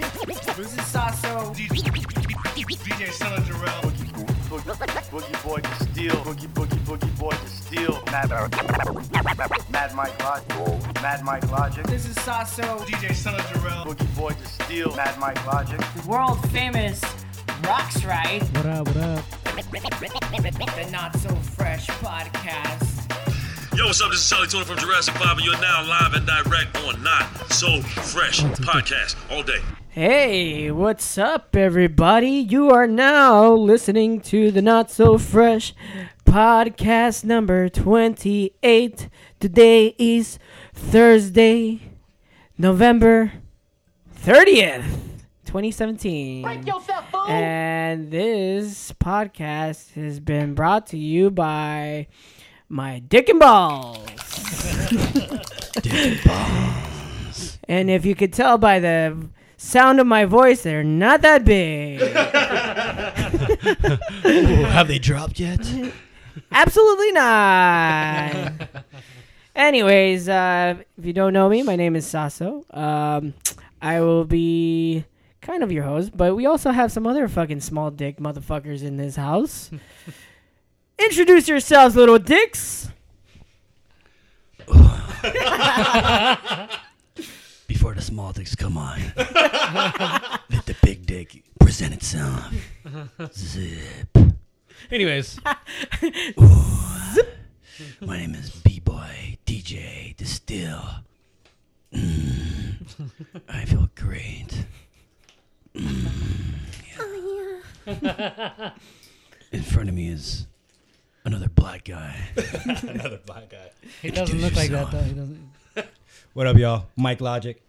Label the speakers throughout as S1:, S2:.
S1: This is Sasso.
S2: DJ Selling Jarrell.
S3: Boogie, boogie boy to steal. Boogie, boogie, boogie boy to steal. Mad, Mad Mike Logic. Mad Mike Logic.
S1: This is Sasso.
S2: DJ Selling Jarrell.
S3: Boogie boy to steal. Mad Mike Logic.
S1: World famous rocks right.
S4: What up, what up?
S1: The not so fresh podcast.
S5: Yo, what's up? This is Sally Tony from Jurassic 5, and you're now live and direct on Not So Fresh Podcast all day.
S4: Hey, what's up, everybody? You are now listening to the Not So Fresh podcast number 28. Today is Thursday, November 30th, 2017. And this podcast has been brought to you by my dick and balls. And if you could tell by the sound of my voice, they're not that big.
S6: Have they dropped yet?
S4: Absolutely not. Anyways, uh, if you don't know me, my name is Sasso. Um, I will be kind of your host, but we also have some other fucking small dick motherfuckers in this house. Introduce yourselves, little dicks.
S6: Before the small dicks come on, let the big dick present itself. Zip.
S7: Anyways,
S6: My name is B Boy DJ Distill. Mm. I feel great. Mm. Yeah. In front of me is another black guy.
S7: another black guy.
S8: He doesn't look like that though.
S6: yourself.
S8: He doesn't.
S9: What up, y'all? Mike Logic.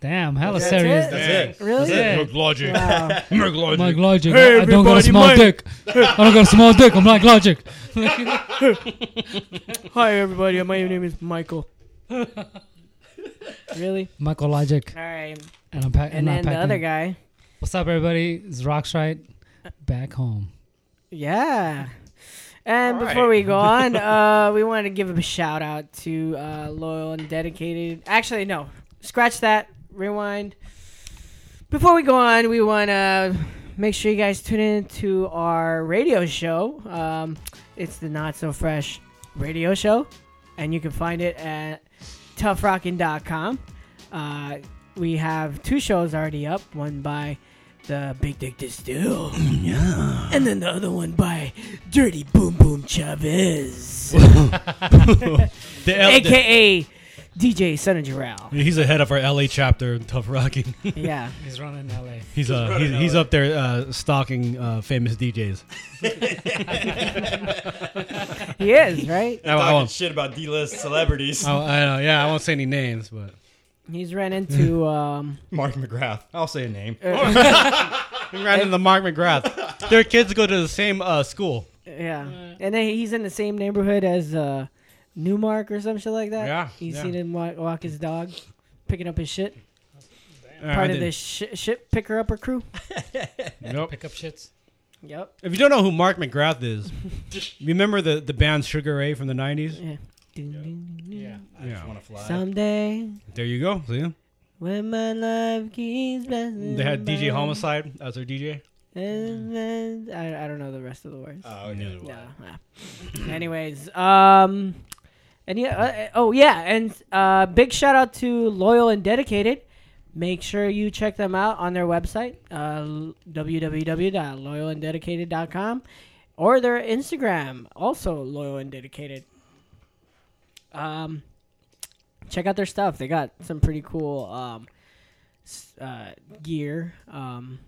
S8: Damn, hella
S4: That's
S8: serious.
S4: it?
S7: That's it.
S4: Really?
S8: Yeah.
S7: Logic.
S4: Wow.
S7: Merc Logic.
S8: Mike Logic.
S7: Hey,
S8: I don't got
S7: everybody,
S8: a small
S7: Mike.
S8: dick. I don't got a small dick. I'm Mike Logic.
S4: Hi, everybody. My name is Michael. really?
S8: Michael Logic.
S4: All right.
S8: And I'm, pa-
S4: And
S8: I'm
S4: then
S8: not
S4: the other
S8: packing.
S4: guy.
S8: What's up, everybody? It's Rock's right back home.
S4: Yeah. And before we go on, uh, we wanted to give a shout out to uh, loyal and dedicated. Actually, no, scratch that. Rewind. Before we go on, we want to make sure you guys tune in to our radio show. Um, it's the Not So Fresh radio show, and you can find it at toughrockin.com. Uh, we have two shows already up one by the Big Dick Distill.
S6: Yeah.
S4: And then the other one by Dirty Boom Boom Chavez,
S7: The L-
S4: aka DJ Son of Jarrell.
S7: the- he's the head of our LA chapter, in Tough Rocking.
S4: Yeah,
S8: He's running LA.
S7: He's uh, he's, he's up there uh, stalking uh, famous DJs.
S4: he is right.
S7: I, I
S9: Talking
S7: won't. Oh,
S9: shit about D-list celebrities.
S7: I, I know. Yeah, I won't say any names, but
S4: He's ran
S7: Hmm.
S4: into um,
S9: Mark McGrath. I'll say a name.
S7: we ran into the Mark McGrath. Their kids go to the same uh, school.
S4: yeah, and then he's in the same neighborhood as uh, Newmark or some shit like that.
S7: Yeah,
S4: you
S7: yeah.
S4: seen him walk, walk his dog, picking up his shit.
S7: Uh,
S4: Part
S7: I
S4: of the
S7: did-
S4: sh- shit picker upper crew.
S7: Nope.
S8: Pick up shits.
S4: Yep.
S7: If you don't know who Mark McGrath is, remember the the band Sugar Ray from the '90s.
S4: Yeah. Ding, ding, ding.
S8: Yeah.
S7: Yeah.
S9: want to fly.
S4: Someday
S7: There you go. See,
S4: when my life keeps passing
S7: they had DJ
S4: by.
S7: Homicide as their DJ.
S4: And then- I, I don't know the rest of the words.
S9: oh, okay.
S4: Yeah. Anyways, um, and yeah, uh, oh yeah, and uh, big shout out to loyal and dedicated. Make sure you check them out on their website, uh, www.loyalanddedicated.com, or their Instagram, also loyal and dedicated. Um, check out their stuff. They got some pretty cool um, s- uh, gear. Um,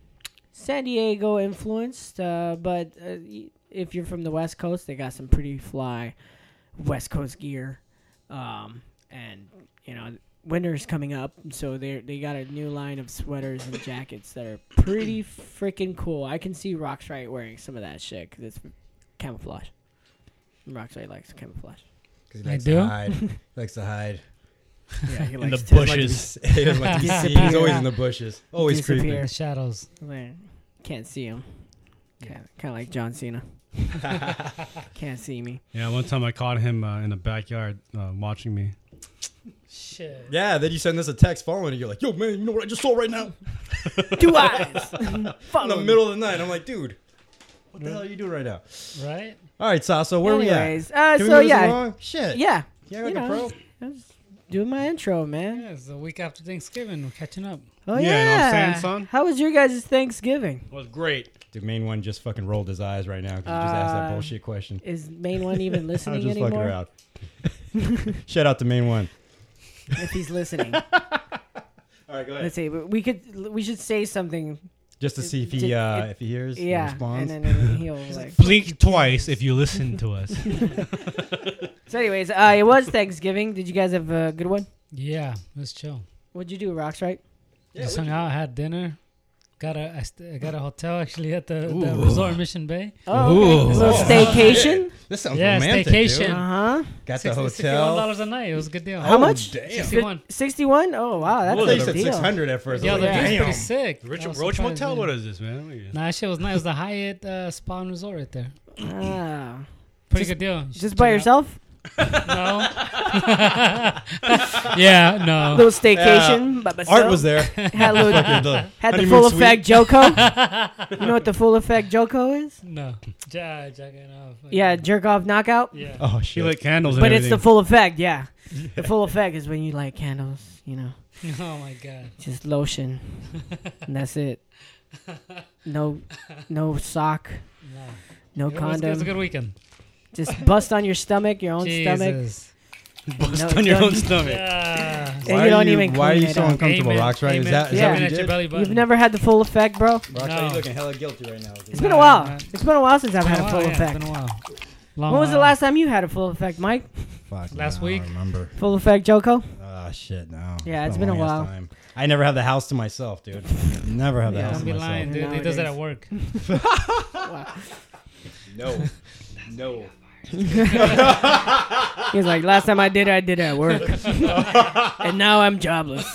S4: San Diego influenced, uh, but uh, y- if you're from the West Coast, they got some pretty fly West Coast gear. Um, and you know, winter's coming up, so they they got a new line of sweaters and jackets that are pretty freaking cool. I can see Rockstrite wearing some of that shit because it's camouflage. Rockstrite likes camouflage.
S9: 'Cause he
S8: I
S9: likes
S8: do?
S9: to hide. He likes to hide.
S4: Yeah, he
S7: In the
S4: likes to-
S7: bushes.
S9: He doesn't like to be seen. He's always in the bushes. Always
S8: In
S4: Disappear.
S9: creeping.
S8: the shadows.
S4: Where- Can't see him. Kind of like John Cena. Can't see me.
S7: Yeah, one time I caught him uh, in the backyard uh, watching me.
S8: Shit.
S9: Yeah, then you send us a text following it. You're like, yo, man, you know what I just saw right now?
S4: Two eyes.
S9: In
S4: Oh.
S9: the middle of the night. I'm like, dude, what the hell are you doing right now?
S8: Right?
S9: All right, Sasso, where
S4: Anyways,
S9: we at?
S4: uh,
S9: Can we
S4: so
S9: move this
S4: yeah,
S9: along? Shit.
S4: yeah.
S9: Yeah, like
S4: you
S9: a
S4: know,
S9: pro.
S4: I was Doing my intro, man.
S8: Yeah, it's the week after Thanksgiving. We're catching up.
S4: Oh yeah.
S7: Yeah, you know what I'm saying, son?
S4: How was your guys' Thanksgiving?
S7: was great.
S9: The main one just fucking rolled his eyes right now because he just asked that
S4: Uh,
S9: bullshit question.
S4: Is main one even
S9: I'm
S4: listening
S9: just fucking
S4: anymore?
S9: around. Shout out to main one.
S4: If he's listening,
S9: All right, go
S4: let's see. We could. We should say something.
S9: Just to see if
S4: Did-
S9: he uh,
S4: it-
S9: if he hears, and
S4: Yeah, and
S9: responds.
S4: then, and then he'll like.
S7: Blink twice if you listen to us.
S4: So, anyways, uh, it was Thanksgiving. Did you guys have a good one?
S8: Yeah, let's chill.
S4: What'd you do, Rocks? Right?
S8: Just hung out, had dinner. Got a I, st- I got a hotel actually at the, the resort in Mission Bay.
S4: Oh, okay.
S9: Ooh.
S4: a little
S9: Oh,
S4: staycation.
S9: this sounds
S8: Yeah,
S9: romantic,
S8: staycation.
S9: dude.
S4: Uh huh.
S9: Got the
S8: Six-
S9: hotel.
S8: $61 a night. It was a good deal.
S9: Oh,
S4: How much?
S9: damn.
S8: 61.
S4: Sixty-one. Oh wow, that's
S9: I
S4: a
S9: thought you
S4: good
S9: said
S4: deal.
S9: six hundred at first. I
S8: Yeah,
S9: was
S8: the
S9: like,
S8: view's
S9: damn.
S8: pretty sick. I
S7: Richard
S8: was
S7: Roach
S8: surprised,
S7: Motel?
S8: man.
S7: What is this, man? What are you-
S8: Nah, that shit was nice. It was the Hyatt uh, Spa and Resort right there.
S4: Ah.
S8: Pretty good deal. You should
S4: Just
S8: check
S4: by
S8: it out.
S4: yourself?
S8: No. yeah, no.
S4: Little staycation. by
S9: Art
S4: myself.
S9: was there.
S4: Had, a little,
S9: Fucking the
S4: had the
S9: honeymoon
S4: full
S9: suite.
S4: effect Joko. you know what the full effect Joko is?
S8: No. Ja, jacking off.
S4: Yeah, jerk off knockout.
S8: Yeah.
S9: Oh
S7: She
S9: shit!
S7: lit candles, and
S4: But it's the
S7: everything.
S4: full effect, yeah. The full effect is when you light candles, you know,
S8: Oh my god.
S4: just lotion, and that's it. No, no sock,
S8: No.
S4: no
S8: It was, it was a
S4: condom.
S8: good weekend.
S4: Just bust on your stomach, your own stomach.
S8: Jesus.
S7: bust
S4: No,
S7: on your
S4: don't-
S7: own stomach.
S8: Yeah.
S4: And you don't even
S9: why are
S4: clean
S9: you
S4: it
S9: so
S4: up.
S9: uncomfortable,
S8: Amen.
S9: Rocks? Right? Is
S8: Amen.
S9: that, is
S4: Yeah.
S9: that what
S8: Amen
S9: you
S8: at your
S9: did?
S8: belly
S4: You've
S8: button.
S4: never had the full effect, bro.
S9: Rocks,
S8: No.
S9: are you looking hella guilty right now?
S4: It's been a
S8: Nah,
S4: while.
S8: not-
S4: It's been a while since I've had a full
S8: Oh, yeah, it's
S4: effect.
S8: been a while. Long
S4: When was the
S8: while.
S4: last time you had a full effect, Mike?
S9: Fuck,
S8: Last
S9: no,
S8: week?
S9: I don't remember.
S4: Full effect, Joko.
S9: Ah, shit, no.
S4: Yeah, it's been a
S9: long ass
S4: while.
S9: time. I never have the house to myself, dude. Never have the
S4: Yeah.
S9: house
S8: Don't
S9: to
S8: be
S9: myself.
S8: lying, dude. He does that at work.
S9: No, no.
S4: He's like, last time I did it, I did it at work. and now I'm jobless.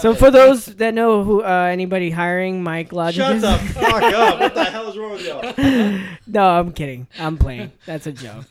S4: So for those that know who uh, anybody hiring Mike Logic
S9: Shut
S4: is-
S9: the fuck up! What the hell is wrong with y'all?
S4: No, I'm kidding. I'm playing. That's a joke.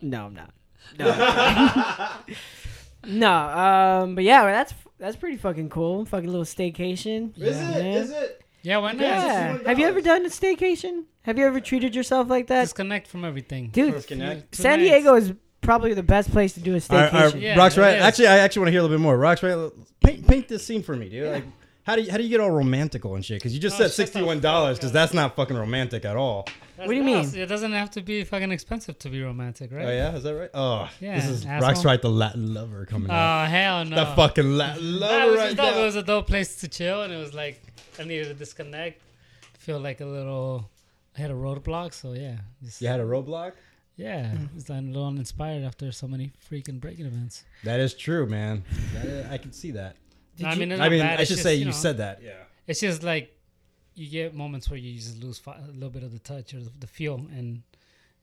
S4: No, I'm not. No. I'm kidding. no, um, but yeah, well, that's that's pretty fucking cool. Fucking little staycation.
S9: Is
S4: yeah,
S9: it?
S4: man.
S9: Is it?
S8: Yeah, why not?
S4: Yeah.
S8: Just
S4: Have you ever done a staycation? Have you ever treated yourself like that?
S8: Disconnect from everything.
S4: Dude,
S9: Disconnect.
S4: San
S8: Relax.
S4: Diego is probably the best place to do a
S9: All right, all right,
S4: staycation.
S8: Yeah,
S9: Rocks,
S8: it
S9: right?
S8: is.
S9: Actually, I actually want to hear a little bit more. Rocks, right? Paint, paint this scene for me, dude. Like, how do you, how do you get all romantical and shit? Because you just
S8: Oh,
S9: said
S8: shut the
S9: sixty one dollars. Because that's not fucking romantic at all.
S8: That's
S4: What do you
S8: nice.
S4: mean?
S8: It doesn't have to be fucking expensive to be romantic, right?
S9: Oh yeah, is that right? Oh,
S8: Yeah,
S9: this is
S8: asshole.
S9: Rocks, right? The Latin lover coming out.
S8: Oh hell no.
S9: The fucking Latin
S8: Nah, it
S9: lover
S8: was
S9: right
S8: just dope. It
S9: now.
S8: was a dope place to chill, and it was like I needed to disconnect, feel like a little. I had a roadblock, so yeah, just,
S9: You had a roadblock.
S8: yeah.
S4: Mm.
S8: Just I'm a little uninspired after so many freaking breaking events.
S9: That is true, man. That is, I can see that.
S8: No, I mean, it's
S9: I
S8: not
S9: mean,
S8: bad,
S9: I
S8: it's
S9: should
S8: just,
S9: say you
S8: know,
S9: said that. Yeah.
S8: It's just like you get moments where you just lose fi- a little bit of the touch or the, the feel, and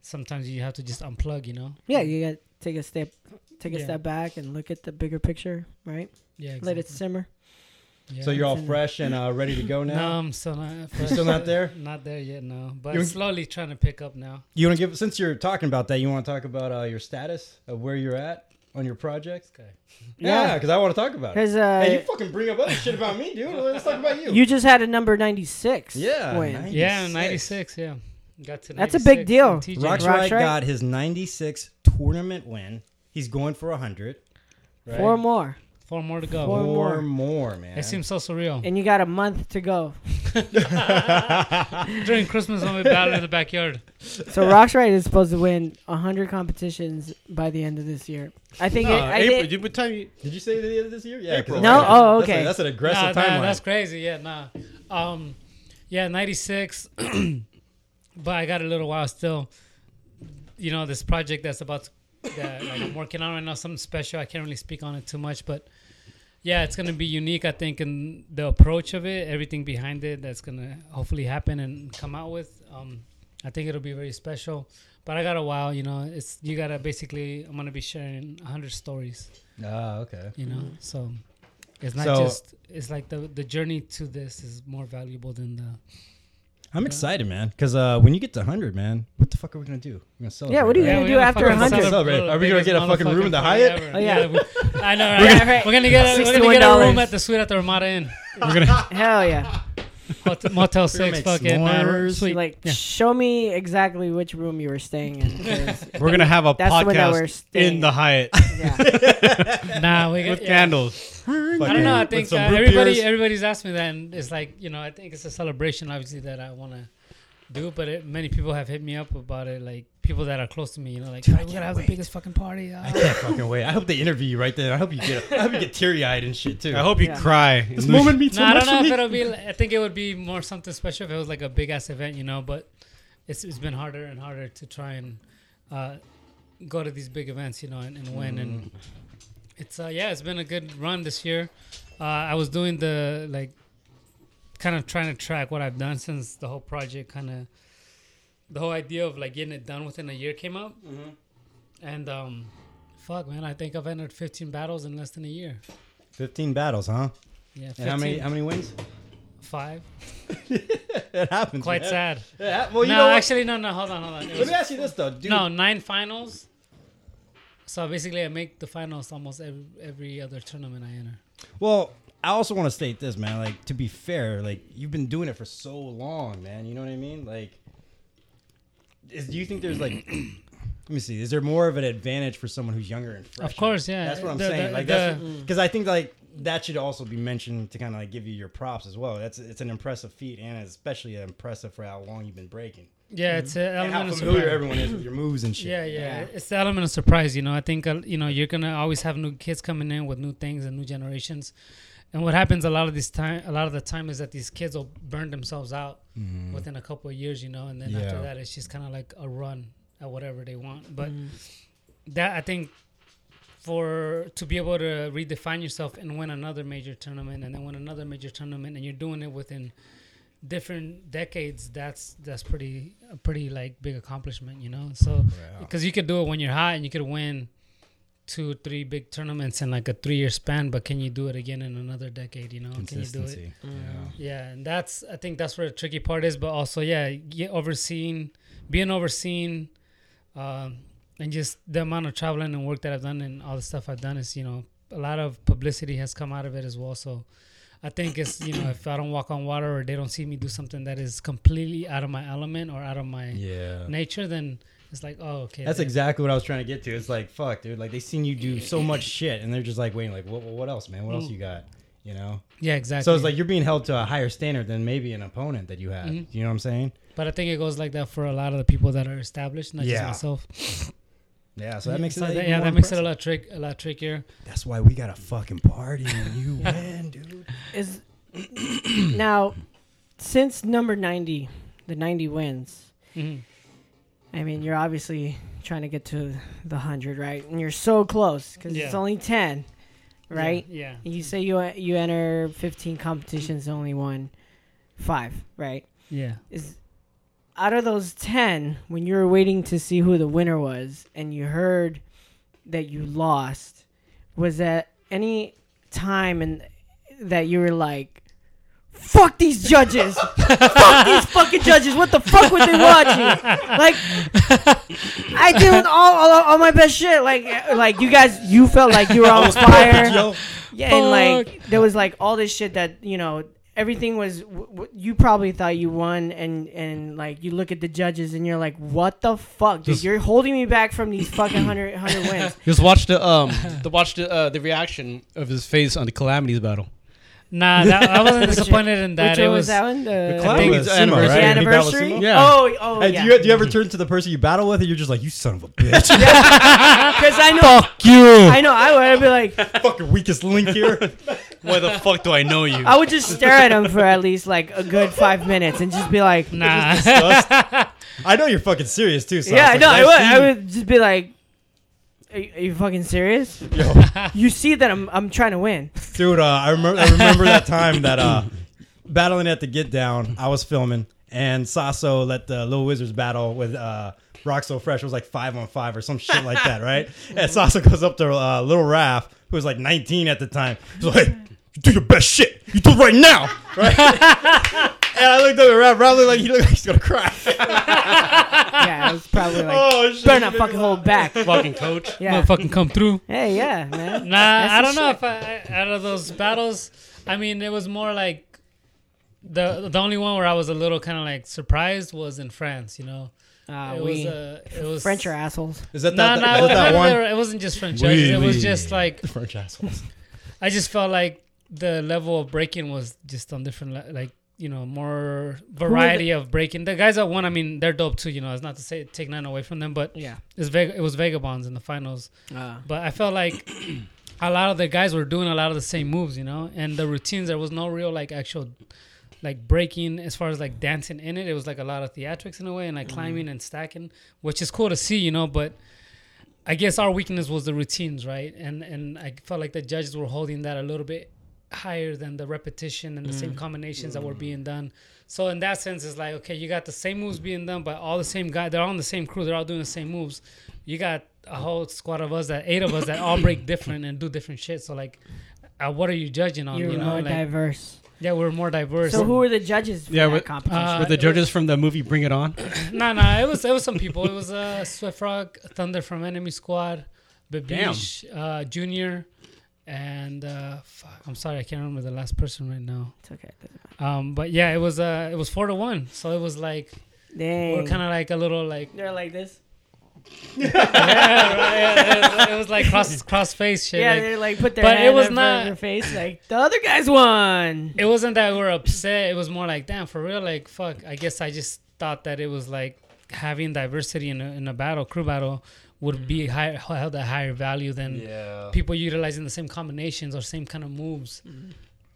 S8: sometimes you have to just unplug. You know?
S4: Yeah, you got to take a step take a
S8: Yeah.
S4: step back and look at the bigger picture, right?
S8: Yeah.
S4: Let it simmer.
S8: Yeah.
S9: So you're all fresh and uh, ready to go
S8: No,
S9: now.
S8: I'm still not.
S9: You're still not there.
S8: Not there yet, no. But
S9: You're-
S8: slowly trying to pick up now.
S9: You want to give? Since you're talking about that, you want to talk about uh, your status of where you're at on your project?
S8: Okay.
S9: Yeah, because I want to talk about it.
S4: Cuz uh
S9: hey, you fucking bring up other shit about me, dude. Let's talk about you.
S4: you just had a number 96
S9: Yeah,
S4: win.
S9: 90.
S8: Yeah,
S9: 96.
S8: 96. Yeah, got to.
S4: That's a
S8: 96
S4: big deal.
S8: and TJ.
S9: Rocks
S4: Rocks
S9: Wright
S4: Wright.
S9: got his 96 tournament win. He's going for 100. Right?
S4: Four more.
S8: Four more to go.
S9: Four
S4: Four more.
S9: more, man.
S8: It seems so surreal.
S4: And you got a month to go.
S8: During Christmas, when we battle in the backyard.
S4: So Rock's right is supposed to win 100 competitions by the end of this year. I think it, I
S7: April,
S4: think-
S7: you- what time you-
S9: Did you say the end of this year? Yeah. 'cause
S7: April.
S9: that's
S4: No?
S9: a-
S4: Oh,
S9: that's a-
S4: okay.
S9: That's, an
S8: Nah,
S9: aggressive
S8: nah,
S9: timeline.
S8: that's crazy. Yeah, nah. Um, yeah, ninety six. but I got a little while still. You know, this project that's about to, that like, I'm working on right now, something special. I can't really speak on it too much, but yeah, it's gonna be unique. I think in the approach of it, everything behind it that's gonna hopefully happen and come out with. Um, I think it'll be very special. But I got a while, you know. It's you gotta basically. I'm gonna be sharing hundred stories
S9: Ah, okay.
S8: you know
S4: Mm.
S8: so it's not
S9: So-
S8: just it's like the the journey to this is more valuable than the
S9: I'm excited, man. Because uh, when you get to 100, man, what the fuck are we gonna do? We're gonna celebrate.
S4: Yeah, what are you
S9: right?
S4: gonna
S8: we
S4: do
S8: gotta
S4: after
S8: fucking
S4: 100?
S8: celebrate
S9: Are we gonna get a
S8: the
S9: fucking
S8: biggest
S9: room in the
S8: motherfucking
S9: Hyatt?
S8: party ever.
S4: Oh, yeah.
S8: we- I know. Right? We're gonna get a, we're gonna get a
S4: $61.
S8: room at the suite at the Ramada Inn,
S7: We're gonna
S4: Hell yeah!
S8: Mot- Motel Six,
S9: make
S8: fucking uh,
S9: s'mores.
S8: suite.
S4: Like, show me exactly which room you were staying in. 'cause-
S7: we're gonna have a
S4: That's the one that we're
S7: podcast in
S4: staying.
S7: the Hyatt
S4: yeah.
S8: Nah, we
S7: with
S8: yeah.
S7: candles.
S8: I don't know. I
S9: With
S8: think uh,
S9: some root
S8: everybody
S9: beers.
S8: everybody's asked me that, and it's like you know, I think it's a celebration, obviously, that I want to do. But it, many people have hit me up about it, like people that are close to me. You know, like "Oh, we're gonna have the biggest fucking party.
S9: I
S8: Uh,
S9: can't fucking wait. I hope they interview you right there. I hope you get. I hope you get teary eyed and shit too.
S7: I hope you
S4: Yeah.
S7: cry.
S9: this
S7: Lose-
S9: moment means so
S8: no, I
S9: much to
S8: don't know if
S9: me.
S8: it'll be. I think it would be more something special if it was like a big ass event, you know. But it's it's been harder and harder to try and uh, go to these big events, you know, and, and win.
S9: Mm.
S8: And it's uh, yeah, it's been a good run this year. Uh, I was doing the like, kind of trying to track what I've done since the whole project, kind of the whole idea of like getting it done within a year came out.
S9: Mm-hmm.
S8: And um, fuck, man, I think I've entered 15 battles in less than a year.
S9: 15 battles, huh?
S8: Yeah, 15,
S9: And how many? How many wins?
S8: five.
S9: It happens.
S8: Quite
S9: man.
S8: sad.
S9: It hap- well, you know
S8: no,
S9: what?
S8: actually, no, no. Hold on, hold on. It
S9: Let me
S8: was,
S9: ask you this though, dude.
S8: no, nine finals. So basically, I make the finals almost every, every other tournament I enter.
S9: Well, I also want to state this, man. Like to be fair, like you've been doing it for so long, man. You know what I mean? Like, is, do you think there's like, let me see, is there more of an advantage for someone who's younger and fresh?
S8: Of course, yeah.
S9: That's what I'm
S8: The-
S9: saying.
S8: the-
S9: like, because I think like that should also be mentioned to kind of like give you your props as well. That's it's an impressive feat, and especially impressive for how long you've been breaking
S8: Yeah, it's an
S9: and how
S8: element of
S9: familiar
S8: surprise.
S9: everyone is with your moves and shit.
S8: Yeah, yeah, It's the element of surprise. You know, I think uh, you know you're gonna always have new kids coming in with new things and new generations. And what happens a lot of this time, a lot of the time, is that these kids will burn themselves out within a couple of years. You know, and then after
S9: Yeah.
S8: that, it's just kind of like a run at whatever they want. But
S9: Mm-hmm.
S8: that I think for to be able to redefine yourself and win another major tournament and then win another major tournament and you're doing it within different decades that's that's pretty a pretty like big accomplishment you know so because you could do it when you're hot and you could win two three big tournaments in like a three year span but can you do it again in another decade you know can you do it Mm.
S9: Consistency. Yeah.
S8: yeah, and that's I think that's where the tricky part is. But also, yeah, get overseen, being overseen, um, and just the amount of traveling and work that I've done and all the stuff I've done is you know a lot of publicity has come out of it as well. So I think it's you know if I don't walk on water or they don't see me do something that is completely out of my element or out of my
S9: Yeah.
S8: nature, then it's like oh okay,
S9: That's
S8: then-
S9: exactly what I was trying to get to. It's like, fuck, dude. Like they seen you do so much shit, and they're just like waiting, like, what, what else, man? What else you got? You know.
S8: yeah exactly.
S9: So it's like you're being held to a higher standard than maybe an opponent that you had. You know what I'm saying?
S8: but I think it goes like that for a lot of the people that are established, not just
S9: Yeah.
S8: myself.
S9: Yeah. So that makes
S8: So
S9: it.
S8: that-
S9: even
S8: yeah,
S9: more
S8: that makes it a
S9: impressive.
S8: lot trick a lot trickier.
S9: That's why we got a fucking party when you win, dude.
S4: Is now since number ninety, the ninety wins.
S8: Mhm.
S4: I mean, you're obviously trying to get to the hundred, right? And you're so close because it's
S8: Yeah.
S4: only ten, right?
S8: Yeah.
S4: You say you you enter fifteen competitions, only won five, right?
S8: Yeah.
S4: is out of those 10 when you were waiting to see who the winner was and you heard that you lost was that any time and that you were like fuck these judges fuck these fucking judges what the fuck were they watching like i did all, all, all my best shit like like you guys you felt like you were on fire yeah, and like there was like all this shit that you know everything was. W- w- you probably thought you won, and and like you look at the judges and you're like, what the fuck, dude? You're holding me back from these fucking 100, 100 wins.
S7: Just watch the um, the watch the uh, the reaction of his face on the calamities battle.
S8: Nah, that, I wasn't disappointed in that.
S4: Which
S8: it
S4: one
S8: was,
S4: was that one? The,
S7: I think it's
S9: Simo,
S7: anniversary.
S4: the
S9: right?
S4: anniversary.
S9: Simo?
S7: Yeah.
S4: Oh, oh
S9: Hey,
S4: yeah.
S9: do, you, do you ever turn to the person you battle with and you're just like, you son of a bitch,
S4: Because I know,
S7: You.
S4: I know, I would be like,
S9: fucking weakest link here?
S7: Why the fuck do I know you?
S4: I would just stare at him for at least like a good five minutes and just be like,
S8: Nah,
S9: I know you're fucking serious too. So
S4: Yeah, I
S9: was
S4: know.
S9: like,
S4: I would. I
S9: see
S4: would just be like, "Are, you- are you fucking serious? you see that I'm I'm trying to win.
S9: Dude, uh, I remember I remember that time that uh, battling at the get down, I was filming and Sasso let the Little Wizards battle with uh Rock So Fresh. It was like five on five or some shit like that, right? And Sasso goes up to uh, Little Raph, who was like 19 at the time. He's like, hey, you do your best shit. You do it right now, right? And I looked up at Rob. Rob looked like he looked like he's gonna cry.
S4: yeah, it was probably like
S9: Oh, shit.
S4: better not fucking hold back.
S7: Fucking coach.
S4: Yeah.
S8: Motherfucking come through.
S4: Hey, yeah, man.
S8: Nah,
S4: That's
S8: I
S4: the
S8: don't know if I, I- out of those battles, I mean, it was more like the the only one where I was a little kind of like surprised was in France. You know,
S4: Uh,
S8: it
S4: we
S8: was uh, it was
S4: French are assholes.
S9: Is that
S8: No,
S9: that,
S8: no,
S9: that,
S8: it,
S9: is that
S8: wasn't-
S9: one?
S8: it wasn't just French
S7: Oui,
S8: judges. It was
S7: oui.
S8: just like
S9: French assholes.
S8: I just felt like the level of breaking was just on different, le- like you know, more variety of breaking. The guys that won, I mean, they're dope too. You know, it's not to say take none away from them, but
S4: Yeah.
S8: it's Veg- it was vagabonds in the finals.
S4: Uh,
S8: But I felt like a lot of the guys were doing a lot of the same moves, you know, and the routines. There was no real like actual like breaking as far as like dancing in it. It was like a lot of theatrics in a way, and
S4: Mm-hmm.
S8: like climbing and stacking, which is cool to see, you know. But I guess our weakness was the routines, right? And and I felt like the judges were holding that a little bit higher than the repetition and the
S4: Mm.
S8: same combinations that were being done. So in that sense, it's like okay, you got the same moves being done, but all the same guy. They're all on the same crew. They're all doing the same moves. You got a whole squad of us that eight of us that all break different and do different shit. So like, uh, what are you judging on?
S4: you're
S8: you know,
S4: more
S8: like,
S4: diverse.
S8: yeah, we're more diverse.
S4: So who were the judges for
S7: Yeah,
S4: that
S7: but-
S4: competition?
S8: Uh,
S7: Were the
S8: it
S7: judges from the movie Bring It On?
S8: No, no, it was it was some people. It was uh, Swift Rock, Thunder from Enemy Squad, Babish, uh, Junior, and uh, fuck, I'm sorry, I can't remember the last person right now.
S4: it's okay. it doesn't matter.
S8: Um, but yeah, it was uh, it was four to one, so it was like
S4: Dang.
S8: we're kind of like a little like
S4: They're like this.
S8: it was like cross cross face shit.
S4: Yeah,
S8: like-
S4: they're like put their
S8: but it
S4: hand in
S8: was
S4: front
S8: not-
S4: of their face like the other guys won.
S8: it wasn't that we were upset. It was more like, damn, for real, like, fuck. I guess I just thought that it was like having diversity in a, in a battle, crew battle, would be higher, held at higher value than people utilizing the same combinations or same kind of moves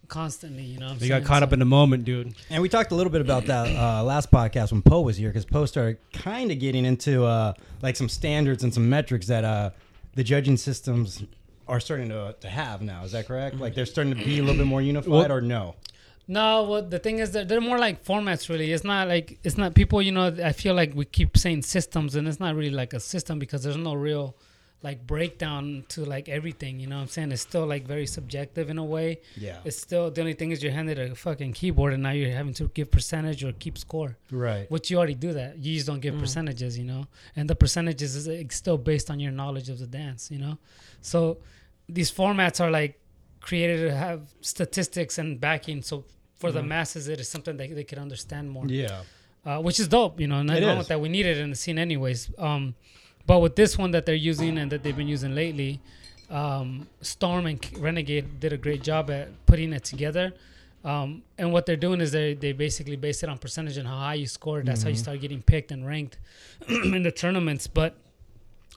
S8: constantly. You know, what I'm
S7: They got
S8: saying?
S7: caught
S8: So-
S7: up in the moment, dude.
S9: And we talked a little bit about that uh, last podcast when Poe was here because Poe started kind of getting into uh, like some standards and some metrics that uh, the judging systems are starting to, to have now. Is that correct? Like they're starting to be a little bit more unified
S7: Well-
S9: or no?
S8: No, well, the thing is that they're more like formats, really. It's not like it's not people. You know, I feel like we keep saying systems, and it's not really like a system because there's no real like breakdown to like everything. You know, what I'm saying it's still like very subjective in a way.
S9: Yeah.
S8: It's still the only thing is you're handed a fucking keyboard, and now you're having to give percentage or keep score.
S9: Right.
S8: Which you already do that. You just don't give percentages, you know. And the percentages is like, still based on your knowledge of the dance, you know. So these formats are like created to have statistics and backing. So for the masses, it is something that they can understand more
S9: Yeah.
S8: uh, which is dope, you know, and I
S9: It
S8: wrong
S9: is.
S8: with that. We need it in the scene anyways. Um, but with this one that they're using and that they've been using lately, um, Storm and Renegade did a great job at putting it together. Um, and what they're doing is they they basically base it on percentage and how high you scored. That's
S9: Mm-hmm.
S8: how you start getting picked and ranked in the tournaments. But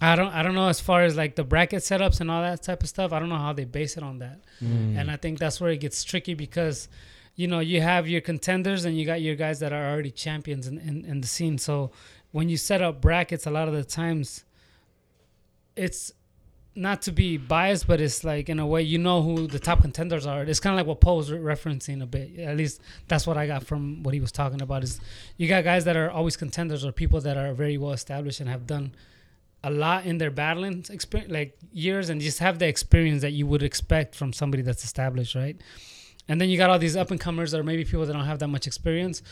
S8: I don't I don't know as far as like the bracket setups and all that type of stuff. I don't know how they base it on that. And I think that's where it gets tricky because you know, you have your contenders and you got your guys that are already champions in, in, in the scene. So when you set up brackets a lot of the times it's not to be biased, but it's like in a way you know who the top contenders are. It's kind of like what Paul was re- referencing a bit. At least that's what I got from what he was talking about. Is you got guys that are always contenders or people that are very well established and have done a lot in their battling experience, like years, and just have the experience that you would expect from somebody that's established, right? And then you got all these up and comers or maybe people that don't have that much experience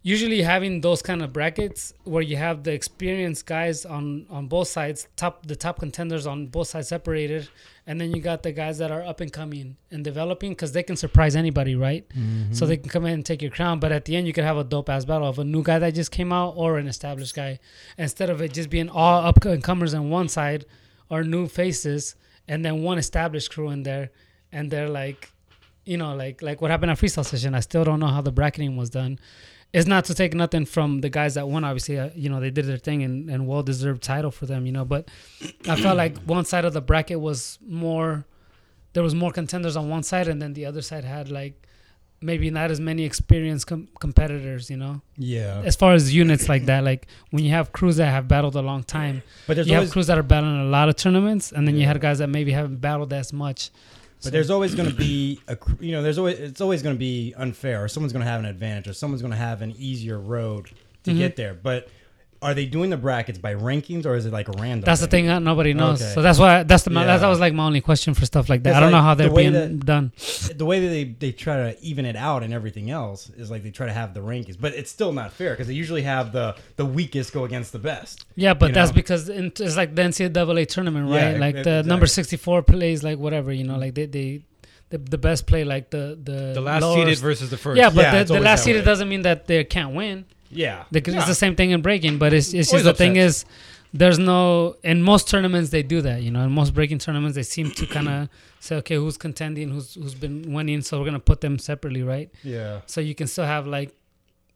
S8: usually having those kind of brackets where you have the experienced guys on on both sides top the top contenders on both sides separated and then you got the guys that are up and coming and developing because they can surprise anybody right so they can come in and take your crown but at the end you could have a dope ass battle of a new guy that just came out or an established guy instead of it just being all up and comers on one side or new faces and then one established crew in there and they're like you know, like like what happened at freestyle session. I still don't know how the bracketing was done. It's not to take nothing from the guys that won. Obviously, uh, you know they did their thing and, and well deserved title for them. You know, but I felt like one side of the bracket was more. There was more contenders on one side, and then the other side had like maybe not as many experienced com- competitors. You know,
S9: Yeah.
S8: as far as units like that, like when you have crews that have battled a long time,
S9: But there's
S8: you
S9: always
S8: have crews that are battling a lot of tournaments, and then you had guys that maybe haven't battled as much.
S9: But there's always going to be a cr- you know there's always it's always going to be
S8: Mm-hmm.
S9: unfair or someone's going to have an advantage or someone's going to have an easier road to get there. But are they doing the brackets by rankings or is it like a random?
S8: That's the thing that nobody knows.
S9: Okay.
S8: So that's why that's the
S9: Yeah.
S8: that's, that was like my only question for stuff like that.
S9: 'Cause,
S8: I don't know
S9: like,
S8: how
S9: the
S8: they're
S9: way
S8: being
S9: that-
S8: done.
S9: The way that they, they try to even it out and everything else is like they try to have the rankings, but it's still not fair because they usually have the the weakest go against the best.
S8: Yeah, but
S9: you
S8: that's
S9: know?
S8: because in, it's like the NCAA tournament,
S9: Yeah,
S8: right? like the
S9: e-
S8: number
S9: exactly.
S8: sixty four plays like whatever you know, like they they the, the best play like the the
S7: The last
S8: lower
S7: seeded
S8: s-
S7: versus the first.
S8: Yeah, but
S9: Yeah,
S8: the,
S9: it's
S8: the
S9: always
S8: last
S9: that
S8: seeded
S9: way.
S8: doesn't mean that they can't win.
S9: yeah.
S8: They could-
S9: Yeah.
S8: It's the same thing in breaking, but it's it's
S7: Always
S8: just the thing
S7: upsets.
S8: is there's no in most tournaments they do that. You know, in most breaking tournaments they seem to kind of say okay, who's contending, who's who's been winning, so we're gonna put them separately, right?
S9: Yeah.
S8: so you can still have like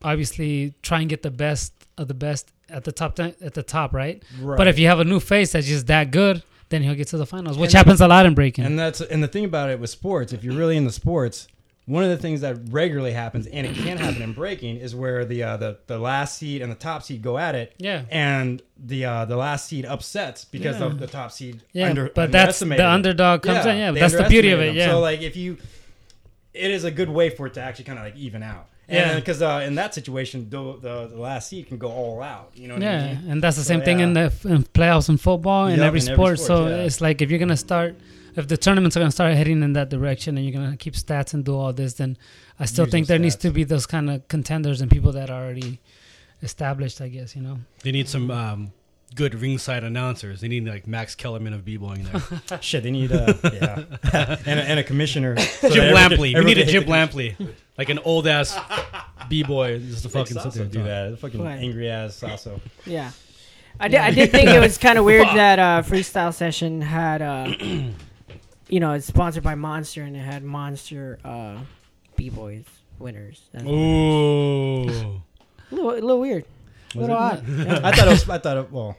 S8: obviously try and get the best of the best at the top ten, at the top right?
S9: Right.
S8: but if you have a new face that's just that good then he'll get to the finals which
S9: And-
S8: happens a lot in breaking
S9: And that's and the thing about it with sports, if you're really into sports, one of the things that regularly happens and it can happen in breaking is where the uh, the the last seed and the top seed go at it.
S8: Yeah.
S9: And the uh, the last seed upsets because of the top seed.
S8: Yeah,
S9: under,
S8: but that's- the
S9: underestimated them.
S8: underdog comes in, yeah,
S9: they
S8: that's the beauty of
S9: underestimated
S8: it,
S9: them.
S8: yeah.
S9: So like if you, it is a good way for it to actually kind of like even out.
S8: Yeah.
S9: Yeah. Because uh, in that situation, the, the the last seed can go all out. You know. What I
S8: yeah
S9: mean?
S8: and that's the same
S9: So,
S8: thing in the
S9: yeah.
S8: f- in playoffs in football and
S9: Yup,
S8: every
S9: in every
S8: sport so
S9: sport, yeah.
S8: it's like if you're gonna start if the tournaments are gonna start heading in that direction and you're gonna keep stats and do all this then i still
S9: Use
S8: think
S9: the
S8: there needs
S9: stats.
S8: to be those kind of contenders and people that are already established i guess you know
S7: They need some um, good ringside announcers. They need like Max Kellerman of b-boying there.
S9: Shit, they need uh, yeah, and, a, and a commissioner. So that
S7: Jim
S9: everyone can-
S7: Lampley. We
S9: everyone
S7: need a
S9: can hit
S7: Jim
S9: the-
S7: Lampley, like an old ass b-boy. Just to fucking sit there
S9: Sasso
S7: and
S9: do
S7: talk.
S9: that. Fucking
S4: Right.
S9: angry ass Sasso.
S4: Yeah. I did, I did think it was kind of weird that uh, Freestyle Session had, uh, you know, it's sponsored by Monster and it had Monster uh, B Boys winners. That's a
S7: Ooh.
S4: little, a little weird. A little odd. Yeah.
S9: I thought it was. I thought it. Well,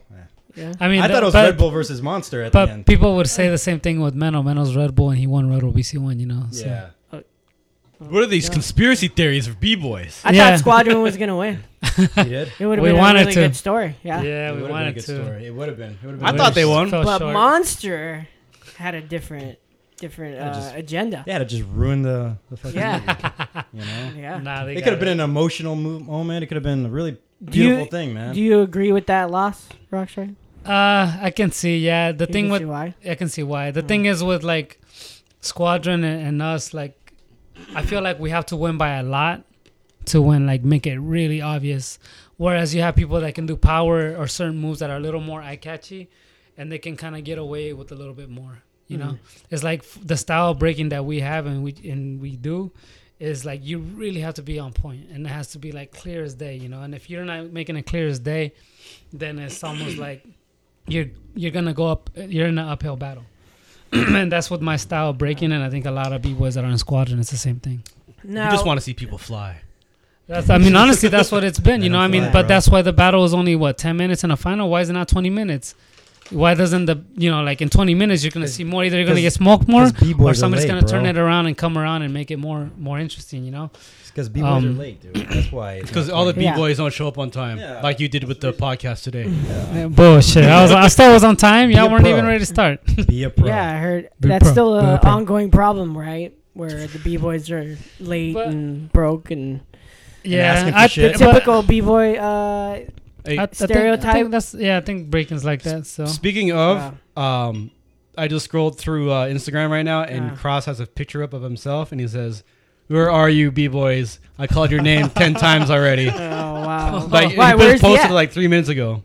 S9: eh.
S8: i mean
S9: I
S8: the-
S9: thought it was
S8: uh, but-
S9: Red Bull versus Monster at the
S8: But
S9: end.
S8: people would say the same thing with Meno. Meno's Red Bull, and he won Red Bull BC one. You know. So.
S9: Yeah.
S7: What are these conspiracy theories of b-boys?
S4: I
S8: Yeah.
S4: thought Squadron was going to win.
S9: He did.
S4: It would have
S8: We
S4: been a
S8: wanted
S4: really
S8: to.
S4: good story. Yeah.
S8: Yeah,
S9: It would've
S8: we
S9: been a
S8: wanted
S9: good
S8: to.
S9: story. It would have been. It would have
S7: I
S9: been.
S7: thought they won.
S8: Fell
S4: But
S8: short.
S4: Monster had a different different uh,
S9: just-
S4: agenda.
S9: They had to just ruin the. the fucking
S4: Yeah.
S9: You know.
S4: Yeah.
S8: nah, they
S9: It
S8: got
S9: could have been
S8: it.
S9: an emotional mo- moment. It could have been a really
S4: Do you-
S9: beautiful thing, man.
S4: Do you agree with that loss, Rockstar?
S8: Uh, I can see. Yeah, the
S4: You
S8: thing
S4: can
S8: with
S4: see why?
S8: I can see why. The thing is with like Squadron and, and us, like I feel like we have to win by a lot to win, like make it really obvious. Whereas you have people that can do power or certain moves that are a little more eye catchy, and they can kind of get away with a little bit more. You know, it's like f- the style of breaking that we have and we and we do is like you really have to be on point and it has to be like clear as day. You know, and if you're not making it clear as day, then it's almost like you're you're gonna go up. You're in an uphill battle. and that's what my style of breaking, and I think a lot of b boys that are in squadron, it's the same thing.
S4: No.
S7: We just want to see people fly.
S8: That's, I mean, honestly, that's what it's been. You know, I mean,
S9: Yeah,
S8: but
S9: bro.
S8: that's why the battle is only what ten minutes in a final. Why is it not twenty minutes? Why doesn't the you know like in twenty minutes you're gonna see more? Either you're gonna
S9: 'cause-
S8: get smoked more,
S9: 'cause B-boys
S8: or
S9: are
S8: somebody's
S9: late,
S8: gonna
S9: bro.
S8: turn it around and come around and make it more more interesting. You know,
S9: Because B boys are
S8: Um,
S9: late, dude. That's why. It's
S7: Because all the
S4: Yeah.
S7: b-boys don't show up on time,
S9: Yeah.
S7: like you did with the podcast today.
S8: bullshit. I was I still was on time.
S9: Be
S8: Y'all
S9: a
S8: weren't
S9: pro.
S8: even ready to start.
S9: be a pro.
S4: Yeah, I heard
S8: Be
S4: that's
S8: pro.
S4: still
S8: Be
S4: an
S8: a pro.
S4: ongoing problem, right? Where the b boys are late
S8: But-
S4: and broke and
S8: yeah,
S9: asking for
S8: thi-
S9: shit.
S8: but-
S4: typical b boy. Uh,
S7: Hey,
S8: I- I think- I think
S4: Stereotype.
S8: that's yeah. I think breaking's like that. So
S7: Speaking of, um, I just scrolled through uh, Instagram right now, and
S4: Yeah.
S7: Cross has a picture up of himself, and he says, "Where are you, b boys? I called your name ten times already.
S4: oh wow!
S7: Like
S4: Why,
S7: it was
S4: where's he
S7: posted
S4: at?
S7: like three minutes ago.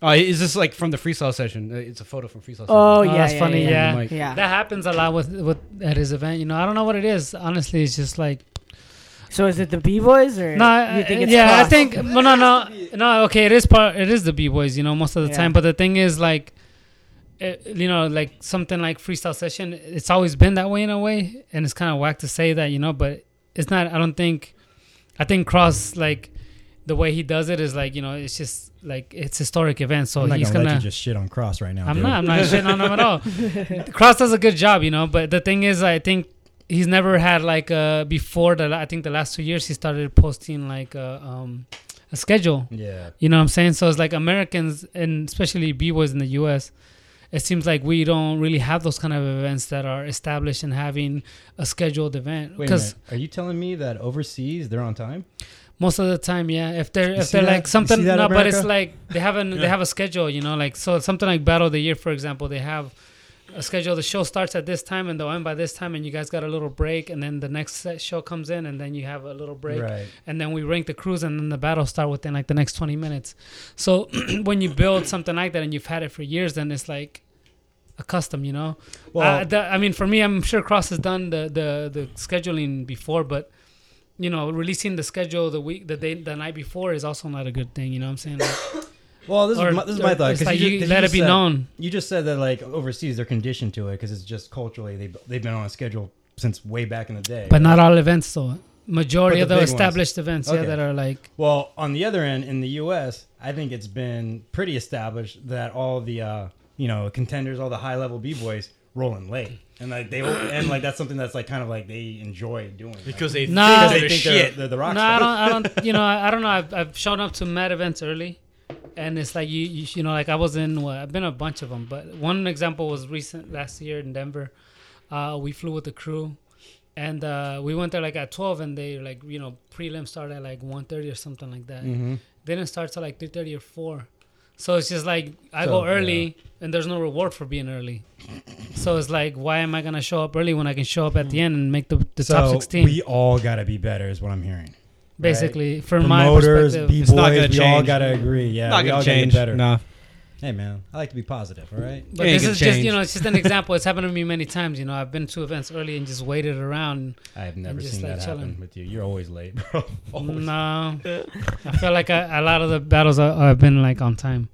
S7: Uh, is this like from the freestyle session? Uh, It's a photo from freestyle.
S4: oh
S8: Oh,
S4: yeah,
S8: that's
S4: yeah,
S8: funny.
S4: Yeah,
S8: Yeah.
S7: Mike.
S4: yeah.
S8: that happens a lot with with at his event. You know, I don't know what it is. Honestly, it's just like
S4: So is it the b boys or
S8: no. I-
S4: You think it's
S8: yeah, I
S4: crossed?
S8: think no, no, no, no. Okay, it is part. It is the b boys. You know, most of the
S4: Yeah.
S8: time. But the thing is, like, it, you know, like something like freestyle session. It's always been that way in a way, and it's kind of whack to say that. You know, but it's not. I don't think. I think Cross like the way he does it is like you know it's just like it's historic event. So
S9: I'm not
S8: he's
S9: gonna,
S8: gonna
S9: let you just shit on Cross right now.
S8: I'm
S9: dude.
S8: not. I'm not shitting on him at all. Cross does a good job, you know. But the thing is, I think he's never had like uh before the. la- I think the last two years he started posting like a, um, a schedule.
S9: Yeah.
S8: You know what I'm saying? So it's like Americans and especially b boys in the U.S. It seems like we don't really have those kind of events that are established and having a scheduled event.
S9: Wait a
S8: Because
S9: minute. Are you telling me that overseas they're on time?
S8: Most of the time, yeah. If they're if
S9: see
S8: they're
S9: that?
S8: like
S9: You
S8: something,
S9: see that,
S8: no, but it's
S9: America?
S8: like they have an they have a schedule, you know, like so something like Battle of the Year, for example, they have a schedule. The show starts at this time and they'll end by this time, and you guys got a little break, and then the next set show comes in, and then you have a little break,
S9: Right.
S8: and then we rank the crews, and then the battles start within like the next twenty minutes. So when you build something like that and you've had it for years, then it's like a custom, you know.
S9: Well-
S8: uh, that, I mean, for me, I'm sure Cross has done the the the scheduling before, but you know, releasing the schedule the week the day the night before is also not a good thing. You know what I'm saying? Like,
S9: Well, this
S8: Or-
S9: is my, this is
S8: or
S9: my thought.
S8: it's
S9: 'cause
S8: like
S9: ju-
S8: you
S9: 'cause
S8: let it
S9: just
S8: be
S9: said-
S8: known.
S9: You just said that like overseas they're conditioned to it because it's just culturally they they've been on a schedule since way back in the day.
S8: but not all events though. Majority
S9: But
S8: of
S9: the
S8: the
S9: big ones.
S8: established events, yeah,
S9: Okay.
S8: that are like
S9: well, on the other end, in the U.S., I think it's been pretty established that all the uh, you know contenders, all the high level b boys, rolling late, and like they and like that's something that's like kind of like they enjoy doing Like,
S10: because they
S8: Nah.
S10: think
S9: they
S10: they're
S9: think
S10: shit.
S9: They're, they're the rock
S8: no,
S9: stars.
S8: I don't. I don't. You know, I, I don't know. I've, I've shown up to med events early, and it's like you, you, you know, like I was in. What, I've been a bunch of them, but one example was recent last year in Denver. Uh, we flew with the crew, and uh, we went there like at twelve, and they like you know prelim started at like 1.30 or something like that.
S9: Mm-hmm.
S8: They didn't start till like three thirty or four. So it's just like I
S9: So,
S8: go early, and there's no reward for being early. So it's like, why am I gonna show up early when I can show up at the end and make the, the top
S9: Mm. So
S8: sixteen?
S9: we all gotta be better, is what I'm hearing.
S8: basically, from
S9: Promoters,
S8: my perspective.
S9: b
S10: It's not gonna
S9: boys, we all
S10: change.
S9: gotta agree. Yeah,
S10: Not
S9: we
S10: gonna
S9: all gotta get
S10: change.
S9: better.
S7: Nah.
S9: Hey man, I like to be positive. All right.
S8: But
S10: It ain't
S8: this
S10: gonna
S8: is just you
S10: change.
S8: know, it's just an example. It's happened to me many times. You know, I've been to events early and just waited around.
S9: I have never
S8: just,
S9: seen
S8: like,
S9: that
S8: chilling.
S9: happen with you. You're always late, bro.
S4: Mm,
S9: Always.
S8: No, I feel like I, a lot of the battles I, have been like on time.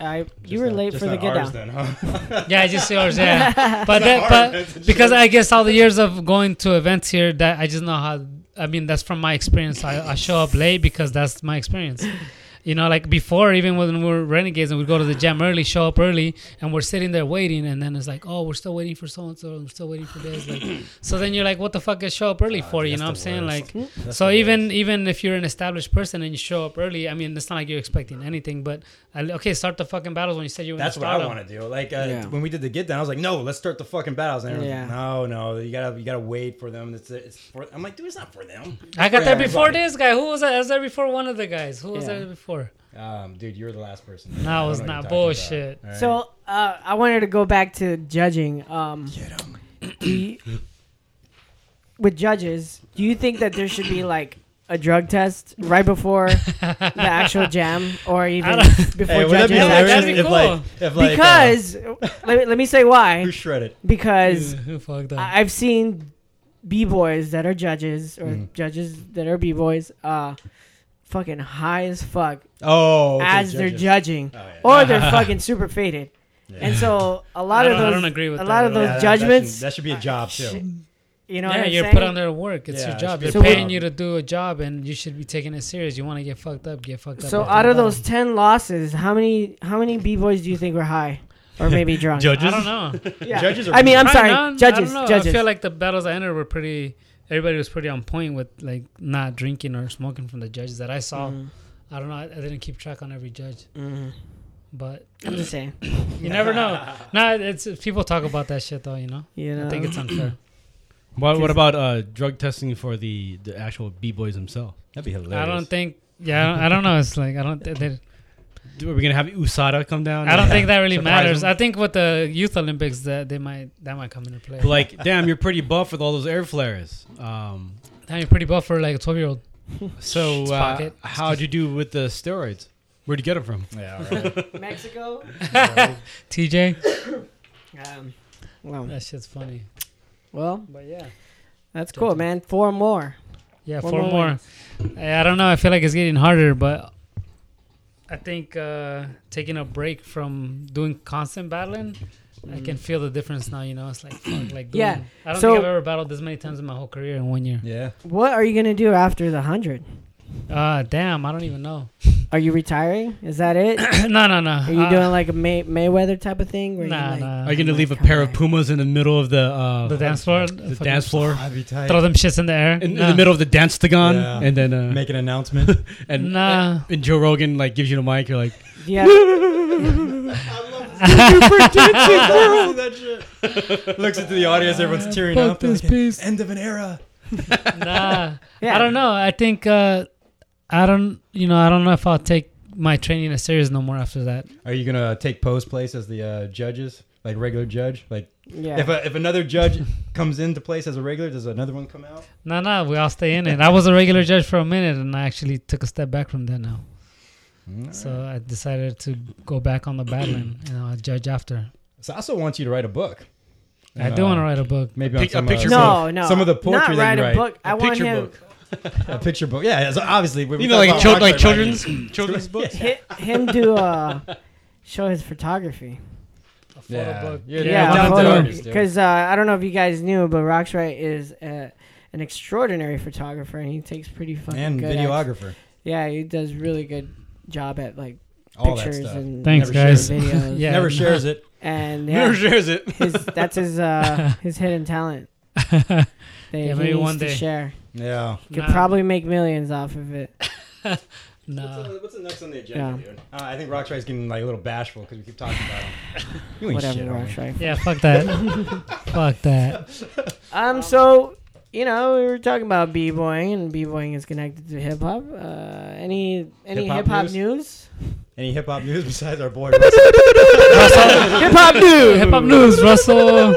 S4: I, you
S9: Just
S4: were
S9: not-
S4: late
S9: just
S4: for the
S9: not
S4: get
S9: ours
S4: down.
S9: Then, huh?
S8: Yeah, just yours. Yeah, but that,
S9: not hard, that's a
S8: but because I guess all the years of going to events here, that I just know how. I mean, that's from my experience. I, I show up late because that's my experience. You know, like before, even when we were renegades and we'd go to the gym early, show up early, and we're sitting there waiting, and then it's like, oh, we're still waiting for so and so, we're still waiting for this. Like, so then you're like, what the fuck is show up early for? You know what I'm
S9: Ah, that's the
S8: saying?
S9: worst.
S8: Like, so even even if you're an established person and you show up early, I mean, it's not like you're expecting anything, but I, okay, start the fucking battles when you said you were.
S9: That's
S8: gonna
S9: what
S8: start
S9: I
S8: 'em.
S9: want to do. Like uh,
S4: Yeah.
S9: when we did the get down, I was like, "No, let's start the fucking battles." And everyone's like,
S4: Yeah.
S9: no, no, you gotta, you gotta wait for them. It's, it's for. I'm like, dude, it's not for them.
S8: I got
S9: For
S8: there before
S9: everybody.
S8: this guy. Who was that? I was there before one of the guys. Who was
S4: Yeah.
S8: there before?
S9: Um, dude, you're the last person. I
S8: No,
S9: don't
S8: it was
S9: know what
S8: not
S9: you're talking about.
S8: bullshit.
S9: All right.
S4: So uh, I wanted to go back to judging. Um, do you- with judges, do you think that there should be like a drug test right before the actual jam, or even
S8: don't-
S4: before
S9: hey, would that be
S4: judges?
S8: Yeah,
S9: hilarious
S8: that'd be
S9: if,
S8: cool.
S9: like, if like, uh,
S4: because let, me, let me say why.
S9: who's shredded?
S4: Because
S8: Who fucked up?
S4: I- I've seen b boys that are judges or
S9: Mm-hmm.
S4: judges that are b boys, uh, fucking high as fuck
S9: Oh, okay,
S4: as they're
S9: judges.
S4: judging,
S9: Oh, yeah.
S4: or they're fucking super faded. And so a lot
S8: I
S4: of
S8: don't- I
S4: those,
S8: don't agree with
S4: a
S8: that
S4: lot of
S8: at all.
S4: those
S9: Yeah, that- that should-
S4: judgments, Ah,
S9: That should be a job too.
S4: you
S8: yeah,
S4: know, what I'm
S8: you're
S4: saying?
S8: put under to work. It's
S9: Yeah,
S8: your
S9: it
S8: job.
S9: should be
S8: They're
S4: a
S8: paying
S9: job.
S8: you to do a job, and you should be taking it serious. You want to get fucked up, get fucked up.
S4: So
S8: after
S4: out
S8: the
S4: of those
S8: battle.
S4: ten losses, how many how many b boys do you think were high or maybe drunk?
S8: I don't know.
S4: Yeah.
S9: Judges are
S4: I mean, I'm
S8: Probably
S4: sorry,
S8: none. I
S4: judges.
S8: don't know.
S4: Judges.
S8: I feel like the battles I entered were pretty. Everybody was pretty on point with like not drinking or smoking from the judges that I saw.
S4: Mm-hmm.
S8: I don't know. I, I didn't keep track on every judge, but
S4: I'm just saying.
S8: you never know. nah, it's people talk about that shit though. You know,
S4: You know,
S8: I think it's unfair.
S7: What, what about uh, drug testing for the, the actual b boys themselves?
S9: That'd be hilarious.
S8: I don't think. Yeah, I don't, I don't know. It's like I don't. th- they-
S7: Do- Are we gonna have USADA come down?
S8: I don't
S7: and
S8: think that really
S7: surprise
S8: matters.
S7: them?
S8: I think with the Youth Olympics, that they might that might come into play.
S7: like, damn, you're pretty buff with all those air flares. Um,
S8: Damn, you're pretty buff for like a twelve year old.
S7: so
S8: Just fuck
S7: uh,
S8: it.
S7: how'd you do with the steroids? Where'd you get them from?
S9: Yeah, all right.
S4: Mexico.
S8: TJ,
S4: Um, well,
S8: that shit's funny.
S4: well,
S8: But yeah,
S4: that's cool, man. Four more.
S8: yeah,
S4: One
S8: four
S4: more
S8: more. I I don't know. I feel like it's getting harder, but I think uh, taking a break from doing constant battling. I
S7: Mm.
S8: can feel the difference now, you know. It's like, fuck, like, doing,
S4: Yeah,
S8: I don't
S4: so-
S8: think I've ever battled this many times in my whole career in one year.
S9: yeah.
S4: What are you gonna do after the hundred?
S8: Uh, damn, I don't even know.
S4: Are you retiring? Is that it?
S8: no, no, no.
S4: Are you
S8: Uh,
S4: doing like a May- Mayweather type of thing? Where you
S8: Nah,
S4: like,
S8: nah.
S7: Are you gonna leave a pair of pumas in the middle of the uh,
S8: the dance floor?
S7: the dance floor?
S9: I'd be tight.
S8: Throw them shits in the air.
S7: In,
S8: nah.
S7: in the middle of the dance-tagon,
S9: Yeah.
S7: and then uh,
S9: Make an announcement.
S7: and
S8: Nah.
S7: and Joe Rogan like gives you the mic. You're like,
S4: Do you have-
S9: Looks into the audience. Everyone's cheering
S8: Fuck
S9: up.
S8: this
S9: Like,
S8: piece.
S9: End of an era.
S8: Nah.
S4: Yeah.
S8: I don't know. I think uh, I don't, you know, I don't know if I'll take my training as serious no more after that.
S9: Are you gonna take Poe's place as the uh, judges, like regular judge? Like
S4: Yeah.
S9: if a, if another judge comes into place as a regular, does another one come out?
S8: No, no, we all stay in it. I was a regular judge for a minute, and I actually took a step back from that now. So I decided to go back on the battling, and I'll judge after.
S9: Sasso wants you to write a book.
S8: I do
S9: Uh,
S8: want to write a book.
S9: Maybe
S7: Pic-
S9: on
S7: a
S9: some,
S7: picture
S9: uh,
S7: book.
S9: some-
S4: No, no,
S9: some of the
S4: not
S9: poetry that
S4: write
S9: you
S4: a
S9: write.
S4: book. I
S9: A
S4: want
S9: picture
S4: him-
S9: book. a picture book. Yeah, so obviously. we- we
S7: You know,
S9: talked
S7: like,
S9: about
S7: chil- like
S9: copyright
S7: children's
S9: writing.
S7: children's books.
S4: Hi- him do uh, show his photography.
S8: A photo
S9: Yeah,
S8: book.
S9: you're
S8: Yeah,
S9: you're a
S8: I'm
S9: talented
S8: photo-
S9: artist, dude.
S4: Because uh, I don't know if you guys knew, but Roxwright is uh an extraordinary photographer, and he takes pretty fucking
S9: and
S4: good. act-
S9: videographer.
S4: yeah, he does really good job at like
S9: All that
S4: pictures
S9: stuff.
S4: and
S8: Thanks,
S9: Never
S8: guys.
S9: shares
S4: videos.
S8: Yeah.
S9: Never shares it.
S4: and
S7: Never
S4: yeah,
S7: shares it.
S4: his that's his uh, his hidden talent. That
S8: Yeah,
S4: he
S8: maybe
S4: needs
S8: one
S4: to
S8: day.
S4: share.
S9: Yeah.
S4: Could
S8: Nah.
S4: probably make millions off of it.
S8: Nah.
S9: what's the next on the
S4: agenda,
S9: dude? Uh, I think Rockstrike's getting like a little bashful because we keep talking about him. you ain't
S4: Whatever,
S9: shit, homie.
S4: Roxwright.
S8: Yeah, fuck that. fuck that.
S4: Um, so you know, we were talking about b boying, and b boying is connected to hip hop. Uh, any any
S9: Hip-hop
S4: hip hop
S9: news?
S4: news?
S9: Any hip hop news besides our boy Russell?
S4: hip hop news.
S8: Hip hop news, Russell.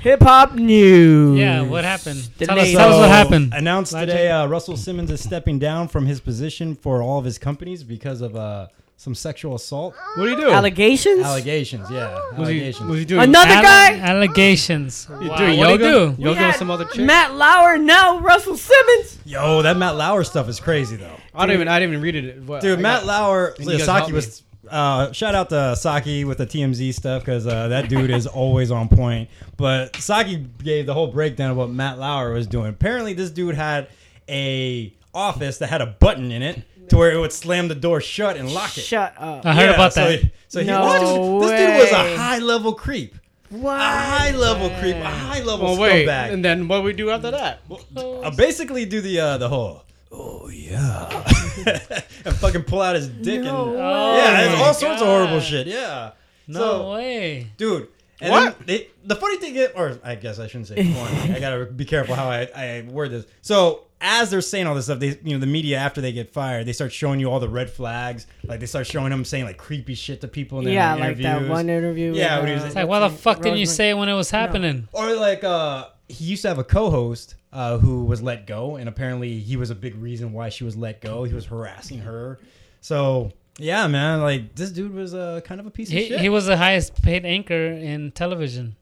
S4: Hip hop news.
S8: Yeah, what happened?
S4: The
S8: Tell us,
S4: name.
S8: tell us what happened.
S9: Announced
S8: Logic?
S9: today, uh, Russell Simmons is stepping down from his position for all of his companies because of uh, some sexual assault
S7: What do you do?
S4: Allegations.
S9: allegations. Yeah,
S7: Oh. Was he,
S9: allegations.
S7: was he doing?
S4: Another
S8: Alle-
S4: guy.
S8: Allegations.
S7: you
S8: Wow.
S7: doing
S8: What'd
S7: yoga?
S8: he do?
S7: Yoga
S4: Yeah,
S7: with some other chick.
S4: Matt Lauer now Russell Simmons.
S9: Yo, that Matt Lauer stuff is crazy though.
S7: I don't even. I didn't even read it. What-
S9: Dude,
S7: I
S9: Matt
S7: got-
S9: Lauer,
S7: And you guys
S9: Saki
S7: helped
S9: was. Uh, shout out to Saki with the TMZ stuff because uh, that dude is always on point. But Saki gave the whole breakdown of what Matt Lauer was doing. Apparently, this dude had a office that had a button in it to where it would slam the door shut and lock it.
S4: Shut up.
S8: I heard
S9: Yeah,
S8: about
S9: so
S8: that.
S9: he- So he,
S4: No
S9: this, dude, this dude was
S4: way.
S9: a high level creep, a
S4: Why?
S9: high level creep, a high level
S7: Well, wait,
S9: scumbag.
S7: and then what we do after that?
S9: Uh, basically, do the uh, the whole. Oh yeah, and fucking pull out his dick and
S8: Oh
S9: yeah, it's
S8: my
S9: all sorts of horrible
S8: God.
S9: shit. Yeah.
S8: No
S9: so,
S8: way.
S9: dude. And
S7: What?
S9: then They, the funny thing is, or I guess I shouldn't say funny. I gotta be careful how I, I word this. So as they're saying all this stuff, they you know the media after they get fired, they start showing you all the red flags. Like they start showing them saying like creepy shit to people. In their
S4: Yeah, like that
S9: interviews.
S4: one interview.
S9: Yeah,
S4: with,
S9: when he was-
S4: uh,
S8: It's like, why the fuck didn't you
S4: Rosemary-
S8: say it when it was happening?
S9: Or like uh he used to have a co-host uh, who was let go, and apparently he was a big reason why she was let go. He was harassing her. So yeah, man, like this dude was uh, kind of a piece of
S8: He,
S9: shit.
S8: he was the highest paid anchor in television.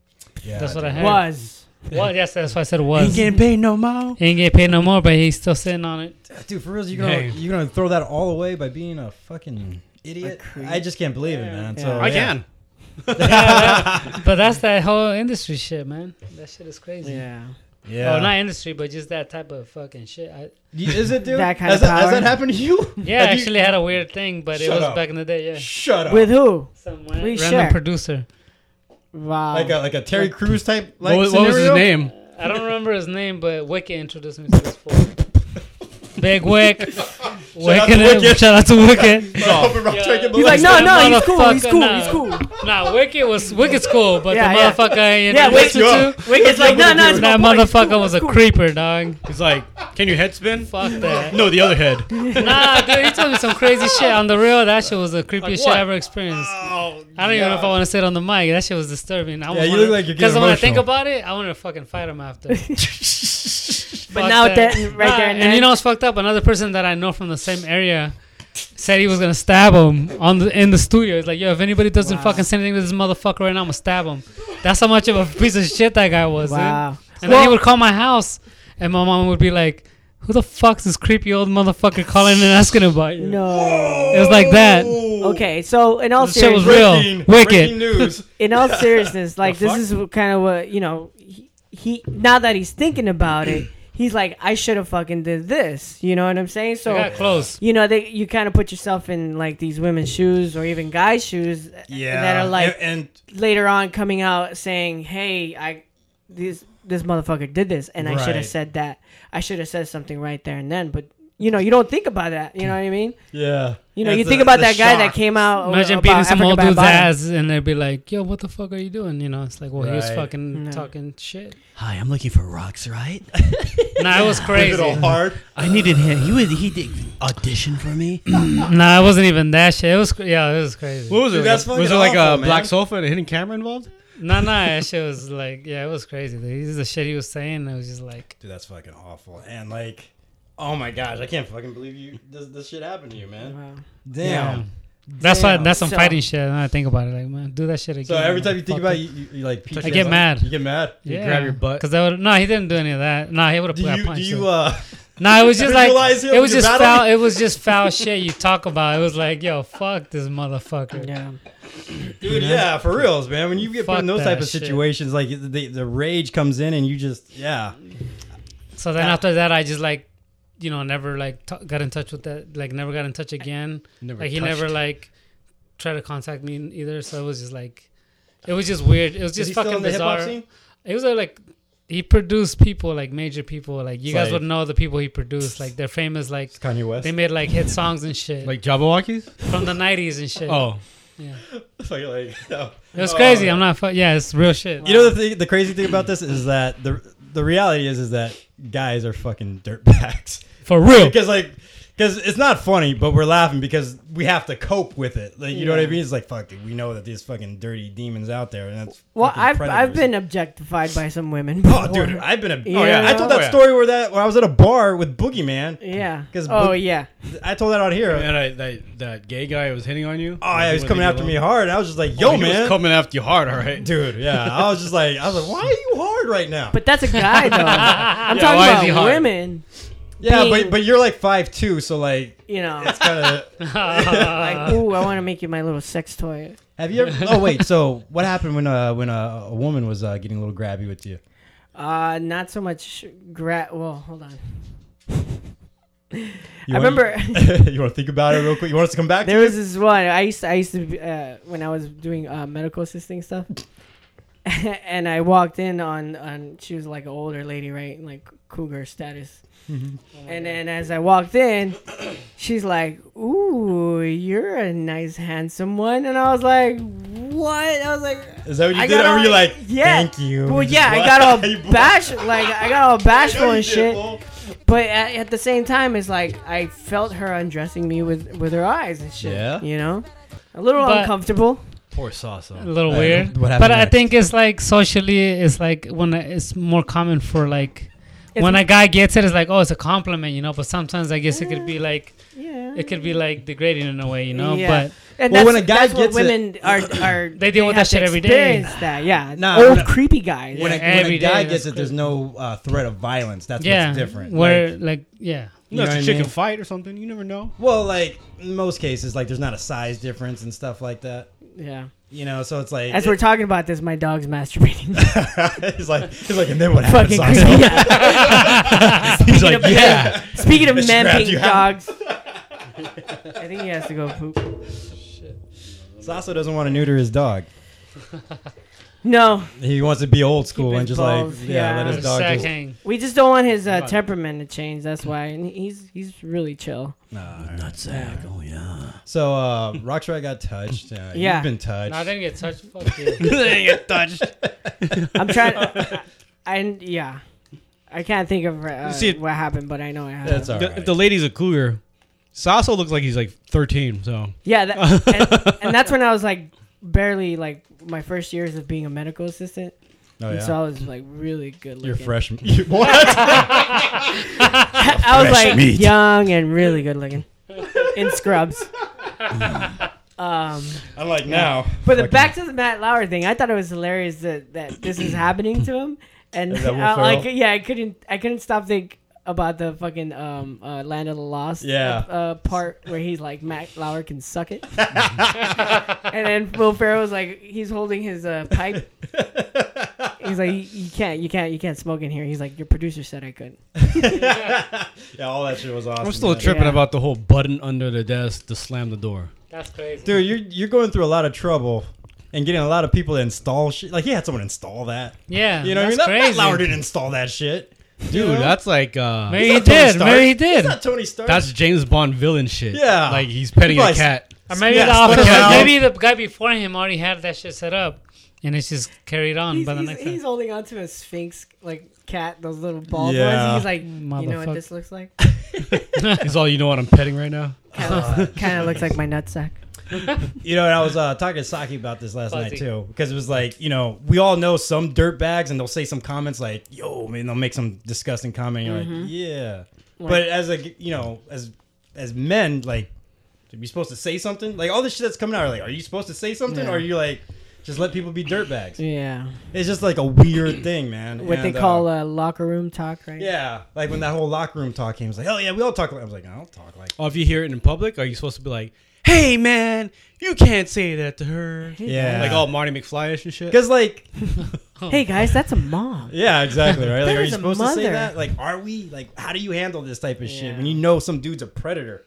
S9: yeah,
S8: That's what I
S9: dude.
S8: heard.
S4: Was.
S8: Well, yes, that's why I said was. He ain't,
S6: Can't pay no more.
S8: getting paid no more, but he's still sitting on it.
S9: Dude, for real, you gonna
S7: Dang.
S9: you gonna throw that all away by being a fucking idiot? I just can't believe it, man. So
S7: I
S9: Oh, yeah.
S7: can.
S8: But that's that whole industry shit, man. That shit is crazy.
S4: Yeah.
S9: Yeah,
S8: Oh, not industry, but just that type of fucking shit. I,
S9: You- is it, dude?
S4: That kind
S9: has
S4: of
S9: that, has
S4: power?
S9: that happened to you?
S8: yeah, I
S9: Have you-
S8: actually had a weird thing, but it
S9: Shut
S8: was
S9: up.
S8: back in the day. Yeah,
S9: Shut up.
S4: With who?
S8: some ra-
S4: Please
S8: random
S4: share.
S8: producer.
S4: Wow.
S9: like a like a Terry Crews type. Like
S7: what, was- what was his
S9: scenario?
S7: name?
S8: I don't remember his name, but Wicket introduced me to this fool. Big Wick.
S9: out
S8: Wicket.
S9: to Wicket.
S8: in- Shout out to Wicket.
S9: Oh, Rob Trey get
S4: He's like,
S9: molested.
S4: no,
S8: That
S4: no, he's cool, he's
S8: motherfucker,
S4: cool,
S8: nah.
S4: he's cool.
S8: Nah, Wicket was Wicket's cool, but
S4: Yeah,
S8: the
S4: yeah.
S8: motherfucker I
S4: Yeah,
S8: introduced you
S4: Wicket-
S8: to,
S4: Wicket's like, no, no, it's my
S8: that
S4: boy, he's
S8: motherfucker
S4: cool,
S8: was
S4: he's
S8: a
S4: cool.
S8: creeper, dog.
S7: He's like, can you head spin?
S8: Fuck that.
S7: No, the other head.
S8: Nah, dude, he told me some crazy shit on the real. That shit was the creepiest shit
S7: what?
S8: I ever experienced. I don't even know if I want to sit on the mic. That shit was disturbing. I
S9: Yeah, you look like you're
S8: Because
S9: getting
S8: when I think
S9: emotional.
S8: about it, I want to fucking fight him after. but
S4: now that- right there and
S8: and you
S4: then.
S8: know what's fucked up? Another person that I know from the same area said he was gonna stab him on the, in the studio. It's like, yo, if anybody doesn't
S4: Wow.
S8: fucking say anything to this motherfucker right now, I'm gonna stab him. That's how much of a piece of shit that guy was. dude.
S4: Wow.
S8: And then he would call my house, and my mom would be like, "Who the fuck's this creepy old motherfucker calling and asking about you?"
S4: No.
S8: It was like that.
S4: Okay, so in all
S8: This shit was
S4: seriousness,
S8: real.
S9: Breaking- breaking
S8: Wicked.
S9: news.
S4: in all seriousness, like this
S9: fuck?
S4: is kind of what you know. He, he now that he's thinking about it, he's like, I should have fucking did this. You know what I'm saying?
S8: I
S4: So
S8: got close.
S4: you know, they you kind of put yourself in like these women's shoes or even guys' shoes
S9: Yeah,
S4: that are like
S9: and,
S4: later on coming out saying, "Hey, I this this motherfucker did this, and I should
S9: Right.
S4: have said that. I should have said something right there and then." But You know, you don't think about that. You know what I mean?
S9: Yeah.
S4: You know,
S9: It's
S4: you think
S9: the-
S4: about
S9: the
S4: that guy
S9: shock.
S4: that came out.
S8: Imagine
S4: about
S8: beating some
S4: African
S8: old dude's
S4: Bambaataa.
S8: ass and they'd be like, "Yo, what the fuck are you doing?" You know, it's like, well, he was
S9: Right.
S8: fucking
S4: No.
S8: talking shit.
S6: Hi, I'm looking for rocks, right?
S8: Nah, it was
S9: Give it
S8: crazy.
S9: all hard.
S6: I needed him. He was he did audition for me.
S8: Nah, it wasn't even that shit. It was, cr- yeah, it was crazy.
S7: What was it?
S9: Dude, that's
S7: like?
S9: fucking
S7: was it like a
S9: awful,
S7: black
S9: man.
S7: sofa and a hidden camera involved?
S8: Nah, nah, that shit was like, yeah, it was crazy. Dude. This is the shit he was saying. It was just like,
S9: Dude, that's fucking awful. And like, oh my gosh, I can't fucking believe you. This, this shit happened to you, man.
S4: Wow.
S9: Damn.
S8: Yeah. that's why
S9: Damn.
S8: that's some
S4: So-
S8: fighting shit. Now I think about it, like, man, do that shit again.
S9: So every time you
S8: Fuck
S9: think about
S8: it.
S9: it, you, you, you like.
S8: I get mad.
S9: You get mad.
S7: You grab your butt.
S8: Cause that would no, he didn't do any of that. No, he would have
S9: Do
S8: put
S9: you? Do
S8: punch.
S9: you? Uh,
S8: no, it was just like
S9: visualize him
S8: it was
S9: when
S8: just
S9: you're
S8: foul.
S9: battling?
S8: It was just foul shit you talk about. It was like, yo, fuck this motherfucker.
S4: Yeah.
S9: dude, yeah, for reals, man. When you get put
S8: Fuck
S9: in those
S8: that
S9: type of
S8: shit.
S9: situations, like the, the rage comes in, and you just yeah.
S8: So then after that, I just like, you know, never like t- got in touch with that. Like never got in touch again.
S7: Never
S8: like he never
S7: touched.
S8: like tried to contact me either. So it was just like, it was just weird. It was
S9: Is
S8: just
S9: he still
S8: fucking
S9: in the hip hop
S8: bizarre.
S9: scene?
S8: It was uh, like he produced people like major people. Like you
S9: It's
S8: guys
S9: like-
S8: would know the people he produced. Like they're famous. Like
S9: Kanye West.
S8: they made like hit songs and shit
S7: Like Jabberwockies?
S8: from the nineties and shit.
S7: Oh,
S9: It's like, like, no.
S8: It was
S9: Oh,
S8: crazy.
S9: man.
S8: I'm not. Fu- yeah, it's real shit.
S9: You know the thing, the crazy thing about this is that the the reality is is that guys are fucking dirtbags.
S8: for real.
S9: because like because it's not funny, but we're laughing because we have to cope with it. Like you know what I mean? It's like fuck, dude, we know that there's fucking dirty demons out there, and that's
S4: Well,
S9: fucking
S4: I've I've
S9: predators.
S4: been objectified by some women.
S9: Oh,
S4: before.
S9: dude, I've been a.
S4: Yeah.
S9: Oh yeah, I told that
S7: Oh, yeah.
S9: story where that when I was at a bar with Boogeyman.
S4: Yeah.
S9: 'Cause
S4: Oh
S9: book-
S4: yeah.
S9: I told that out here.
S7: and I, that that gay guy was hitting on you.
S9: oh yeah, he was coming after me hard. and I was just like, yo,
S7: Oh, he was
S9: man,
S7: coming after you hard. All right,
S9: dude. Yeah, I was just like, I was like, why are you hard right now?
S4: But that's a guy though. I'm
S7: Yeah, why is
S4: talking
S7: he
S4: about
S7: hard?
S4: women.
S9: yeah,
S4: being-
S9: but but you're like five two, so like
S4: You know,
S9: it's kind of.
S4: like ooh, I want to make you my little sex toy.
S9: Have you ever? Oh wait. So what happened when uh when uh, a woman was uh, getting a little grabby with you?
S4: Uh, not so much gra. Well, hold on.
S9: You
S4: I
S9: want-
S4: remember-
S9: you want to think about it real quick. You want us to come back?
S4: There
S9: to
S4: was this one I used to, I used to be, uh, when I was doing uh, medical assisting stuff, and I walked in on on she was like an older lady, right, like cougar status.
S9: Mm-hmm.
S4: And then as I walked in, she's like, "Ooh, you're a nice, handsome one," and I was like, "What?" I was like,
S9: Is that what you
S4: I
S9: did?
S4: got
S9: Or were you
S4: all-
S9: like,
S4: yeah.
S9: thank you?
S4: Well, yeah, I
S9: What?
S4: got
S9: You
S4: all
S9: blew-
S4: bash, like I got all bashful
S9: You
S4: and
S9: did,
S4: shit.
S9: fool.
S4: But at, at the same time, it's like I felt her undressing me with with her eyes and shit.
S9: Yeah?
S4: you know, a little
S8: But-
S4: uncomfortable.
S7: poor
S8: a
S7: Sasa.
S8: little
S9: I
S8: weird.
S9: know. What
S8: but
S9: happened
S8: I
S9: next?
S8: think it's like socially, it's like when I- it's more common for like
S4: It's
S8: when
S4: m-
S8: a guy gets it, it's like oh, it's a compliment, you know. But sometimes I guess it could be like
S4: Yeah,
S8: it could be like degrading in a way, you know.
S4: Yeah.
S8: But
S4: And
S9: Well,
S4: that's,
S9: when a guy
S4: that's
S9: gets
S4: what
S9: it-
S4: women are are
S8: They deal with
S4: have
S8: that shit
S4: to
S8: every day.
S4: experience That yeah,
S9: Nah,
S4: old
S9: when a-
S4: creepy guys.
S9: When a,
S8: Yeah,
S9: when a
S8: every
S9: guy
S8: day,
S9: gets it, there's
S8: that's
S9: no uh, threat of violence. That's
S8: yeah,
S9: what's different.
S8: Where
S9: Like,
S8: like, yeah,
S9: you
S7: No,
S9: know
S7: it's
S9: what
S7: a
S9: I
S7: chicken
S9: mean?
S7: fight or something. You never know.
S9: Well, like in most cases, like there's not a size difference and stuff like that.
S4: yeah,
S9: You know, so it's like
S4: as we're talking about this, my dog's masturbating.
S9: he's like he's like, and then what happened?
S4: Fucking creepy.
S9: Sasha?
S4: Yeah.
S9: he's like, yeah.
S4: Speaking of
S9: Mr.
S4: men
S9: Kraft,
S4: being
S9: you have-
S4: dogs, I think he has to go poop.
S9: Sasso doesn't want to neuter his dog.
S4: No,
S9: He wants to be old school
S4: Keep
S9: and
S4: his
S9: just like
S4: balls,
S9: yeah,
S4: yeah.
S9: let his dog.
S8: Sack
S9: Just,
S8: hang.
S4: we just don't want his uh, temperament to change. That's why, and he's he's really chill.
S6: Not Zach. Oh yeah.
S9: so uh, Rockstrike got touched. Uh,
S4: Yeah.
S9: you've been touched.
S8: No, I didn't get touched. Fuck you.
S4: I'm trying. I, I yeah, I can't think of uh,
S7: See,
S4: what happened, but I know it happened.
S9: That's all
S7: The-
S9: right.
S7: If the lady's a cougar, Sasso looks like he's like 13. So
S4: Yeah, that, and, and that's when I was like barely like my first years of being a medical assistant,
S9: oh,
S4: and
S9: yeah.
S4: so I was like really good looking.
S9: You're freshman. You, what?
S4: I was
S6: fresh
S4: like
S6: meat.
S4: young and really good looking in scrubs. Um,
S9: I'm like now.
S4: but the back to the Matt Lauer thing, I thought it was hilarious that, that this is happening to him, and
S9: Is that Will
S4: I, like
S9: Ferrell?
S4: yeah, I couldn't I couldn't stop think about the fucking um uh, Land of the Lost
S9: Yeah.
S4: uh, uh, part where he's like Matt Lauer can suck it, and then Will Ferrell was like he's holding his uh, pipe. He's like you, you can't you can't you can't smoke in here. He's like your producer said I could.
S9: yeah, all that shit was awesome.
S7: I'm still
S9: man.
S7: tripping
S4: Yeah.
S7: about the whole button under the desk to slam the door.
S8: That's crazy.
S9: dude. You're you're going through a lot of trouble and getting a lot of people to install shit. Like he had someone install that.
S8: yeah,
S9: You know, what I mean,
S8: that's
S9: That- Matt
S8: crazy.
S9: Lauer didn't install that shit.
S7: dude. That's like uh,
S8: Maybe he
S9: not Tony
S8: did.
S9: Stark.
S8: Maybe he did.
S9: He's not Tony Stark.
S7: that's James Bond villain shit.
S9: Yeah.
S7: like he's petting
S9: He
S7: a
S9: probably
S7: cat.
S8: Or maybe
S9: Yeah,
S8: the
S9: spun
S8: officer,
S9: around.
S8: maybe the guy before him already had that shit set up, and it's just carried on
S4: He's,
S8: by the
S4: he's-
S8: next.
S4: he's
S8: time.
S4: holding on to a sphinx like cat, those little bald
S9: Yeah.
S4: ones. He's like, you know what
S8: Motherfuck-
S4: this looks like?
S7: He's all you know what I'm petting right now.
S4: kind of looks like my nutsack.
S9: You know, and I was uh, talking to Saki about this last night
S8: Fuzzy.
S9: too, because it was like, you know, we all know some dirt bags, and they'll say some comments like, "Yo, man," they'll make some disgusting comment. And
S8: Mm-hmm.
S9: you're like, "Yeah," but as a, you know, as as men, like, are you supposed to say something? Like all this shit that's coming out, like, are you supposed to say something,
S4: Yeah.
S9: or are you like, just let people be dirt bags?
S4: Yeah,
S9: It's just like a weird thing, man.
S4: what they
S9: And, uh,
S4: call uh, locker room talk, right?
S9: yeah, like when that whole locker room talk came, it was like, "Hell yeah, we all talk." Like, I was like, "I don't talk like."
S7: Or Oh, if you hear it in public, are you supposed to be like, "Hey man, you can't say that to her"?
S9: Yeah,
S7: Like all Marty McFly-ish and shit.
S9: because like
S4: Hey guys, that's a mom.
S9: Yeah, exactly. Right. Like,
S4: That
S9: are you
S4: is a
S9: supposed to say
S4: mother.
S9: that? Like, are we? Like, how do you handle this type of
S4: Yeah.
S9: shit when you know some dude's a predator?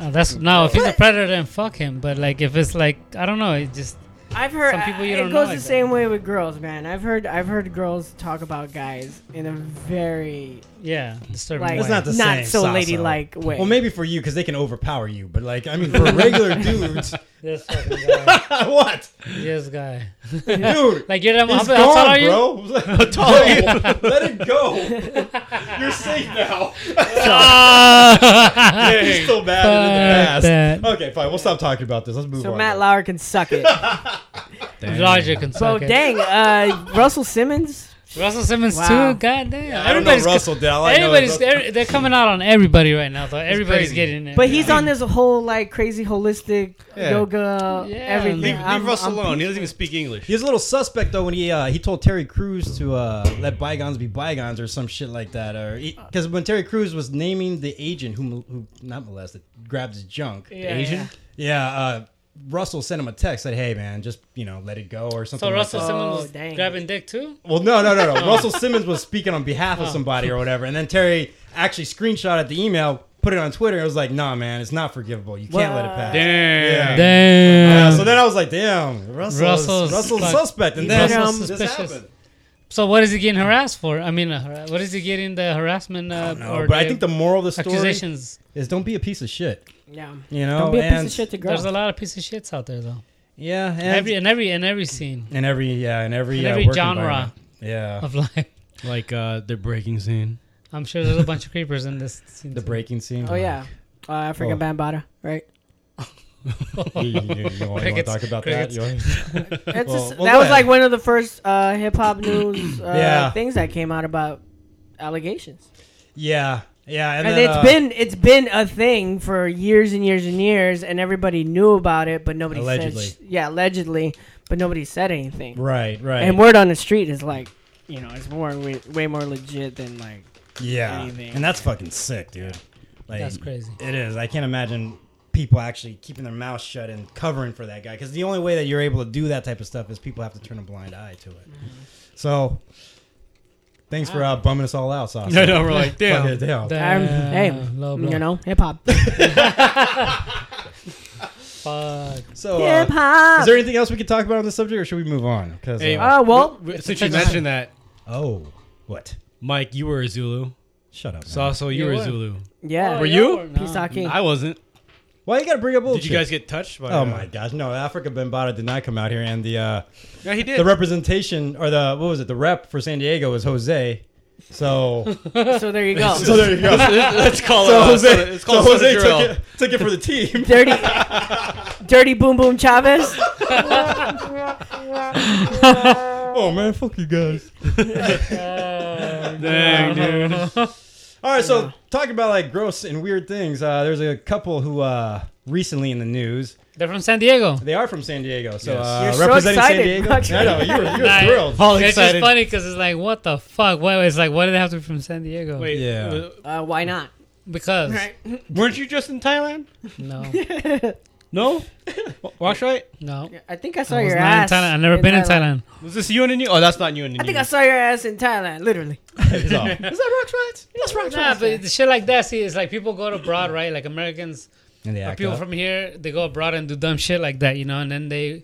S8: Uh, that's no. If he's a predator, then fuck him. But like, if it's like, I don't know. It just
S4: I've heard uh,
S8: Some people you
S4: it
S8: don't know
S4: goes
S8: like
S4: the
S8: that.
S4: same way with girls, man. I've heard I've heard girls talk about guys in a very
S8: yeah, disturbing.
S4: like
S9: That's
S8: way.
S9: not the
S4: not
S9: same,
S4: so
S9: Sasso.
S4: ladylike way.
S9: Well, maybe for you because they can overpower you. But like, I mean, for regular dudes,
S8: This fucking guy.
S9: what,
S8: this guy.
S9: dude?
S8: Like you're that. How,
S9: It's
S8: how tall are
S9: gone,
S8: you?
S9: bro. How tall are you? Let it go. You're safe now.
S8: Ah!
S9: He's still bad
S8: Fuck
S9: and in the
S8: that.
S9: past. Okay, fine. We'll stop talking about this. Let's move
S4: so
S9: on.
S4: Matt Lauer can suck it.
S8: Roger can
S4: so
S8: suck it.
S4: dang, uh, Russell Simmons.
S8: Russell Simmons
S4: Wow.
S8: too. God damn.
S9: I don't know
S8: Everybody's
S9: Russell did. All I know is
S8: Everybody's every, they're coming out on everybody right now though. Everybody's
S9: crazy.
S8: getting it.
S4: But he's on this whole like crazy holistic
S7: Yeah.
S4: yoga
S8: Yeah.
S4: everything.
S7: Leave, leave
S4: I'm-
S7: Russell
S4: I'm-
S7: alone. He doesn't even speak English.
S9: He was a little suspect though when he uh, he told Terry Crews to uh, let bygones be bygones or some shit like that, or because when Terry Crews was naming the agent who mol- who not molested grabbed his junk,
S8: Yeah,
S7: Asian?
S8: yeah.
S9: yeah, uh, Russell sent him a text said, "Hey man, just you know let it go" or something.
S8: So Russell Oh.
S9: like
S8: Simmons
S4: Oh,
S8: was
S4: dang.
S8: grabbing dick too.
S9: that. well, no, no, no, no. Russell Simmons was speaking on behalf
S8: Oh.
S9: of somebody or whatever, and then Terry actually screenshotted the email, put it on Twitter, and was like, "Nah, man, it's not forgivable. You can't let it pass."
S7: Damn.
S9: Yeah,
S8: Damn.
S9: so then I was like, "Damn, Russell's, Russell's,
S8: Russell's fuck-
S9: suspect," and then um,
S8: Russell's
S9: this
S8: suspicious.
S9: happened.
S8: So what is he getting harassed for? I mean, uh, har- what is he getting the harassment? Uh,
S9: No,
S8: or
S9: but I think the moral of the story
S8: accusations.
S9: is don't be a piece of shit.
S4: Yeah.
S9: You know,
S4: Don't be a piece
S9: and,
S4: of shit to girls.
S8: Oh, There's a lot of piece of shits out there though.
S9: Yeah, and
S8: Every
S9: every,
S8: in every in every scene
S9: and every yeah, and every,
S8: in
S9: uh,
S8: every
S9: work
S8: genre.
S9: environment. Yeah,
S8: of life.
S7: Like uh, they're breaking scene.
S8: I'm sure there's a bunch of creepers in this scene.
S9: the
S8: too.
S9: breaking scene.
S4: Oh yeah, uh, African
S9: Oh.
S4: Bambata, right?
S9: you, you, you, want to
S8: Crickets,
S9: talk about that?
S8: crickets.
S9: You wanna-
S4: That's
S9: Well,
S4: just,
S9: well,
S4: that
S9: go
S4: was
S9: ahead.
S4: like one of the first uh, hip hop news uh,
S9: Yeah.
S4: things that came out about allegations,
S9: yeah, yeah, and,
S4: and
S9: then,
S4: it's
S9: uh,
S4: been it's been a thing for years and years and years, and everybody knew about it, but nobody
S9: Allegedly.
S4: said sh- yeah, allegedly, but nobody said anything.
S9: right, right,
S4: And word on the street is like, you know, it's more way, way more legit than like
S9: yeah,
S4: anything.
S9: and that's fucking sick, dude. Like,
S8: That's crazy.
S9: It is. I can't imagine people actually keeping their mouths shut and covering for that guy because the only way that you're able to do that type of stuff is people have to turn a blind eye to it.
S8: Mm-hmm.
S9: So, thanks
S4: Ah.
S9: for uh, bumming us all out, Sauce.
S7: No, no, we're like,
S9: Fuck
S7: damn.
S9: it, damn.
S4: I'm-
S8: Damn,
S4: hey,
S8: low blow.
S4: you know, hip hop,
S8: Fuck.
S9: So, uh,
S4: hip hop.
S9: is there anything else we could talk about on this subject, or should we move on? Because
S7: Hey,
S4: uh, well,
S7: w- since you mentioned that,
S9: oh, what?
S7: Mike, you were a Zulu.
S9: Shut up. man.
S7: Sasso, you
S8: You
S7: were a
S8: were.
S7: Zulu.
S4: yeah,
S8: Oh,
S7: Were you?
S8: or not?
S4: peace talking.
S7: I wasn't.
S9: Why you gotta bring up bullshit?
S7: Did you guys get touched by?
S9: Oh
S7: uh,
S9: my gosh! No, Africa Bambata did not come out here, and the uh,
S7: Yeah, he did.
S9: the representation or the what was it? The rep for San Diego was Jose. So,
S4: So there you go.
S9: so there you go.
S7: Let's call
S9: So
S7: it.
S9: Jose,
S7: Jose, it's called
S9: so Jose took,
S7: Sonajarel.
S9: it, took it for the team.
S4: dirty, dirty boom boom Chavez.
S9: oh man, fuck you guys.
S7: Dang, dude.
S9: All right, so talking about like gross and weird things. Uh, there's a couple who uh, recently in the news.
S8: They're from San Diego.
S9: They are from San Diego, so
S7: Yes.
S9: uh,
S4: You're so
S9: representing San
S4: excited, Roger.
S9: Diego. I know you were, you
S8: Nah,
S9: were thrilled.
S7: All
S8: it's
S7: excited.
S8: just funny because it's like, what the fuck? Why? It's like, why do they have to be from San Diego?
S7: Wait,
S9: Yeah.
S7: yeah.
S4: Uh, why not?
S8: because
S7: Weren't you just in Thailand?
S8: no,
S7: No. Wash right.
S8: no.
S4: I think I saw
S8: I was
S4: your
S8: not in
S4: ass.
S8: Thailand. I've never been in Thailand.
S7: Was this you and then you? Oh, that's not you and then
S4: I think
S7: you.
S4: I saw your ass in Thailand, literally.
S9: Is that rock right? That's rock
S8: Nah, but the shit like that, see, it's like people go abroad, right? Like Americans,
S9: And they act
S8: people
S9: up.
S8: from here, they go abroad and do dumb shit like that, you know, and then they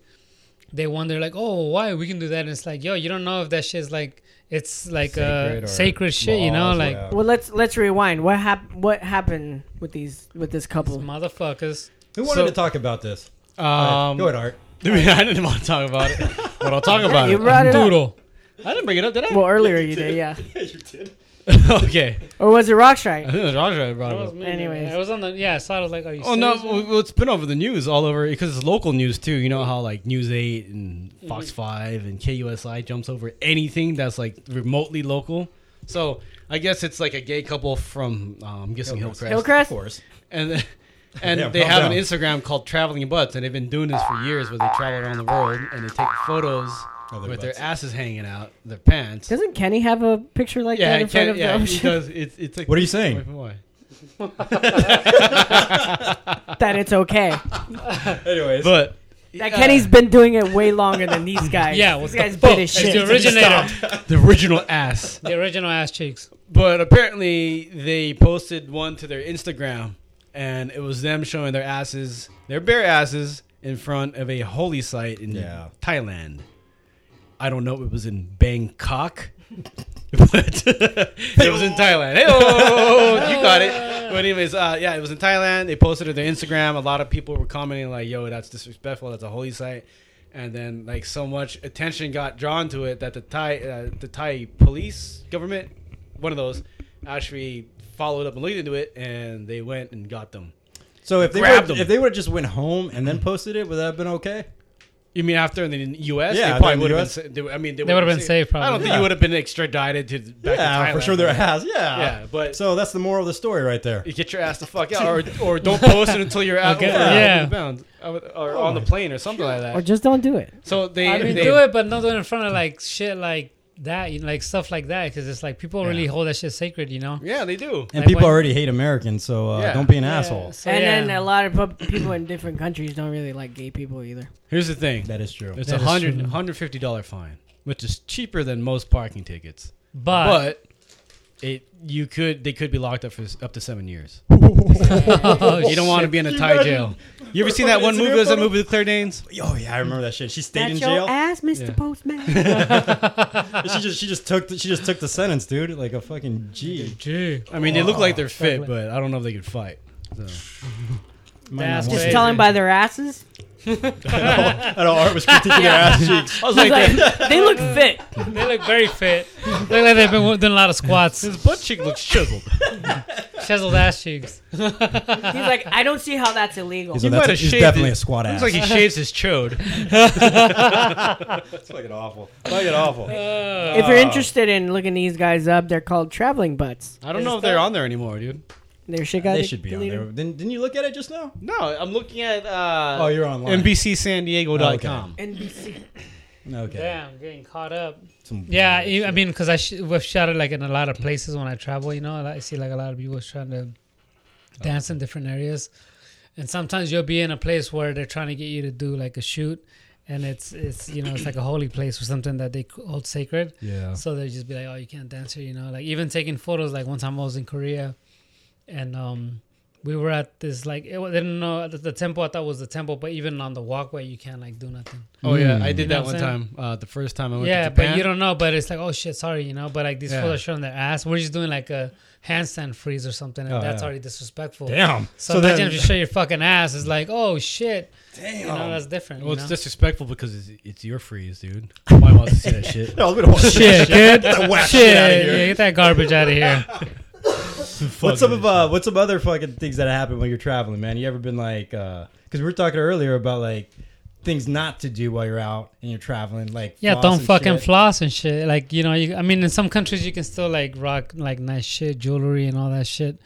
S8: they wonder like, oh, why we can do that? And it's like, yo, you don't know if that shit's like it's
S7: uh,
S8: like
S9: Sacred
S8: a
S9: or
S8: sacred shit, you know?
S9: laws,
S8: Like
S9: whatever.
S4: Well, let's let's rewind. What hap- What happened with these with this couple?
S8: motherfuckers.
S9: Who wanted
S7: So-
S9: to talk about this?
S7: Um,
S9: Go ahead, Art.
S7: I didn't want to talk about it, but I'll talk about
S4: You
S7: it.
S4: brought it up.
S8: Doodle.
S7: I didn't bring it up, did I?
S4: Well, earlier you did, yeah.
S7: okay.
S4: Or was it Rock
S7: I
S8: Uh-huh.
S4: Strike?
S7: think it was Raja that brought it up.
S4: Anyways.
S8: I was on the yeah. I saw. It, I was like, are you?
S7: Oh no!
S8: serious?
S7: Well, it's been over the news all over because it's local news too. You know how like News Eight and Fox
S9: Mm-hmm.
S7: Five and KUSI jumps over anything that's like remotely local. So I guess it's like a gay couple from um, I'm guessing Hillcrest,
S4: Hillcrest?
S9: course.
S7: and and
S9: Damn,
S7: they
S9: calm
S7: have an
S9: down.
S7: Instagram called Traveling Butts, and they've been doing this for years where they travel around the world and they take photos
S9: Of their
S7: with
S9: butts.
S7: their asses hanging out, their pants.
S4: Doesn't Kenny have a picture like
S7: yeah,
S4: that
S7: I
S4: in front
S7: can't,
S4: of
S7: yeah,
S4: them?
S7: he does. It's, it's like
S9: What are you saying?
S7: Wait, wait, wait.
S4: that it's okay.
S9: Anyways,
S7: But
S4: That Kenny's been doing it way longer than these guys.
S8: Yeah,
S4: these
S8: what's
S4: guys
S8: the
S4: been
S8: fuck?
S4: as
S8: It's
S4: shit.
S8: the originator.
S7: the original ass.
S8: The original ass cheeks.
S7: But apparently, they posted one to their Instagram, and it was them showing their asses, their bare asses, in front of a holy site in
S9: Yeah.
S7: Thailand. I don't know if it was in Bangkok, but it was in Thailand. Hey, you got it. But anyways, uh, yeah, it was in Thailand. They posted it to Instagram. A lot of people were commenting like, "Yo, that's disrespectful. That's a holy site." And then like so much attention got drawn to it that the Thai uh, the Thai police government, one of those, actually followed up and looked into it, and they went and got them.
S9: so if they
S7: Grabbed
S9: would,
S7: them.
S9: if they would have just went home and then posted it, would that have been okay?
S7: You mean after in the U.S.?
S9: Yeah,
S7: they probably
S9: in the
S7: would have been.
S9: US.
S7: sa- They, would- I mean,
S8: They would've been safe, probably.
S7: I don't think
S9: Yeah.
S7: you would have been extradited to back to
S9: yeah,
S7: Thailand.
S9: for sure there has. Yeah.
S7: Yeah, but-
S9: so that's the moral of the story right there.
S7: You get your ass the fuck out, or, or don't post it until you're out.
S8: Okay,
S7: over-
S8: yeah.
S7: over bound, or, or on the plane or something like
S4: Or
S7: that.
S4: just don't do it.
S7: So they,
S8: I mean,
S7: they
S8: do it, but not do it in front of like shit like that, you know, like stuff like that, because it's like people really hold that shit sacred, you know.
S7: Yeah, they do.
S9: And
S8: Like
S9: people
S8: what-
S9: already hate Americans, so uh,
S7: Yeah.
S9: don't be an asshole.
S8: So,
S4: And
S8: yeah.
S4: then a lot of pub- people in different countries don't really like gay people either.
S7: Here's the thing:
S9: That is true.
S7: it's a
S8: That is
S7: hundred
S8: true.
S7: hundred fifty dollar fine, which is cheaper than most parking tickets.
S8: but,
S7: But it you could they could be locked up for s- up to seven years.
S8: oh,
S7: you don't want to be in a Thai jail. You ever seen that one
S9: Instagram
S7: movie? Was that
S9: photo?
S7: movie with Claire Danes?
S9: Oh yeah, I remember that shit. She stayed in
S4: That's
S9: jail.
S4: your ass, Mr.
S7: Yeah.
S4: Postman.
S9: she just she just took the, she just took the sentence, dude. Like a fucking G.
S8: Gee,
S7: I mean, they look like they're fit, but I don't know if they could fight. So.
S9: Might
S8: That's
S9: not
S4: Just
S9: want
S8: crazy.
S4: tell him by their asses.
S9: to- I know Art was critiquing their ass cheeks.
S7: I was like,
S4: Like, they look fit.
S8: they look very fit. look like they've been doing a lot of squats,
S7: his butt cheek looks chiseled.
S8: chiseled ass cheeks.
S4: He's like, I don't see how that's illegal.
S9: He's, a-
S7: might
S9: that's a-
S7: have
S9: he's
S7: shaved
S9: definitely
S7: it.
S9: a squat ass.
S7: Looks like he shaves his chode.
S9: It's fucking awful. Fucking awful.
S4: if you're interested in looking these guys up, they're called traveling butts.
S7: I don't know if they're on there anymore, dude.
S4: Their shit got
S9: they should be on
S4: deleted.
S9: there. Didn't, didn't you look at it just now?
S7: No, I'm looking at uh,
S9: Oh, you're online.
S7: NBCSanDiego.com.
S4: NBC.
S9: Okay.
S8: Damn, getting caught up.
S9: Some-
S8: Yeah, you- I mean, because I sh- we've shot it like in a lot of places when I travel. You know, I see like a lot of people trying to dance in different areas, and sometimes you'll be in a place where they're trying to get you to do like a shoot, and it's it's you know it's like a holy place or something that they hold sacred.
S9: Yeah.
S8: So they just be like, oh, you can't dance here, you know. Like even taking photos. Like one time I was in Korea, and um, we were at this like it, wa- they didn't know the, the temple. I thought was the temple, but even on the walkway, you can't like do nothing.
S7: Oh yeah, I did
S8: Mm. know
S7: that
S8: what
S7: one time.
S8: I'm
S7: Uh, the first time I went
S8: Yeah,
S7: to Japan.
S8: but you don't know. But it's like, oh shit, sorry, you know. But like these
S7: Yeah.
S8: fools are showing their ass. We're just doing like a handstand freeze or something, and
S9: Oh,
S8: that's
S9: yeah.
S8: already disrespectful.
S9: Damn.
S8: So,
S9: So
S8: imagine
S9: then-
S8: if you show your fucking ass, it's like, oh shit. Damn. You know, that's different.
S7: Well,
S8: you
S7: it's
S8: know?
S7: disrespectful because it's, it's your freeze, dude. Why wants to see that shit?
S9: No, look at all this
S8: shit,
S9: Get
S8: dude.
S9: that whack
S8: shit,
S9: shit outta here.
S8: yeah, get that garbage out of here.
S9: What's some of uh, what's some other fucking things that happen when you're traveling, man? You ever been like because we were talking earlier about like things not to do while you're out and you're traveling, like
S8: Yeah,
S9: floss
S8: don't
S9: and
S8: fucking
S9: shit.
S8: floss and shit. Like you know, you, I mean, in some countries you can still like rock like nice shit, jewelry and all that shit.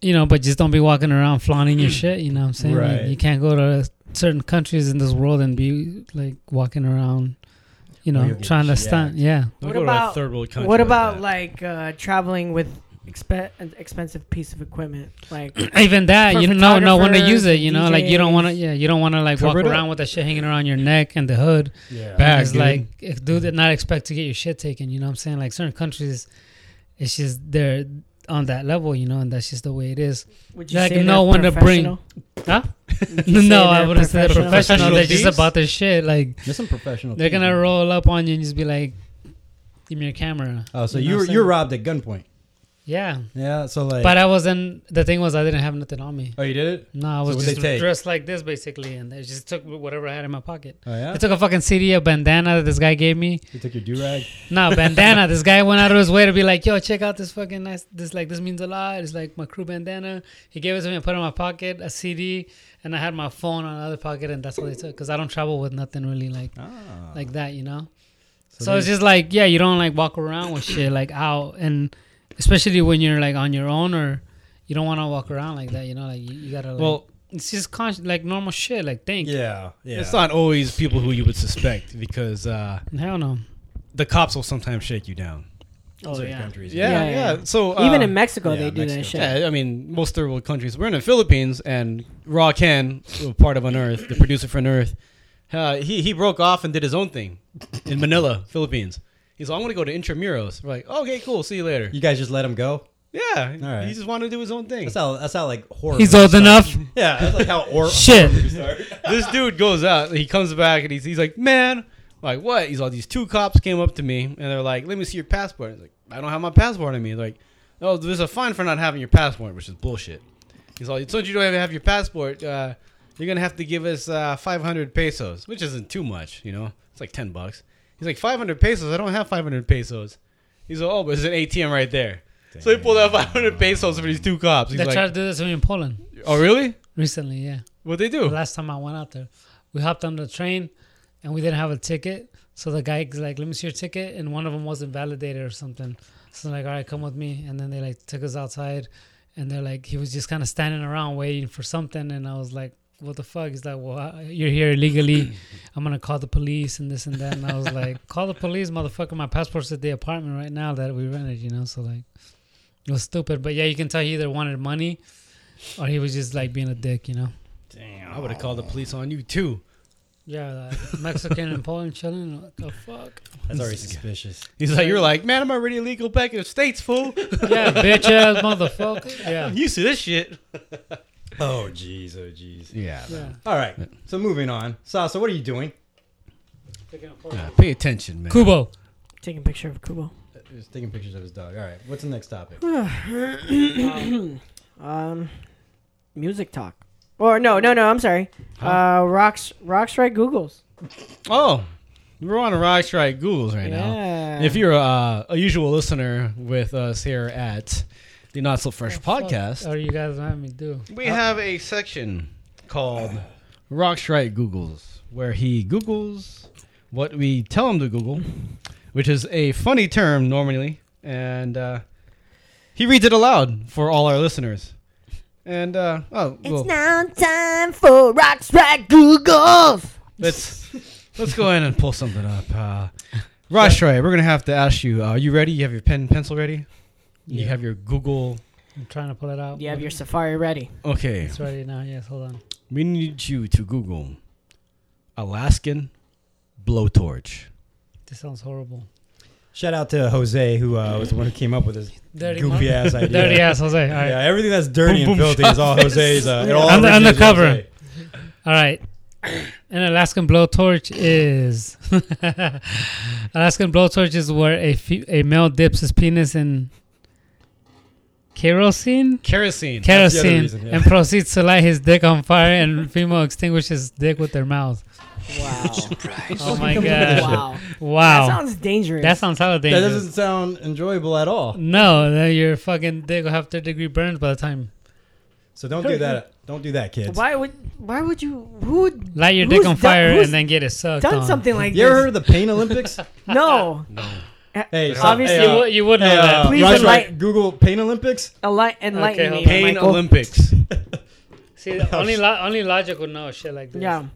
S8: You know, but just don't be walking around flaunting your shit. You know what I'm saying? Like,
S9: Right.
S8: you can't go to certain countries in this world and be like walking around, you
S9: Or
S8: know,
S9: you'll get
S8: trying to
S9: yacked.
S8: stunt. Yeah.
S7: Don't
S4: What
S7: go to a
S4: about-
S7: third world country
S4: What
S7: like
S4: about
S7: that.
S4: like uh, traveling with expe- an expensive piece of equipment? Like
S8: Even that,
S4: For
S8: you don't know, know when to
S4: photographers
S8: use it.
S4: and
S8: You know, like you don't want to.
S4: DJs.
S8: Yeah, you don't want to like
S7: Cover
S8: walk
S7: it up.
S8: around with that shit hanging around your neck and the hood.
S9: Yeah.
S7: Back,
S8: It's
S7: dude.
S8: like if dude did not expect to get your shit taken. You know what I'm saying? Like certain countries, it's just they're on that level, you know, and that's just the way it is.
S4: Would you
S8: like
S4: say
S8: no
S4: they're
S8: one to bring,
S4: professional?
S8: huh?
S4: say
S8: no, I
S4: they're
S8: wouldn't say they're
S4: professional?
S8: professional. They're just
S7: Professional
S8: about their shit. Like
S9: There's some professional.
S8: they're
S9: thieves.
S8: gonna roll up on you and just be like, "Give me your camera."
S9: Oh, so
S8: You know
S9: you
S8: what
S9: were
S8: I'm
S9: you're
S8: saying?
S9: robbed at gunpoint.
S8: Yeah,
S9: Yeah. So like.
S8: but I wasn't. The thing was, I didn't have nothing on me.
S9: oh, you did it.
S8: No, I
S9: So
S8: was
S9: what'd
S8: just
S9: they take?
S8: dressed like this basically, and they just took whatever I had in my pocket.
S9: Oh yeah.
S8: I took a fucking CD, a bandana that this guy gave me.
S9: You took your do rag.
S8: No, bandana. this guy went out of his way to be like, yo, check out this fucking nice. This like this means a lot. It's like my crew bandana. He gave it to me. I put it in my pocket, a CD, and I had my phone on the other pocket, and that's what they took. Because I don't travel with nothing really like
S9: Ah.
S8: like that, you know. So, it's just like yeah, you don't like walk around with shit like out, and especially when you're like on your own or you don't want to walk around like that, you know. Like you, you gotta like,
S7: Well-
S8: it's just con- like normal shit. Like think,
S9: Yeah. Yeah.
S7: It's not always people who you would suspect because uh,
S8: hell no.
S7: the cops will sometimes shake you down.
S4: Oh
S9: Certain
S4: yeah.
S9: countries.
S7: Yeah, yeah.
S4: Yeah, yeah.
S7: So
S4: Even
S7: uh,
S4: in Mexico,
S9: yeah,
S4: they do that
S9: Mexico.
S4: shit.
S7: Yeah, I mean, most third world countries. We're in the Philippines, and Raw Ken, who was part of Unearth, the producer for Unearth, uh, he, he broke off and did his own thing in Manila, Philippines. He's like, I'm going to go to Intramuros. We're like, okay, cool, see you later.
S9: You guys just let him go.
S7: Yeah,
S9: right.
S7: he just wanted to do his own thing.
S9: That's how. That's how like horror.
S8: He's
S9: movies
S8: old enough.
S9: start. Yeah. That's like how horror.
S8: Shit.
S7: this dude goes out. He comes back and he's, he's like, man, I'm like what? He's all these two cops came up to me and they're like, let me see your passport. He's like, I don't have my passport on me. They're like, oh, there's a fine for not having your passport, which is bullshit. He's all, since you don't even have your passport, uh, you're gonna have to give us uh, 500 pesos, which isn't too much, you know. It's like 10 bucks. He's like, 500 pesos? I don't have 500 pesos. He's like, oh, but there's an ATM right there. So he pulled out 500 pesos for these two cops. He's
S8: They tried
S7: like,
S8: to do this to me in Poland
S7: oh, really?
S8: recently. Yeah,
S7: What'd they
S8: the
S7: do?
S8: last time I went out there, we hopped on the train, and we didn't have a ticket. So the guy's like, "Let me see your ticket," and one of them wasn't validated or something. So I'm like, "All right, come with me." And then they like took us outside, and they're like, he was just kind of standing around waiting for something, and I was like. What the fuck? He's like, well, I- you're here illegally. I'm gonna call the police and this and that. And I was like, call the police, motherfucker. My passport's at the apartment right now that we rented, you know. So like, it was stupid. But yeah, you can tell he either wanted money, or he was just like being a dick, you know.
S7: Damn, I would have called the police on you too.
S8: Yeah, like Mexican and Poland chilling. What the fuck?
S9: That's already suspicious.
S7: He's like, you're like, man, I'm already illegal back in the states, fool.
S8: Yeah, bitch ass motherfucker. Yeah.
S7: I'm used to this shit.
S9: Oh jeez. Oh jeez.
S7: Yeah.
S8: Yeah.
S9: All right. So moving on. Sasa, what are you doing?
S7: pay attention, man.
S8: Kubo.
S4: Taking a picture of Kubo.
S9: Just taking pictures of his dog. All right. What's the next topic?
S4: Um, music talk. Or no, no, no. I'm sorry. Uh, rocks, rocks, right? Google's.
S7: Oh, we're on a rock strike Google's right now.
S4: Yeah.
S7: If you're uh, a usual listener with us here at the Not So Fresh podcast,
S8: Or Oh, you guys want me to do?
S7: we have a section called Rock Strike Googles, where he Googles what we tell him to Google, which is a funny term normally, and uh, he reads it aloud for all our listeners. And uh, oh, well,
S4: now time for rocks, right? Google's.
S7: let's let's go in and pull something up. Uh, Rosh Roy, we're gonna have to ask you. Uh, are you ready? You have your pen and pencil ready? You
S8: Yeah.
S7: have your Google.
S8: I'm trying to pull it out.
S4: You have your Safari ready.
S7: Okay,
S8: It's ready now. Yes, hold on.
S7: we need you to Google Alaskan blowtorch.
S8: This sounds horrible.
S9: Shout out to Jose, who uh, was the one who came up with this
S8: Dirty
S9: goofy
S8: mo-
S9: ass idea.
S8: Dirty ass Jose. All right.
S9: Yeah, everything that's dirty
S7: Boom,
S9: and
S7: boom,
S9: filthy is all Jose's. Uh, it all
S8: Under-
S9: originates with
S8: undercover.
S9: Jose.
S8: All right. An Alaskan blowtorch is Alaskan blowtorch is where a fe- a male dips his penis in kerosene.
S7: Kerosene.
S9: That's the other
S8: kerosene
S9: reason, yeah.
S8: and proceeds to light his dick on fire and female extinguishes dick with their mouth.
S4: Wow.
S8: Oh my god.
S4: wow. That
S8: Wow.
S4: sounds dangerous.
S8: That sounds hella
S9: That
S8: dangerous.
S9: doesn't sound enjoyable at all.
S8: No, then your fucking dick will have third degree burns by the time.
S9: So don't do that. Don't do that, kids.
S4: why would why would you who would
S8: Light your
S4: Who's
S8: dick on
S4: done-
S8: fire
S4: who's
S8: and then get it sucked
S4: done
S8: on.
S4: something like
S9: You ever heard
S4: this?
S9: of the Pain Olympics?
S4: No.
S9: hey, so-
S4: Obviously,
S9: hey,
S8: You
S9: uh,
S8: would, you would know
S9: hey,
S8: that.
S9: uh,
S4: Please
S9: Raj,
S4: enlighten-
S9: Raj, Google Pain Olympics.
S4: Eli- enlighten
S8: Okay,
S4: me,
S8: hold
S7: Pain
S4: Michael.
S7: Olympics.
S8: See, the only lo- only logic would know shit like this.
S4: Yeah.
S7: Uh,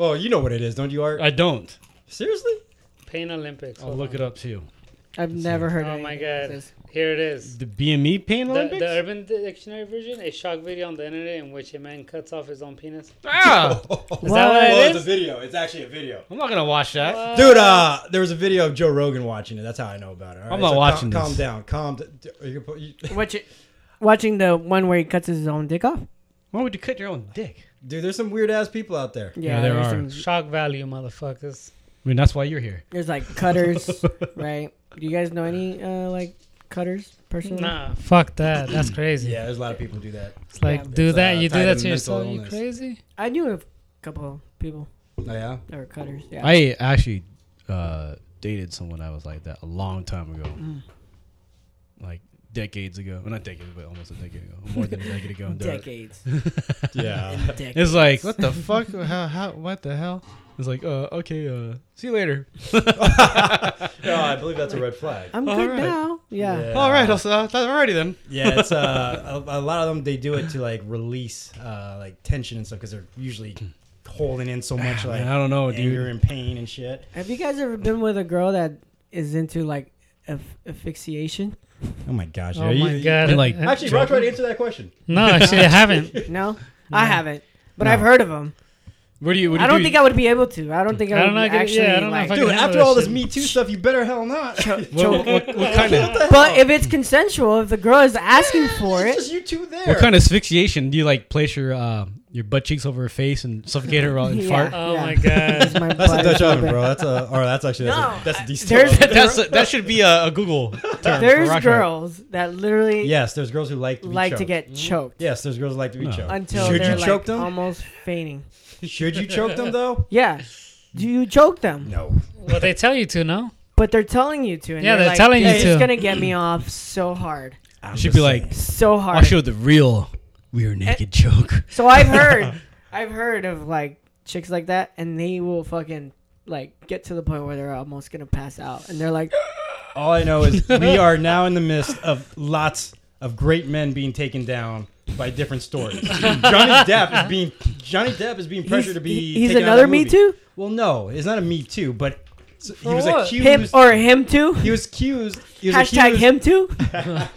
S9: Well, you know what it is, don't you, Art?
S7: I don't.
S9: Seriously? Oh,
S8: Pain Olympics.
S7: I'll look it up too.
S4: I've never heard.
S8: Oh
S4: anything
S8: my
S4: like
S8: god!
S4: this.
S8: Here it is.
S7: The BME Pain
S8: The,
S7: Olympics?
S8: the Urban Dictionary version: a shock video on the internet in which a man cuts off his own penis.
S7: Ah,
S8: Is that what
S9: Well,
S8: it
S9: Oh, it's a
S8: is?
S9: video. It's actually a video.
S7: I'm not going to watch that.
S9: Dude, uh, there was a video of Joe Rogan watching it. That's how I know about it. all right?
S7: I'm not watching
S9: calm,
S7: this.
S9: Calm down. Calm. d- d- you can put- you-
S4: Watch it- Watching the one where he cuts his own dick off.
S7: Why would you cut your own dick?
S9: Dude, there's some weird ass people out there.
S7: Yeah, there
S4: there's
S7: are.
S4: some-
S8: Shock value, motherfuckers.
S7: I mean, that's why you're here.
S4: There's like cutters, right? Do you guys know any uh, like cutters personally?
S8: Nah, fuck that. That's crazy.
S9: Yeah, there's a lot of people who do that.
S8: It's like
S4: Yeah.
S8: do
S9: It's,
S8: that.
S9: uh,
S8: you do
S9: tied
S8: that
S9: to mental
S8: to yourself. You
S9: illness.
S8: crazy?
S4: I knew a couple people
S9: Oh, yeah.
S4: that were cutters. Yeah.
S7: I actually uh, dated someone I was like that a long time ago, like decades ago. Well, not decades, but almost a decade ago, more than a decade ago. And they're-
S4: decades.
S9: Yeah.
S4: decades.
S7: It's like what the fuck? How, how? What the hell? It's like uh, okay, uh, see you later.
S9: no, I believe that's a red flag.
S4: I'm
S7: All
S4: good
S7: right.
S4: now. Oh, Yeah.
S9: Yeah.
S7: All right, also, uh, alrighty then.
S9: Yeah, it's uh, a, a lot of them. They do it to like release uh, like tension and stuff because they're usually holding in so much like
S7: Man, I don't know,
S9: anger
S7: dude.
S9: and pain and shit.
S4: Have you guys ever been with a girl that is into like aff- asphyxiation?
S9: Oh my gosh!
S8: oh my god!
S7: and, like,
S9: Actually, Rock tried to answer that question.
S8: no, actually, I haven't.
S4: No, I haven't. But I've heard of them.
S7: What do you? What do
S4: I
S7: you
S4: don't
S7: do?
S4: think I would be able to. I don't think I,
S8: I
S4: would
S8: don't know, I could-
S4: actually.
S8: yeah, I don't know if
S4: like,
S8: I
S9: Dude,
S8: can handle
S9: after
S8: that
S9: all this
S8: shit.
S9: Me Too stuff, you better hell not.
S7: What, what, what, what kind of?
S4: But if it's consensual, if the girl is asking for
S9: It's
S4: it,
S9: just you two there.
S7: What kind of asphyxiation do you like? Place your uh, your butt cheeks over her face and suffocate her while and
S4: Yeah. Uh,
S7: fart.
S8: Oh
S4: Yeah.
S8: my god!
S4: my
S9: That's a
S4: butt
S9: Dutch
S4: is
S9: oven,
S4: open.
S9: bro. That's a or that's actually
S4: No,
S9: that's a, that's a decent.
S4: there's
S9: oven.
S7: That's a, that should be a, a Google term. for
S4: There's
S7: rock
S4: girls that literally
S9: yes, there's girls who like to be
S4: like to
S9: choked.
S4: get choked
S9: Yes, there's girls who like to be
S7: No.
S9: choked.
S4: until
S9: Should
S4: they're
S9: you choke
S4: like um,
S9: them?
S4: almost fainting.
S9: Should you choke them though?
S4: Yeah, do you choke them?
S9: No.
S8: well, they tell you to no.
S4: But they're telling you to. And
S8: Yeah,
S4: they're,
S8: they're
S4: like,
S8: telling you
S4: "Hey, It's
S8: to."
S4: gonna get me off so hard,
S9: I'm
S7: She'd
S9: just
S7: be like,
S9: saying.
S4: so hard.
S7: I'll show the real weird naked joke.
S4: So I've heard, I've heard of like chicks like that, and they will fucking like get to the point where they're almost gonna pass out, and they're like,
S9: All I know is we are now in the midst of lots of great men being taken down by different stories. Johnny Depp is being Johnny Depp is being pressured to be.
S4: he- he's
S9: taken out of
S4: another
S9: the
S4: Me
S9: movie.
S4: Too?
S9: Well, no, it's not a Me Too, but s- he was
S4: "What?
S9: accused.
S4: him or him too.
S9: he was accused. He was
S4: Hashtag
S9: accused,
S4: him too.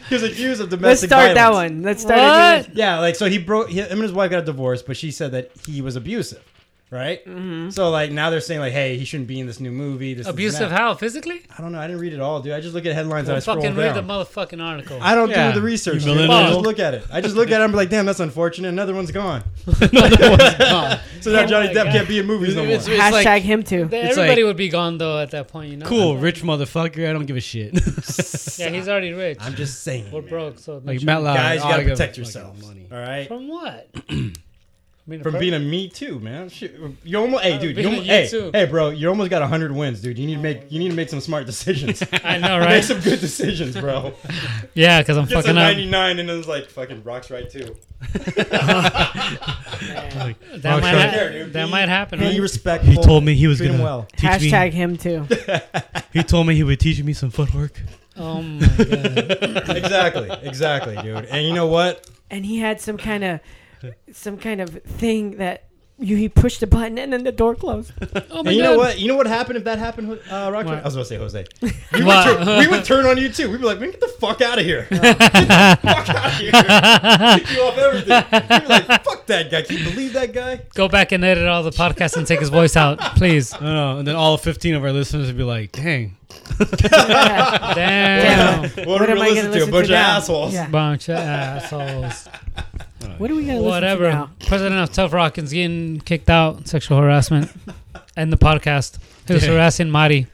S9: He was accused of
S4: Let's
S9: domestic.
S4: start that
S9: violence.
S4: one. Let's start a new-
S9: Yeah, like so he broke him and his wife got a divorce, but she said that he was abusive, right?
S4: Mm-hmm.
S9: So like now they're saying like, hey, he shouldn't be in this new movie. This
S8: Abusive
S9: This, and that.
S8: how? Physically?
S9: I don't know. I didn't read it all, dude. I just look at headlines and I
S8: Well,
S9: scroll
S8: fucking
S9: down.
S8: read the motherfucking article.
S9: I don't
S7: Yeah.
S9: do the research.
S7: You
S9: dude. I
S7: millennial.
S9: just look at it. I just look at it. I'm like, damn, that's unfortunate. Another one's gone. So now
S8: Oh
S9: Johnny
S8: my
S9: Depp
S8: God.
S9: can't be in movies no more.
S7: It's- it's
S4: Hashtag
S7: like,
S4: him too.
S8: Th-
S7: It's
S8: Everybody
S7: like-
S8: would be gone though at that point, you know.
S7: cool, rich motherfucker. I don't give a shit.
S8: Yeah, he's already rich.
S9: I'm just saying,
S8: We're broke, so
S7: like Matt Lauer,
S9: guys, you
S7: all I
S9: gotta
S7: give a
S9: protect
S7: fucking
S9: yourselves.
S7: Money.
S9: All right.
S8: from what?
S9: From being a me too, man. Shit, You almost, hey, dude.
S8: being
S9: You
S8: a
S9: almost,
S8: you
S9: hey,
S8: too.
S9: hey, bro. You almost got hundred wins, dude. You need to make. You need to make some smart decisions.
S8: I know,
S9: Make
S8: right?
S9: some good decisions, bro.
S8: Yeah, because I'm
S9: Gets a
S8: fucking up.
S9: 99 and then it's like fucking rocks right too.
S8: That, might,
S7: sure.
S8: ha-
S9: There, Oh, dude.
S8: that
S9: Be-
S8: might happen.
S9: Be
S8: Right?
S9: respectful.
S7: He told me he was
S9: Treat him
S7: gonna
S9: well.
S7: teach
S4: Hashtag
S7: me.
S4: him too.
S7: He told me he would teach me some footwork.
S8: oh my god!
S9: exactly, exactly, dude. And you know what?
S4: And he had some kind of, some kind of thing that you he pushed the button and then the door closed.
S8: Oh
S9: And
S8: my
S9: you
S8: god!
S9: know what? You know what happened if that happened, uh, Rock?
S8: What?
S9: I was gonna say Jose.
S8: You
S9: we would turn on you too. We'd be like, man, get the fuck out of here. Get the fuck out of here. Kick you off everything. We'd be like, fuck that guy. Can you believe that guy?
S8: Go back and edit all the podcasts and take his voice out, please.
S7: I don't know. And then all 15 of our listeners would be like, dang.
S8: Damn,
S9: What,
S4: What
S9: are
S4: am
S9: we
S4: I
S9: listening
S4: gonna
S9: to? A
S4: listen
S9: bunch
S4: to
S9: of
S4: now?
S9: assholes.
S4: Yeah.
S8: bunch of assholes.
S4: What are we gonna listen to
S8: Whatever.
S4: now?
S8: President of Tough Rockin's getting kicked out. Sexual harassment. End the podcast. He was harassing Mari.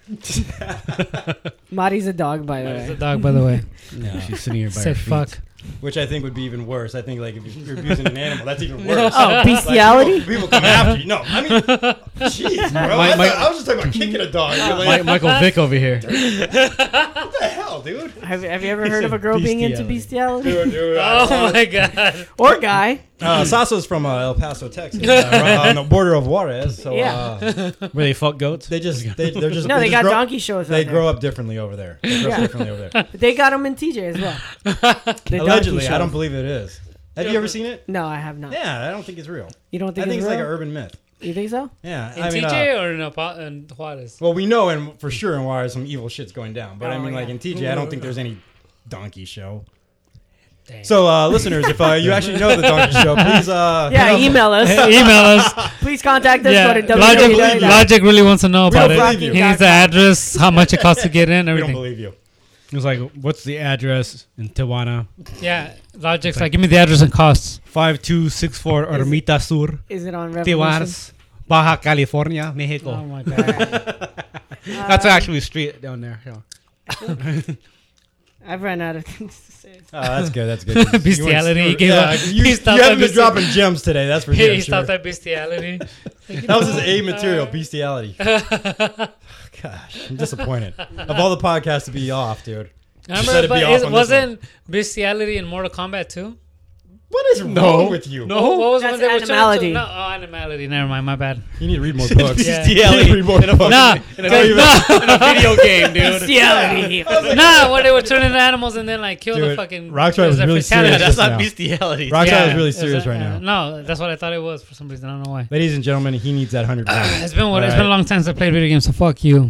S4: Marty's a dog, by the
S8: He's a
S4: way.
S8: dog, by the way.
S7: She's sitting here by
S8: Say
S7: her feet.
S8: fuck.
S9: Which I think would be even worse. I think like if you're abusing an animal, that's even worse.
S4: Oh,
S9: Like,
S4: bestiality.
S9: People, people come after you. No, I mean, jeez, bro. I,
S7: My- my-
S9: thought- I was just talking about kicking a dog. You're
S7: Mi-
S9: like,
S7: Michael Vick over here.
S9: what the hell, dude?
S4: Have, have you ever heard of a girl being into bestiality?
S9: Dude, dude, I-
S8: Oh my god.
S4: Or guy?
S9: Uh, Saso's from uh, El Paso, Texas, uh, right on the border of Juarez. So
S4: Yeah.
S9: uh,
S7: Where they fuck goats?
S9: they just they, they're just
S4: No,
S9: they,
S4: they
S9: just
S4: got
S9: grow,
S4: donkey shows.
S9: They
S4: out there.
S9: grow up differently over there. They grow up
S4: Yeah.
S9: differently over there.
S4: They got them in TJ as well. The donkey
S9: Allegedly, I
S4: shows.
S9: don't believe it is. Have you ever seen it?
S4: No, I have not.
S9: Yeah, I don't think it's real.
S4: You don't
S9: I
S4: think,
S9: think it's
S4: real?
S9: like an urban myth.
S4: You think so?
S9: Yeah,
S8: In
S9: I mean, uh,
S8: TJ or in, Apa- in Juarez?
S9: well, we know and for sure in Juarez some evil shit's going down, but I
S4: Oh,
S9: mean, like
S4: yeah.
S9: in TJ, I don't think there's any donkey show.
S8: Damn.
S9: So, uh, listeners, if uh, you actually know the donkey show, please, uh, hit
S4: Yeah,
S9: up-
S4: email us.
S8: Email us.
S4: Please contact us.
S8: yeah,
S4: Go to
S8: Logic,
S9: believe you.
S4: www.
S8: Logic really wants to know about
S9: don't
S8: it.
S9: believe
S8: He
S9: you.
S8: needs the address, how much it costs to get
S9: We
S8: in,
S9: don't
S8: everything.
S9: believe you.
S7: It was like, what's the address in Tijuana?
S8: Yeah, Logic's like, give me the address and costs.
S7: 5264 Ermita Sur,
S4: Is it on Revolution?
S7: Tijuanas, Baja California, Mexico.
S8: Oh my god.
S7: That's actually a street down there. yeah.
S4: I've run out of things to say.
S9: Oh, that's good. That's good.
S8: Bestiality, he gave
S9: yeah,
S8: up.
S9: you,
S8: He
S9: you
S8: stopped
S9: haven't
S8: at
S9: been dropping gems today. That's for
S8: He
S9: damn sure.
S8: stopped
S9: That
S8: at bestiality.
S9: was his A material, bestiality. Oh, Gosh, I'm disappointed. Of all the podcasts to be off, dude. let
S8: Remember,
S9: it be off
S8: but is,
S9: on this one.
S8: wasn't bestiality in Mortal Kombat too?
S9: What is wrong with you?
S8: Oh, what was
S4: That's
S8: one that was
S4: animality.
S8: No, oh, animality. Never mind, my bad.
S9: You need to read more books.
S8: Yeah.
S7: E.
S9: You need to read more books.
S8: Nah,
S9: Don't even-
S7: Video game, dude.
S4: Bestiality.
S8: nah, when they were turning animals and then like kill the
S9: Dude,
S8: fucking.
S9: Rockstrike
S8: there's
S9: was
S8: a
S9: really
S8: fatality.
S9: serious.
S7: That's not
S9: Now.
S7: bestiality.
S9: Rockstar
S8: Yeah,
S9: is really
S8: there's
S9: serious
S8: a-
S9: right
S8: uh,
S9: now.
S8: No, that's what I thought it was for some reason. I don't know why.
S9: Ladies and gentlemen, he needs that hundred.
S8: It's been
S9: All
S8: what, it's been a
S9: right.
S8: long time since I played video games. So fuck you.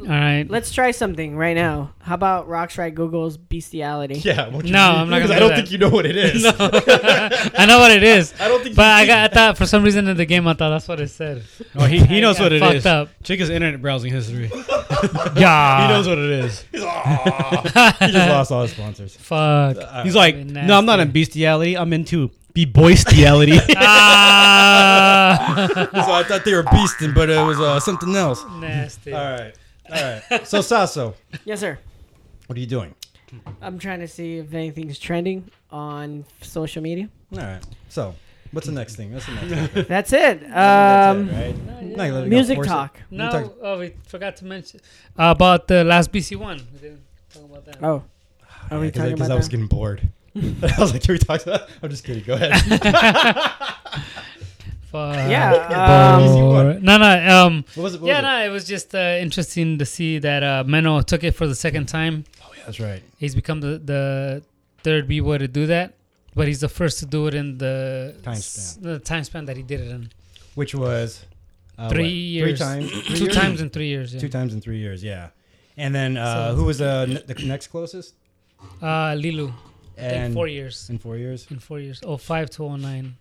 S8: All right.
S4: Let's try something right now. How about Rock's right Google's bestiality?
S9: Yeah, won't you
S8: No,
S9: read-
S8: I'm not
S9: because
S8: gonna
S9: I
S8: do
S9: don't
S8: that.
S9: think you know what it is.
S8: No, I know what it is.
S9: I don't think.
S8: But
S9: you
S8: I
S9: do.
S8: got I thought for some reason in the game I thought that's what it said.
S7: No, Oh, he, he knows
S8: Yeah,
S7: what it
S8: fucked
S7: is.
S8: up.
S7: Check his internet browsing history. He
S8: Yeah.
S7: knows what it is.
S9: He just lost all his sponsors.
S8: Fuck.
S7: He's like,
S8: Nasty.
S7: no, I'm not in bestiality. I'm into be boistiality.
S8: Ah,
S9: So I thought they were beasting, but it was uh, something else. All
S8: nasty.
S9: right, all right. So Sasso,
S4: Yes, sir.
S9: what are you doing?
S4: I'm trying to see if anything's trending on social media.
S9: All right. So what's the next thing? That's the next thing.
S4: That's it. Um,
S9: That's it, right? Not gonna let it go
S4: music
S9: force it.
S4: talk.
S9: We
S8: No,
S9: talked-
S8: oh, we forgot to mention uh, about the last BC one. We didn't talk about that.
S4: Oh, are we
S9: Yeah, 'cause I-
S4: talking
S9: Because
S4: about
S9: I was
S4: that?
S9: getting bored. I was like, can we talk? To that? I'm just kidding. Go ahead.
S8: Fuck.
S4: Yeah. Um,
S9: Easy one.
S8: No, no. Um,
S9: What was it? What was
S8: yeah,
S9: it?
S8: no. It was just uh, interesting to see that uh, Menno took it for the second time.
S9: Oh, yeah, that's right.
S8: He's become the, the third B boy to do that, but he's the first to do it in the
S9: Time
S8: s-
S9: span.
S8: the time span that he did it in.
S9: Which was uh,
S8: Three
S9: what?
S8: years.
S9: Three times. three
S8: Two
S9: years?
S8: times in three years. Yeah.
S9: Two times in three years. Yeah. And then uh, who was uh, ne- the next closest?
S8: Uh, Lilu. in
S9: And
S8: four years.
S9: In four years.
S8: In four years. Oh, 05 to 09.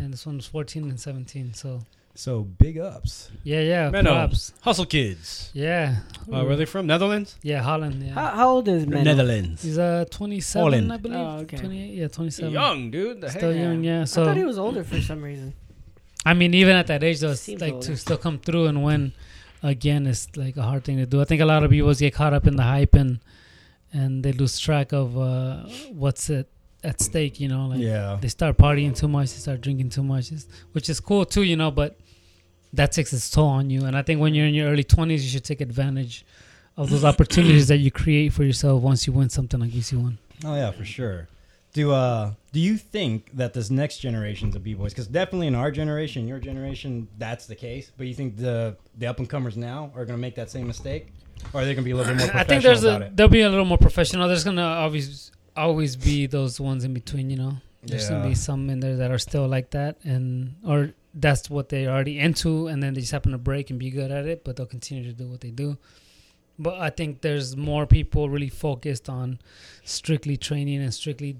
S8: And this one's 14 and 17. So,
S9: So big ups.
S8: yeah, yeah.
S7: Menno.
S8: Props.
S7: Hustle kids.
S8: Yeah.
S7: Uh, where are they from? Netherlands?
S8: Yeah, Holland. Yeah.
S4: how, how old is Menno?
S7: Netherlands.
S8: He's uh 27,
S9: Holland.
S8: I believe.
S4: Oh, okay.
S8: 28, yeah, 27.
S7: Young, dude. The
S8: um, Still
S7: heck?
S8: young, yeah.
S4: I
S8: So
S4: thought he was older for some reason.
S8: I mean, even at that age, though, it's
S4: Seems
S8: like
S4: older.
S8: to still come through and win again is like a hard thing to do. I think a lot of people get caught up in the hype and and they lose track of uh, what's at at stake. You know, like
S9: Yeah.
S8: they start partying too much, they start drinking too much, it's- which is cool too, you know, but that takes its toll on you. And I think when you're in your early 20s, you should take advantage of those opportunities that you create for yourself once you win something like BC1.
S9: Oh yeah, for sure. Do uh do you think that this next generations of b boys? Because definitely in our generation, your generation, that's the case. But you think the the up and comers now are gonna make that same mistake, or are they gonna be a little bit more
S8: I
S9: professional
S8: think there's
S9: about
S8: a,
S9: it?
S8: there'll be a little more professional. There's gonna always always be those ones in between, you know. There's gonna
S9: Yeah.
S8: be some in there that are still like that, and or that's what they're already into, and then they just happen to break and be good at it, but they'll continue to do what they do. But I think there's more people really focused on strictly training and strictly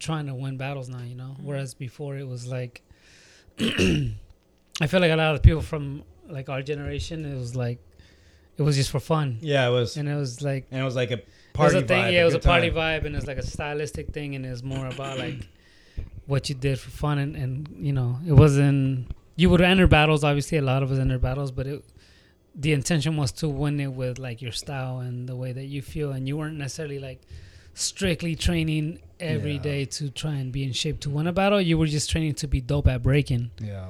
S8: trying to win battles now, you know. Whereas before it was like, I feel like a lot of people from like our generation, it was like, it was just for fun,
S9: Yeah, it was, and
S8: and it was like
S9: it was like a
S8: was
S9: party
S8: a thing,
S9: vibe.
S8: Yeah, it was a
S9: good
S8: party
S9: time.
S8: vibe, and it's like a stylistic thing, and it's more about like what you did for fun, and, and you know, it wasn't. You would enter battles, obviously. A lot of us enter battles, but it, the intention was to win it with like your style and the way that you feel, and you weren't necessarily like strictly training every
S9: Yeah.
S8: day to try and be in shape to win a battle. You were just training to be dope at breaking
S9: Yeah.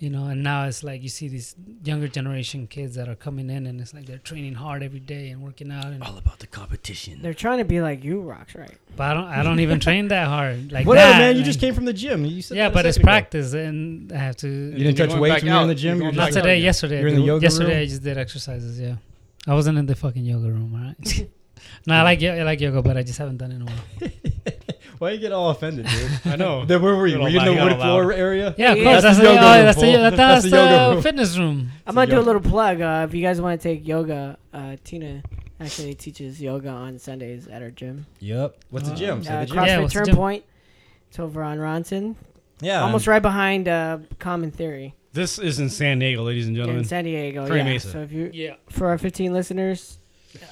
S8: you know and now it's like you see these younger generation kids that are coming in and it's like they're training hard every day and working out and
S6: All about the competition.
S4: They're trying to be like you, Rock's right.
S8: but i don't i don't even train that hard like
S9: Whatever,
S8: that,
S9: man. You
S8: like-
S9: just came from the gym. You said
S8: yeah
S9: that a
S8: but it's
S9: second ago.
S8: practice and i have
S9: You
S8: to
S9: didn't
S7: You're
S9: touch
S7: going
S9: weights
S7: back
S9: when you were in
S7: out.
S9: the gym.
S7: You're
S9: You're
S7: going
S8: not
S9: just-
S7: back
S8: today
S7: out.
S8: yesterday
S9: You're in the
S8: dude.
S9: yoga
S8: yesterday
S9: room?
S8: i just did exercises yeah i wasn't in the fucking yoga room all right no i like yo- i like yoga but i just haven't done it in a while
S9: Why you get all offended, dude?
S7: I know.
S9: Then where were you?
S7: Little
S9: Were you in the
S7: loud,
S9: wood
S7: little
S9: floor
S7: loud.
S9: area?
S8: Yeah, of
S4: Yeah,
S9: that's
S8: course. That's,
S9: the
S8: the,
S9: yoga
S8: oh,
S9: room,
S8: that's, the,
S9: fool.
S8: that's,
S9: That's the
S8: that's the
S9: yoga room.
S8: fitness room.
S4: I'm gonna do a
S9: yoga.
S4: little plug. Uh, if you guys want to take yoga, uh, Tina actually teaches yoga on Sundays at her gym.
S9: Yep. What's the gym? Say
S4: Uh,
S9: the gym. Oh,
S4: CrossFit
S8: Yeah, what's the
S4: Turn
S8: gym?
S4: Point. It's over on Ronson,
S9: Yeah.
S4: almost right behind uh, Common Theory
S7: This is in San Diego, ladies and
S4: in
S7: gentlemen.
S4: San Diego.
S7: Prairie
S4: yeah.
S7: Mesa.
S4: So if you
S8: Yeah.
S4: for our 15 listeners,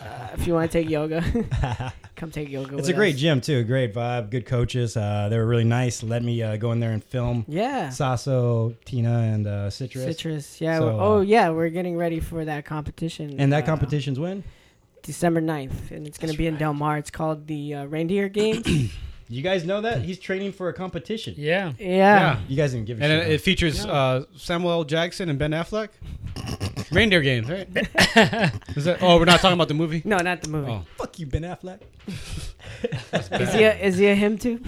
S4: uh, if you want to take yoga, come take yoga.
S9: It's
S4: with
S9: a great
S4: us.
S9: gym too. Great vibe. Good coaches. Uh, they were really nice. Let me uh, go in there and film.
S4: Yeah.
S9: Sasso, Tina, and uh, Citrus.
S4: Citrus, yeah.
S9: So,
S4: we're-
S9: uh,
S4: oh, yeah. We're getting ready for that competition.
S9: And that
S4: uh,
S9: competition's when?
S4: December 9th, and it's going to be in Del Mar. It's called the uh, Reindeer Games.
S9: You guys know that he's training for a competition.
S8: Yeah.
S4: yeah.
S9: You guys didn't give a
S7: And
S9: shit.
S7: it, it features uh, Samuel L. Jackson and Ben Affleck. Reindeer games, right? Is that? Oh, we're not talking about the movie.
S4: No, not the movie.
S7: Oh.
S9: Fuck you, Ben Affleck.
S4: Is he a, is he a him too?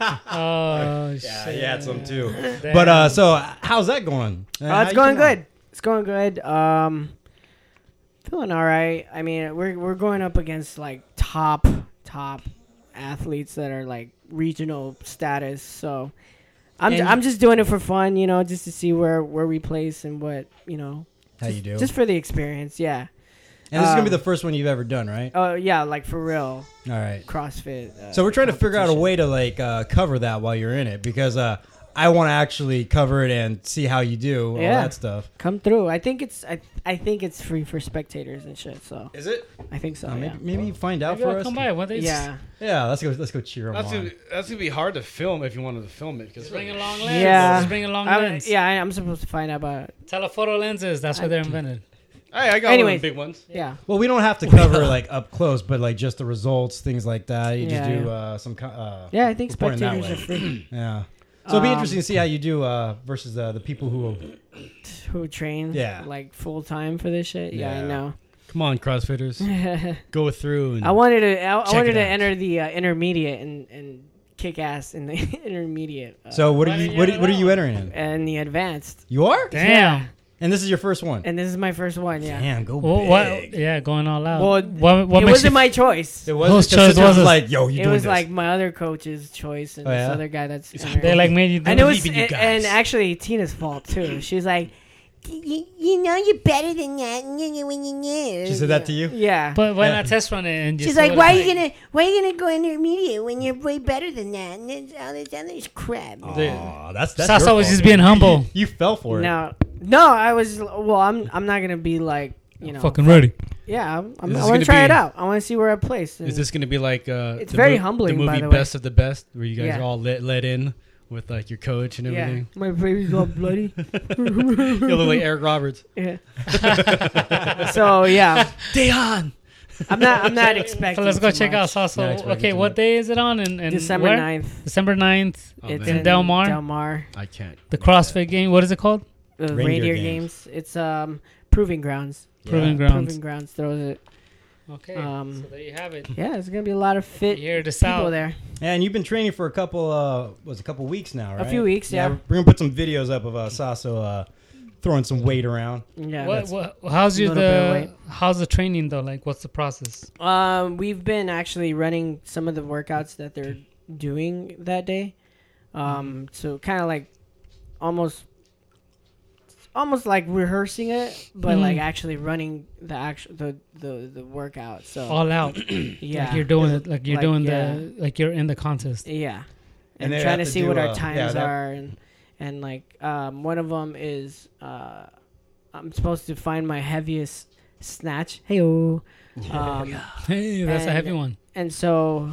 S8: Oh,
S9: Yeah,
S8: shit.
S9: he had some too.
S8: Damn.
S9: But uh, so uh, how's that going? Uh,
S4: Uh,
S9: how
S4: it's
S9: you
S4: going
S9: feeling?
S4: good. It's going good. Um, feeling all right. I mean, we're we're going up against like top top athletes that are like regional status. So I'm
S8: And-
S4: I'm just doing it for fun, you know, just to see where where we place and what you know,
S9: How you do?
S4: just for the experience. Yeah.
S9: and this is gonna be the
S4: um,
S9: first one you've ever done, right?
S4: Oh yeah, like for real,
S9: All right.
S4: CrossFit. Uh,
S9: So we're trying to figure out a
S4: competition.
S9: way to like uh, cover that while you're in it because uh, I want to actually cover it and see how you do all
S4: Yeah.
S9: that stuff.
S4: Come through. I think it's I, I think it's free for spectators and shit. So
S7: Is it?
S4: I think so.
S9: Uh,
S4: yeah.
S9: maybe maybe find out
S8: Maybe
S9: for
S8: I'll
S9: us.
S8: come by one day.
S4: yeah.
S9: Yeah, let's go. Let's go cheer him
S7: That's
S9: on.
S7: gonna, that's gonna be hard to film if you wanted to film it. Cause
S8: Just bring a long lens.
S4: Yeah.
S8: Just bring a long
S4: I'm-
S8: lens.
S4: yeah, I, I'm supposed to find out about.
S8: Telephoto lenses. That's why they're invented.
S7: Hey, I got one
S4: Anyways.
S7: of the big ones.
S4: Yeah,
S9: Well, we don't have to cover like up close, but like just the results, things like that. You just
S4: Yeah,
S9: do
S4: yeah.
S9: Uh, some. co- Uh,
S4: yeah. I think
S9: Reporting that
S4: spectators are free
S9: yeah. So it'll be
S4: Um,
S9: interesting to see how you do uh, versus uh, the people who.
S4: who train.
S9: Yeah.
S4: like full time for this shit. Yeah,
S9: Yeah.
S4: I know.
S7: Come on, CrossFitters, go through and
S4: I wanted to. I, I
S7: Mm. Check
S4: wanted
S7: it
S4: to
S7: out.
S4: enter the uh, intermediate and and kick ass in the intermediate uh,
S9: So what are
S8: Why
S9: you?
S8: didn't
S9: What
S8: you
S9: are,
S8: have
S9: what
S8: it
S9: are you
S8: on?
S9: entering in?
S4: and the advanced.
S9: You are.
S8: Damn.
S9: And this is your first one.
S4: And this is my first one. Yeah.
S9: Damn, go
S8: Well, what?
S9: big.
S8: Yeah, going all out.
S4: Well,
S8: what, what
S4: it
S8: makes
S4: wasn't
S8: you,
S4: my choice.
S9: It
S4: It
S9: was
S8: Whose
S9: because
S8: choice
S9: Citrus
S8: was it?
S9: like, yo, you doing
S4: was
S9: this.
S4: like my other coach's choice and
S9: Oh, yeah?
S4: this other guy that's.
S8: they
S4: entering.
S8: like made you do
S4: and it
S8: it? eh,
S4: was,
S7: believe in you
S4: and, and
S7: guys.
S4: actually Tina's fault too. She's like,
S10: you, you know you're better than that. She
S9: She said that to you.
S4: yeah,
S8: But why
S9: Yeah.
S8: not test run it? And just
S10: She's
S8: see
S10: like,
S8: what
S10: why are
S8: it's
S10: you gonna why are you gonna go intermediate when you're way better than that? And it's all this other crap.
S9: Aw, that's that's. your
S8: Sasa was
S9: fault.
S8: just being humble.
S9: You fell for it.
S4: No, no, I was well. I'm I'm not gonna be like you know.
S8: Fucking ready.
S4: Yeah, I'm, I'm,
S7: Is this
S4: I want
S7: gonna
S4: to try it
S7: be-
S4: out. I want to see where I place.
S7: Is this gonna be like uh,
S4: It's very
S7: mov-
S4: humbling,
S7: The
S4: by
S7: movie
S4: the way.
S7: Best of the Best, where you guys
S4: Yeah.
S7: are all let, let in with like your coach and
S4: yeah?
S7: everything.
S4: My baby's all bloody.
S7: You look like Eric Roberts.
S4: Yeah. so yeah,
S7: Dayon.
S4: I'm not. I'm not expecting.
S8: So let's go
S4: too
S8: check
S4: much.
S8: out Sasso.
S9: Not expecting
S8: Okay,
S9: too
S8: what
S9: much.
S8: day is it on? And, and
S4: December
S8: where?
S4: 9th.
S8: December 9th.
S7: Oh,
S4: It's
S7: man.
S4: in
S8: Del Mar?
S4: Del Mar.
S7: I can't.
S8: The CrossFit game. What is it called?
S4: The
S9: Reindeer
S4: Reindeer
S9: Games.
S4: games. It's um proving grounds.
S8: Proving grounds.
S4: Proving grounds throws it.
S8: Okay.
S4: Um,
S8: so there you have it.
S4: Yeah, there's gonna be a lot of fit
S8: You heard us
S4: people
S8: out.
S4: there.
S9: And you've been training for a couple, uh, was it a couple weeks now, right?
S4: few weeks, yeah.
S9: We're gonna put some videos up of uh, Sasso uh, throwing some weight around.
S4: Yeah.
S8: What, what, how's your
S4: Little bit of
S8: the how's the training though? Like, what's the process?
S4: Um, we've been actually running some of the workouts that they're doing that day. Um, so kind of like almost almost like rehearsing it, but
S8: Mhm.
S4: like actually running the actual the the the workout. So
S8: All out.
S4: Uh, yeah,
S8: Like you're doing it. Like you're
S4: Like,
S8: doing
S4: yeah.
S8: the like you're in the contest.
S4: yeah,
S9: And
S4: and,
S9: they have
S4: trying to
S9: to
S4: see
S9: do,
S4: what
S9: uh,
S4: our
S9: yeah,
S4: times
S9: that-
S4: are and and like um one of them is uh I'm supposed to find my heaviest snatch. Hey um
S8: Hey, that's a heavy
S4: And-
S8: one.
S4: and so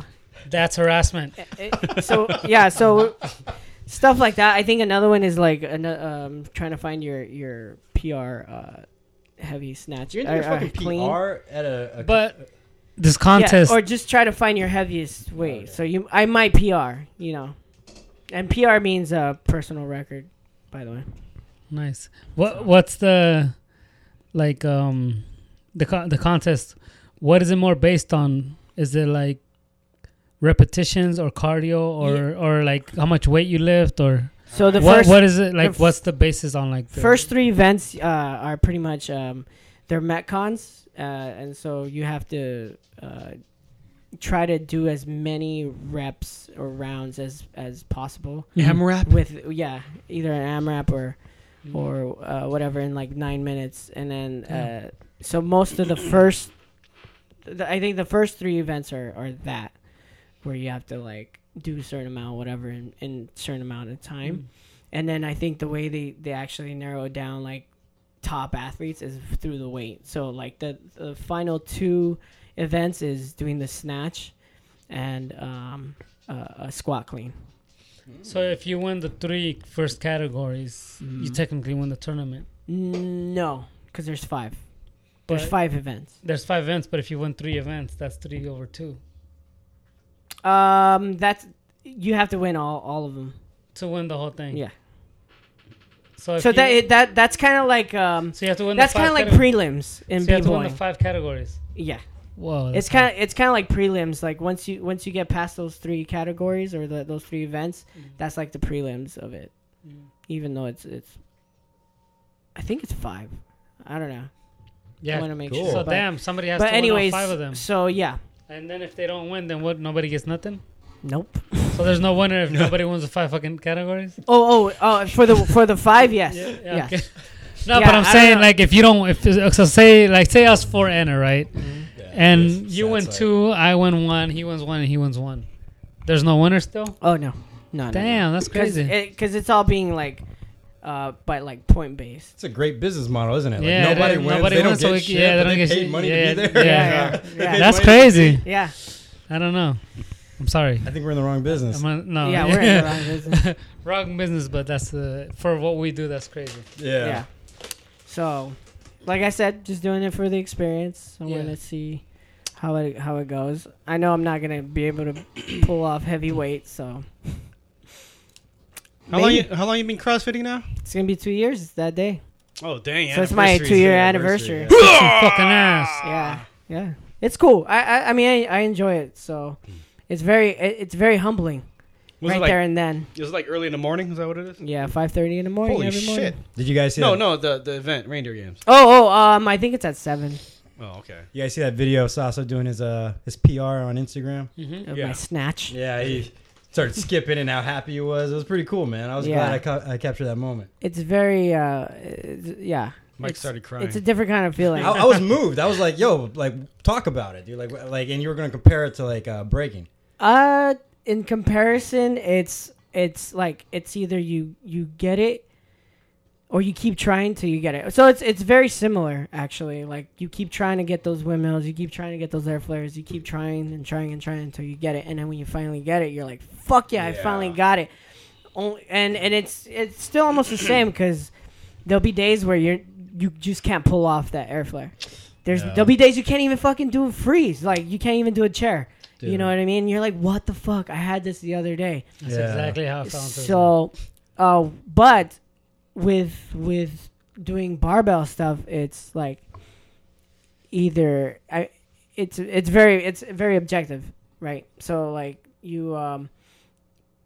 S8: That's harassment.
S4: it- so yeah, so stuff like that. I think another one is like an, um, trying to find your your PR uh, heavy snatch.
S9: You're in
S4: or-
S9: your
S4: or
S9: fucking
S4: clean.
S9: PR at a, a
S8: But this
S4: Yeah,
S8: contest.
S4: or just try to find your heaviest weight. So you, I might PR, you know, and PR means uh, personal record, by the way.
S8: nice. What what's the like um the con- the contest? What is it more based on? Is it like repetitions or cardio or or like how much weight you lift or
S4: So the
S8: what
S4: first
S8: what is it like?
S4: f-
S8: what's the basis on like the,
S4: first three events uh, are pretty much um, they're metcons, uh, and so you have to uh, try to do as many reps or rounds as as possible.
S7: AMRAP?
S4: with yeah, either an AMRAP or or uh, whatever in like nine minutes, and then uh, so most of the first, the, I think the first three events are are that where you have to like do a certain amount, whatever, in in certain amount of time, and then I think the way they they actually narrow it down like top athletes is through the weight. So like the the final two events is doing the snatch and um, uh, a squat clean.
S8: So if you win the three first categories, you
S4: Mm-hmm.
S8: technically win the tournament.
S4: No, because there's five. there's
S8: But-
S4: five events.
S8: There's five events, but if you win three events, that's three over two.
S4: Um, that's you have to win all all of them.
S8: To win the whole thing.
S4: Yeah.
S8: So, if
S4: So
S8: you,
S4: that it, that that's kind of like um.
S8: so you have to win.
S4: That's
S8: the
S4: kind
S8: five
S4: of like
S8: categories.
S4: prelims in
S8: So you have to win
S4: b-boy.
S8: the five categories.
S4: yeah.
S8: Whoa.
S4: it's kind of it's kind of like prelims. Like once you once you get past those three categories or the, those three events,
S8: Mm-hmm.
S4: that's like the prelims of it. Even though it's it's, I think it's five. I don't know.
S8: yeah.
S4: I want to make
S9: cool.
S4: sure.
S8: So
S4: but,
S8: damn, somebody has
S4: but
S8: to
S4: anyways,
S8: win all five of them.
S4: so yeah,
S8: And then if they don't win, then what? Nobody gets nothing.
S4: nope.
S8: So there's no winner if nobody wins the five fucking categories.
S4: Oh oh oh! For the for the five, yes, yes.
S8: okay. No,
S4: Yeah,
S8: but I'm
S4: I don't
S8: saying
S4: know.
S8: like if you don't, if so say like say us four enter right, and you win two, I win one, he wins one, and he wins one. There's no winner still.
S4: Oh no, no, no,
S8: Damn, that's crazy.
S4: Because it's all being like, uh, by like point based.
S9: It's a great business model, isn't it? Like,
S8: Yeah, it
S9: nobody
S8: is.
S9: wins.
S8: Nobody
S9: they don't
S8: wins,
S9: get
S8: so we-
S9: shit.
S8: yeah, they
S9: but they
S8: don't get
S9: paid
S8: shit.
S9: money
S8: Yeah,
S9: to be there.
S8: yeah,
S4: yeah,
S9: They
S4: yeah.
S9: paid
S8: That's
S9: money-
S8: crazy.
S4: Yeah,
S8: I don't know. I'm sorry.
S9: I think we're in the wrong business.
S8: I'm on, no.
S4: yeah, we're in the wrong business.
S8: wrong business, but that's uh, for what we do. That's crazy.
S9: yeah.
S4: yeah. So, like I said, just doing it for the experience. I'm
S8: Yeah.
S4: gonna see how it how it goes. I know I'm not gonna be able to pull off heavy weight, so
S7: How long, you,
S4: Maybe.
S7: how long you been crossfitting now?
S4: it's gonna be two years that day.
S7: Oh, dang.
S4: So it's my
S7: anniversary's
S4: two year
S7: here.
S4: anniversary.
S9: anniversary,
S8: Kick some fucking ass.
S4: Yeah, yeah. It's cool. I I, I mean I, I enjoy it. So it's very it, it's very humbling
S7: Hmm. Was
S4: right
S7: it like,
S4: there and then.
S7: It was like early in the morning. Is that what it is?
S4: Yeah, five thirty in the morning
S7: Holy
S4: every morning.
S7: shit.
S9: Did you guys see?
S7: No,
S9: that?
S7: no, the, the event, Reindeer Games.
S4: Oh oh um I think it's at seven.
S7: Oh, okay.
S9: You guys see that video of Sasso doing his uh his PR on Instagram?
S8: Hmm.
S4: Of
S7: Yeah.
S4: My snatch.
S9: Yeah, he started skipping and how happy he was. It was pretty cool, man. I was
S4: Yeah.
S9: glad I, ca- I captured that moment.
S4: It's very uh it's- yeah.
S7: Mike
S4: It's-
S7: started crying.
S4: It's a different kind of feeling.
S9: I, I was moved. I was like, "Yo, like talk about it, dude." Like, wh- like, and you were gonna compare it to like uh, breaking.
S4: Uh, in comparison, it's it's like it's either you you get it or you keep trying till you get it. So it's it's very similar actually. Like you keep trying to get those windmills, you keep trying to get those air flares, you keep trying and trying and trying until you get it, and then when you finally get it, you're like, "Fuck yeah, I finally got it." Only, and and it's it's still almost the same because there'll be days where you're you just can't pull off that air flare. There's there'll be days you can't even fucking do a freeze. Like you can't even do a chair. You
S9: Dude.
S4: know what I mean? You're like, what the fuck? I had this the other day.
S8: That's
S9: Yeah.
S8: exactly how it sounds.
S4: So, uh, but with with doing barbell stuff, it's like either I, it's it's very it's very objective, right? So like you um,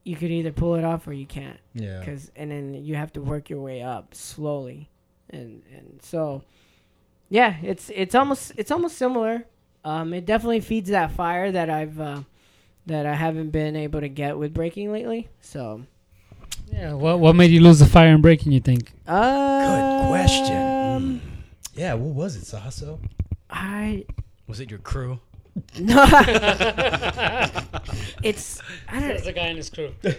S4: you could either pull it off or you can't
S9: Yeah,
S4: because and then you have to work your way up slowly and and so yeah it's it's almost it's almost similar um it definitely feeds that fire that i've uh that i haven't been able to get with breaking lately so
S8: yeah. What what made you lose the fire and breaking? You think?
S4: uh
S9: Good question. Mm. yeah. What was it, Sasso?
S4: i
S7: Was it your crew?
S4: no it's i don't
S8: There's a guy in his crew.
S9: Go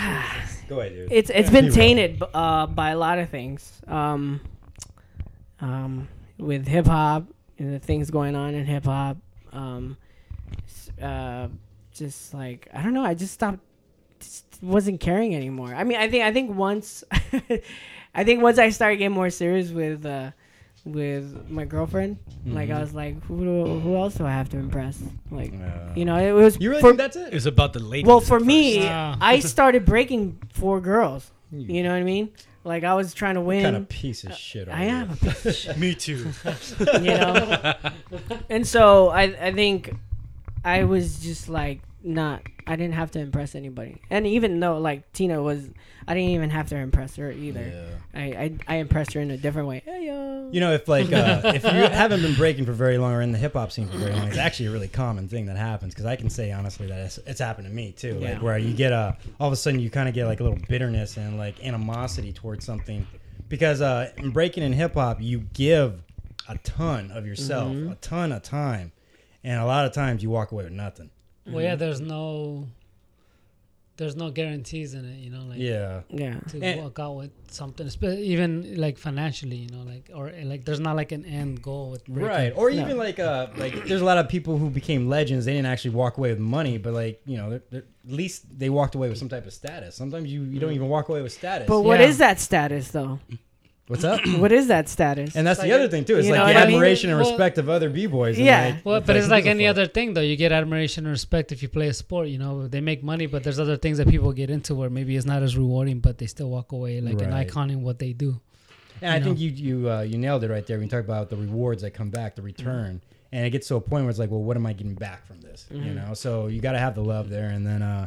S9: ahead, dude.
S4: it's it's been
S9: Hero.
S4: tainted b- uh, by a lot of things. Um, um, with hip hop and the things going on in hip hop, um, s- uh, just like I don't know, I just stopped, just wasn't caring anymore. I mean, I think I think once, I think once I started getting more serious with. Uh, with my girlfriend, like
S9: Mm-hmm.
S4: I was like, who do, who else do I have to impress? Like, you know, it was
S9: Uh, You really
S4: for-
S9: think that's it?
S7: It's about the ladies.
S4: well, for me,
S8: Ah.
S4: I started breaking for girls. You know what I mean? Like I was trying to win.
S9: kind of piece of shit.
S4: I
S9: over
S4: am,
S9: here.
S4: a piece of shit,
S7: me too.
S4: you know. and so I, I think I was just like, not I didn't have to impress anybody. And even though like Tina was I didn't even have to impress her either. I, I I impressed her in a different way. Hey yo.
S9: You know, if like uh, if you haven't been breaking for very long or in the hip hop scene for very long, it's actually a really common thing that happens. Because I can say honestly that it's, it's happened to me too.
S4: Yeah.
S9: Like where you get a all of a sudden you kind of get like a little bitterness and like animosity towards something, because uh, in breaking in hip hop you give a ton of yourself, a ton of time, and a lot of times you walk away with nothing.
S8: Well, yeah, there's no, there's no guarantees in it. You know, like
S9: Yeah. Eh.
S4: Yeah.
S8: to
S9: And-
S8: walk out with something, spe- even like financially. You know, like or uh, like there's not like an end goal with breaking.
S9: Right, or even like uh, like there's a lot of people who became legends. They didn't actually walk away with money, but like you know, they're, they're, at least they walked away with some type of status. Sometimes you, you don't even walk away with status.
S4: But what
S8: Yeah.
S4: is that status though?
S9: What's up?
S4: What is that status?
S9: And that's the other thing too. It's
S4: you know
S9: like the
S4: what I mean?
S9: admiration and
S8: Well-
S9: respect of other b boys.
S4: Yeah.
S8: Well, but it's like any other thing though. You get admiration and respect if you play a sport. You know, they make money, but there's other things that people get into where maybe it's not as rewarding, but they still walk away like an
S9: Right.
S8: icon in what they do.
S9: And I think you you uh, you nailed it right there. When you talk about the rewards that come back, the return, and it gets to a point where it's like, well, what am I getting back from this? You know, so you got to have the love there, and then uh,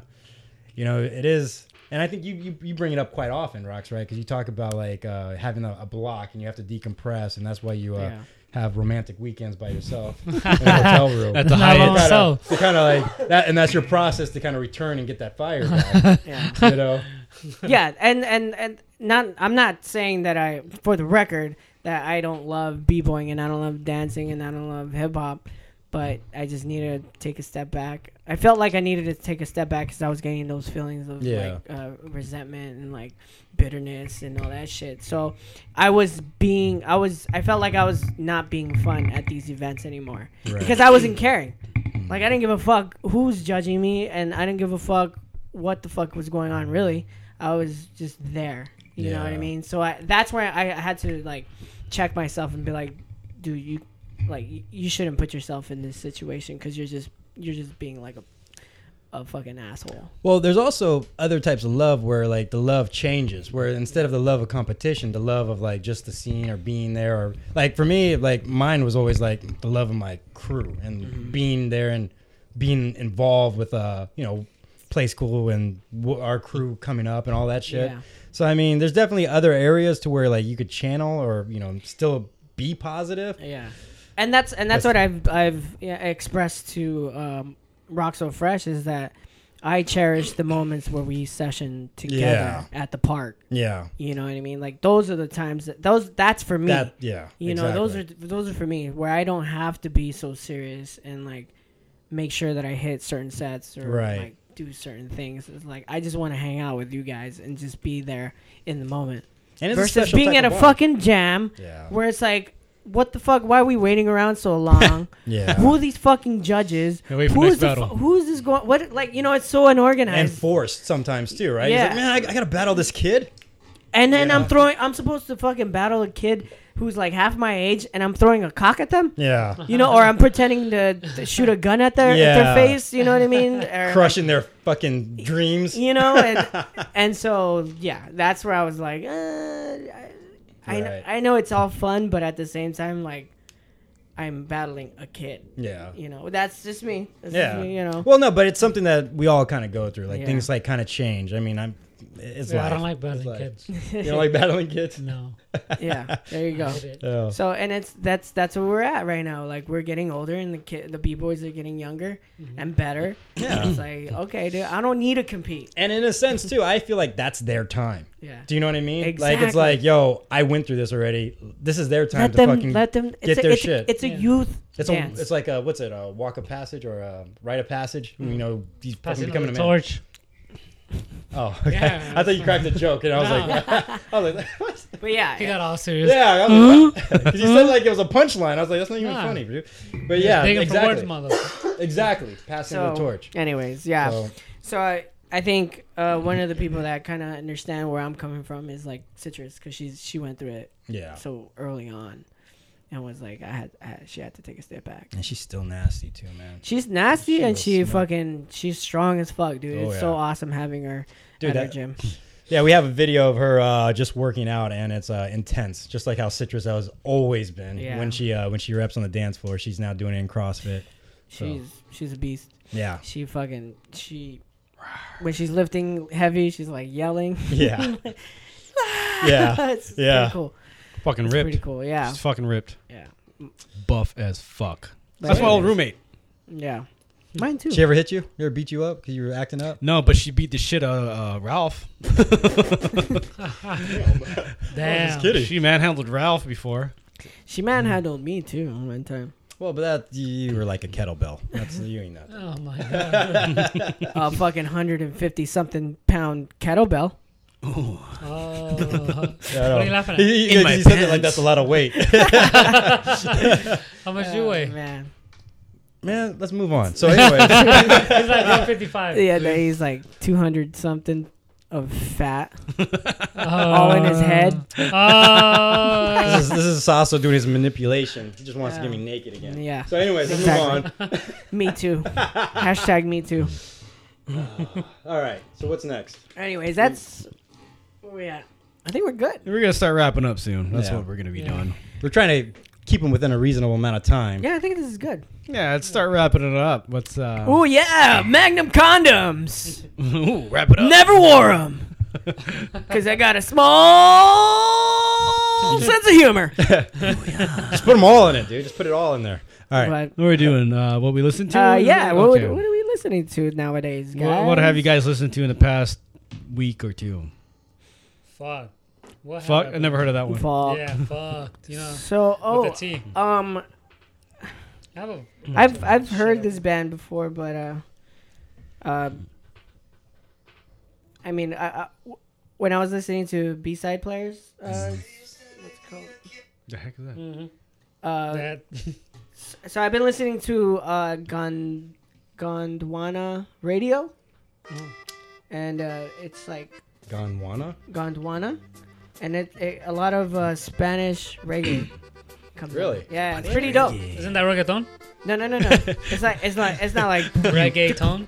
S9: you know, it is. And I think you, you, you bring it up quite often, Rox, right? Because you talk about like uh, having a, a block and you have to decompress, and that's why you uh,
S4: Yeah.
S9: have romantic weekends by yourself in a hotel room.
S7: At the
S8: Not
S7: Hyatt.
S8: long so.
S9: kind of like that, and that's your process to kind of return and get that fire back.
S4: Yeah.
S9: You know,
S4: yeah, and and and not I'm not saying that I for the record that I don't love b-boying and I don't love dancing and I don't love hip hop, but I just needed to take a step back. I felt like I needed to take a step back cuz I was getting those feelings of
S9: Yeah.
S4: like uh, resentment and like bitterness and all that shit. So I was being I was I felt like I was not being fun at these events anymore
S9: Right.
S4: because I wasn't caring. Like I didn't give a fuck who's judging me, and I didn't give a fuck what the fuck was going on. Really, I was just there. You know what I
S9: Yeah.
S4: mean? So I, that's where I had to like check myself and be like, dude, you like y- you shouldn't put yourself in this situation because you're just you're just being like a a fucking asshole.
S9: Well, there's also other types of love where like the love changes, where instead of the love of competition, the love of like just the scene or being there or like for me, like mine was always like the love of my crew and
S4: Mm-hmm.
S9: being there and being involved with uh, you know, play school and w- our crew coming up and all that shit.
S4: Yeah.
S9: So I mean, there's definitely other areas to where like you could channel or, you know, still be positive.
S4: Yeah, and that's and that's what I've I've yeah, expressed to um, Rock So Fresh is that I cherish the moments where we session together
S9: Yeah.
S4: at the park.
S9: Yeah.
S4: You know what I mean? Like those are the times that those that's for me.
S9: That yeah.
S4: you know, those
S9: exactly.
S4: are those are for me where I don't have to be so serious and like make sure that I hit certain sets or
S9: Right.
S4: like do certain things. It's like I just want to hang out with you guys and just be there in the moment.
S9: and it's
S4: Versus
S9: special
S4: being
S9: type
S4: at a
S9: of bond.
S4: fucking jam
S9: Yeah.
S4: where it's like, what the fuck? Why are we waiting around so long?
S9: Yeah.
S4: Who are these fucking judges?
S7: Yeah, wait for
S4: Who's
S7: next
S4: the fu-
S7: battle.
S4: who's this going? What like you know? It's so
S9: and
S4: unorganized.
S9: forced sometimes too, right? He's
S4: Yeah.
S9: like, man, I, I gotta battle this kid.
S4: And then I'm
S9: Yeah.
S4: throwing. I'm supposed to fucking battle a kid who's like half my age, and I'm throwing a cock at them.
S9: Yeah,
S4: You know, or I'm pretending to, to shoot a gun at their at their
S9: Yeah.
S4: face. You know what I mean? Or,
S9: crushing their fucking dreams.
S4: You know, and and so yeah, that's where I was like, uh, I, I kn-
S9: Right.
S4: I know it's all fun, but at the same time, like, I'm battling a kid.
S9: Yeah.
S4: You know, that's just me. That's just
S9: Yeah.
S4: me, you know.
S9: Well, no, but it's something that we all kind of go through. Like
S4: Yeah.
S9: things like kind of change. I mean, I'm. It's
S8: Yeah, I don't
S9: life.
S8: like battling
S9: It's
S8: kids.
S9: life. You don't like battling kids.
S8: No.
S4: yeah. There you go.
S9: Oh.
S4: So and it's that's that's where we're at right now. Like we're getting older, and the kid, the b boys are getting younger
S9: Mm-hmm.
S4: and better.
S9: Yeah.
S4: It's like okay, dude, I don't need to compete.
S9: And in a sense too, I feel like that's their time.
S4: Yeah.
S9: Do you know what I mean? Like
S4: Exactly.
S9: it's like, yo, I went through this already. This is their time
S4: Let
S9: to
S4: them,
S9: fucking
S4: let them. It's
S9: get
S4: a,
S9: their
S4: it's
S9: shit.
S4: A, it's a youth
S9: It's a,
S4: dance.
S9: it's like a what's it a walk of passage or a rite of passage? You know, he's fucking
S8: Hmm. Passing
S9: becoming
S8: the
S9: a man.
S8: torch.
S9: Oh, okay.
S8: Yeah.
S9: I thought you cracked a joke, and I was like, I was like, what?
S4: but yeah,
S8: He
S4: yeah,
S8: got all serious.
S9: Yeah, I
S4: Hmm?
S9: was like, what? 'Cause you said like it was a punchline. I was like, that's not even
S8: Nah.
S9: funny, dude. But yeah,
S8: Taking
S9: exactly,
S8: for words, mother.
S9: exactly. Passing
S4: so,
S9: the torch.
S4: Anyways, yeah. So,
S9: So-
S4: I, I think uh, one of the people that kind of understand where I'm coming from is like Citrus because she's she went through it
S9: Yeah,
S4: so early on, and was like I had, I had she had to take a step back.
S9: and she's still nasty too, man.
S4: She's nasty
S9: She
S4: and
S9: was
S4: she
S9: smart.
S4: fucking she's strong as fuck, dude.
S9: Oh,
S4: it's so
S9: yeah.
S4: awesome having her
S9: Dude,
S4: at our
S9: that-
S4: gym.
S9: Yeah, we have a video of her uh, just working out, and it's uh, intense, just like how Citrus has always been
S4: Yeah.
S9: when she uh, when she reps on the dance floor. She's now doing it in CrossFit.
S4: She's she's a beast.
S9: Yeah.
S4: She fucking she when she's lifting heavy, she's like yelling.
S7: Yeah.
S4: yeah. It's
S7: Yeah.
S4: Pretty cool.
S7: Fucking
S4: It's
S7: ripped.
S4: Pretty cool. Yeah.
S7: She's fucking ripped.
S4: Yeah.
S7: Buff as fuck.
S4: But
S7: That's my old
S4: anyways.
S7: roommate.
S4: Yeah. Mine too.
S9: She ever hit you? You ever beat you up because you were acting up?
S7: No, but she beat the shit out of uh, Ralph.
S9: Damn. just kidding.
S7: She manhandled Ralph before.
S4: She manhandled me too one time.
S9: Well, but that you, you were like a kettlebell. That's you ain't nothing.
S8: Oh my god.
S4: A fucking hundred and fifty something pound kettlebell.
S8: oh. What
S9: I
S8: are
S9: don't
S8: you
S9: know.
S8: laughing at?
S9: He, he-
S7: In
S9: he
S7: my
S9: said that like
S7: pants.
S9: that's a lot of weight.
S8: How much do you weigh?
S4: Oh, Man.
S9: Man, let's move on. So, anyway,
S8: He's like "I'm 55.
S4: Yeah, no, he's like two hundred something of fat.
S8: Uh,
S4: all in his head.
S8: Oh.
S9: this is this is Sasso doing his manipulation. He just wants to
S4: Yeah.
S9: get me naked again.
S4: Yeah.
S9: So, anyways, let's
S4: Exactly.
S9: move on.
S4: Me too. Hashtag me too.
S9: All right. So, what's next?
S4: Anyways, that's where we at. I think we're good.
S7: We're gonna start wrapping up soon. That's
S9: Yeah.
S7: what we're gonna be
S8: Yeah.
S7: doing.
S9: We're trying to keep him within a reasonable amount of time.
S4: Yeah, I think this is good.
S7: Yeah, let's start wrapping it up. What's uh?
S4: Oh yeah, Magnum condoms.
S7: Ooh, wrap it up.
S4: Never wore them because I got a small sense of humor.
S9: Just put them all in it, dude. Just put it all in there. All right.
S4: But
S7: What are we doing? Uh, what we listened to?
S4: uh, yeah, what,
S7: Okay.
S4: would- what are we listening to nowadays, guys?
S7: What, what have you guys listened to in the past week or two?
S8: Fuck. What
S7: Fuck, I
S8: happened?
S7: never heard of that one.
S4: Fall.
S8: Yeah, fuck. You know,
S4: So
S8: with
S4: oh,
S8: a T.
S4: um,
S8: I have a
S4: I've I've heard this band before, but uh, uh, I mean, I, I- w- when I was listening to B side players, uh, what's it called?
S7: The heck is that?
S4: Mm. Uh,
S8: that.
S4: so I've been listening to uh, Gon- Gondwana Radio, and uh, it's like
S9: Gondwana.
S4: Gondwana, and it, it a lot of uh, Spanish reggae. comes in.
S9: Really?
S4: Yeah, it's pretty dope.
S8: Isn't that reggaeton?
S4: No, no, no, no. it's like it's not it's not like
S8: Reggaeton.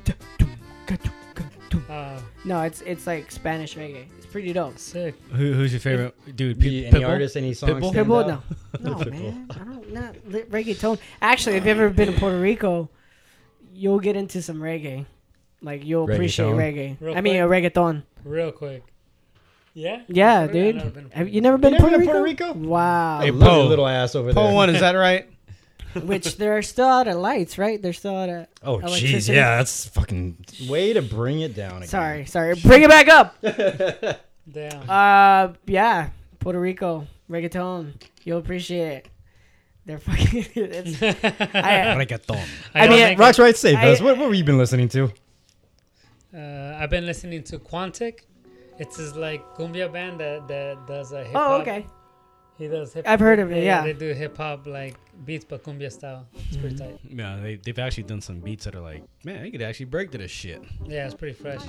S8: Uh,
S4: No, it's it's like Spanish reggae. It's pretty dope.
S8: sick.
S7: Who, who's your favorite dude?
S9: Any,
S7: Pit
S9: any
S7: Pitbull?
S9: artists, any songs?
S7: Pitbull?
S9: stand
S4: Pitbull, no,
S9: out?
S4: no, man. I don't not li- reggaeton. Actually, if you've ever been to Puerto Rico, you'll get into some reggae. Like you'll appreciate reggae.
S8: Real
S4: I mean, a reggaeton.
S8: Real quick. Yeah.
S4: Yeah,
S8: I've never
S4: dude.
S8: been to
S4: Have you never been,
S9: You
S4: to,
S9: never
S4: Puerto
S9: been to
S4: Rico?
S9: Puerto Rico?
S4: Wow.
S7: Hey,
S9: I love your
S7: Poe.
S9: little ass
S4: uh,
S9: over
S7: Poll
S9: there.
S7: one, is that right?
S4: Which they're still out of lights, right? They're still out of.
S9: Oh, jeez.
S4: Electricity.
S9: Yeah, that's fucking. Way to bring it down again.
S4: Sorry, sorry. Bring it back up.
S8: Damn.
S4: Uh, yeah, Puerto Rico reggaeton. You'll appreciate it. They're fucking. It's, I,
S7: Reggaeton.
S8: I,
S4: mean,
S8: mean,
S9: Rock's right safe,
S4: I-
S9: Buzz. What, what have you been listening to?
S8: uh, I've been listening to Quantic. It's this like cumbia band that, that does a hip hop.
S4: oh, okay.
S8: He does hip.
S4: I've heard of it, yeah.
S8: they do hip hop like beats but cumbia style. It's pretty
S9: Mm-hmm.
S8: tight.
S7: Yeah, they, they've actually done some beats that are like, man, I could actually break to this shit.
S8: Yeah, it's pretty fresh.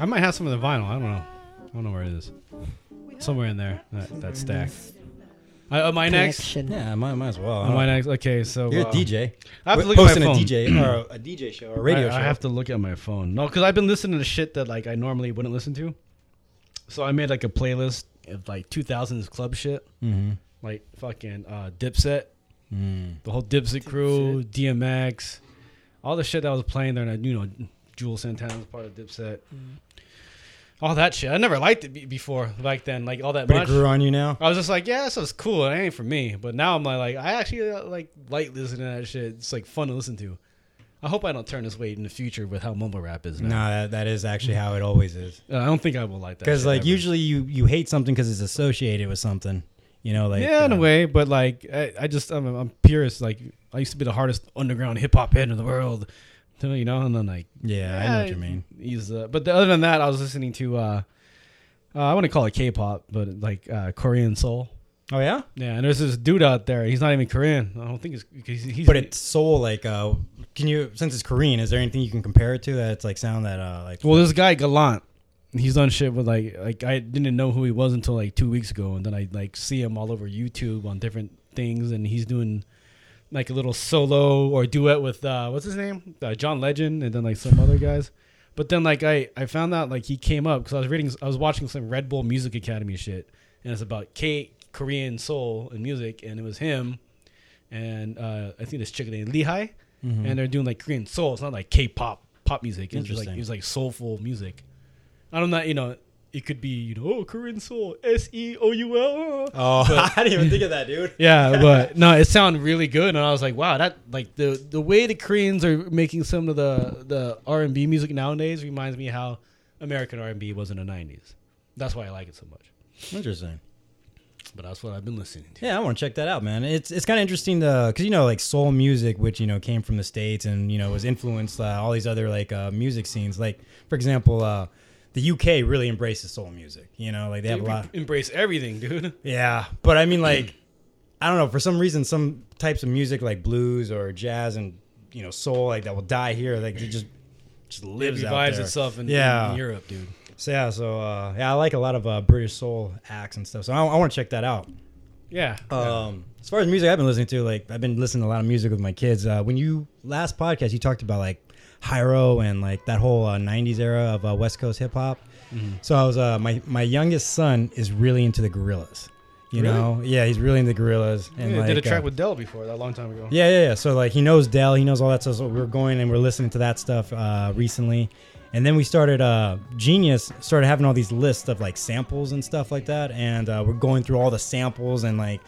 S7: I might have some of the vinyl. I don't know. I don't know where it is. Somewhere in there, that, that stack. I, uh, my next.
S4: Connection.
S9: Yeah, might, might as well. I
S7: Uh,
S9: don't
S7: my next. Okay, so
S9: You're
S7: uh,
S9: a DJ.
S7: I have to
S9: We're
S7: look at my
S9: posting
S7: phone.
S9: a DJ or a, a DJ show or a radio
S7: I,
S9: show.
S7: I have to look at my phone. No, because I've been listening to shit that like I normally wouldn't listen to. So I made like a playlist of like 2000s club shit,
S9: Mm-hmm.
S7: like fucking uh, Dipset, the whole Dipset crew, DMX, all the shit that was playing there, and I, you know, Jewel Santana was part of Dipset. All that shit. I never liked it be- before, back then. Like all that
S9: But it
S7: much.
S9: grew on you now.
S7: I was just like, yeah, this was cool. It ain't for me. But now I'm like, like I actually uh, like like listening to that shit. It's like fun to listen to. I hope I don't turn this way in the future with how mumble rap is now.
S9: No, that, that is actually how it always is.
S7: Uh, I don't think I will like that.
S9: Because
S7: shit
S9: like
S7: ever.
S9: usually you you hate something because it's associated with something. You know, like
S7: yeah, in
S9: uh,
S7: a way. But like, I, I just I'm, I'm purist. Like, I used to be the hardest underground hip hop head in the world. So, You know, and then like,
S9: Yeah, I know what you mean.
S7: He's uh, but the, other than that, I was listening to uh, uh I want to call it K-pop, but like uh, Korean soul.
S9: Oh yeah,
S7: Yeah, and there's this dude out there. He's not even Korean. I don't think he's. He's, he's
S9: but it's soul like. uh Can you since it's Korean? Is there anything you can compare it to that's like sound that uh like?
S7: Well, this guy Gallant, he's done shit with like like I didn't know who he was until like two weeks ago, and then I like see him all over YouTube on different things, and he's doing like a little solo or duet with uh, what's his name, uh, John Legend, and then like some other guys. But then like I I found out like he came up because I was reading I was watching some Red Bull Music Academy shit, and it's about K Korean soul and music, and it was him, and uh, I think this chicken named Lehigh Mhm. and they're doing like Korean soul. It's not like K-pop pop music. It's just like
S9: Interesting.
S7: it's like soulful music. I don't know. You know, it could be you know oh, Korean soul S E O U L.
S9: Oh,
S7: But-
S9: I didn't even think of that, dude.
S7: yeah, but no, it sounded really good, and I was like, wow, that like the the way the Koreans are making some of the the R and B music nowadays reminds me how American R and B was in the '90s. That's why I like it so much.
S9: Interesting.
S7: But that's what I've been listening to.
S9: Yeah, I want to check that out, man. It's it's kind of interesting to because you know like soul music, which you know came from the states and you know was influenced uh, all these other like uh, music scenes. Like for example, uh, the UK really embraces soul music. You know, like they
S7: They
S9: have a lot.
S7: re- embrace everything, dude.
S9: Yeah, but I mean, like, I don't know. For some reason, some types of music like blues or jazz and you know soul like that will die here. Like it just just lives out
S7: revives
S9: there.
S7: itself in- in Europe, dude.
S9: So yeah, so uh, yeah, I like a lot of uh, British soul acts and stuff. So I, I want to check that out.
S7: Yeah.
S9: Um, as far as music I've been listening to, like I've been listening to a lot of music with my kids. Uh, when you last podcast, you talked about like Hyro and like that whole uh, '90s era of uh, West Coast hip hop.
S7: Mhm.
S9: So I was uh, my my youngest son is really into the Gorillas. You
S7: Really?
S9: know, yeah, he's really into Gorillas.
S7: Yeah,
S9: And
S7: I
S9: like,
S7: did a track
S9: uh,
S7: with Dell before that a long time ago.
S9: yeah, yeah, yeah. So like he knows Dell, he knows all that stuff. So we were going and we're listening to that stuff uh, recently, and then we started uh, Genius started having all these lists of like samples and stuff like that, and uh, we're going through all the samples and like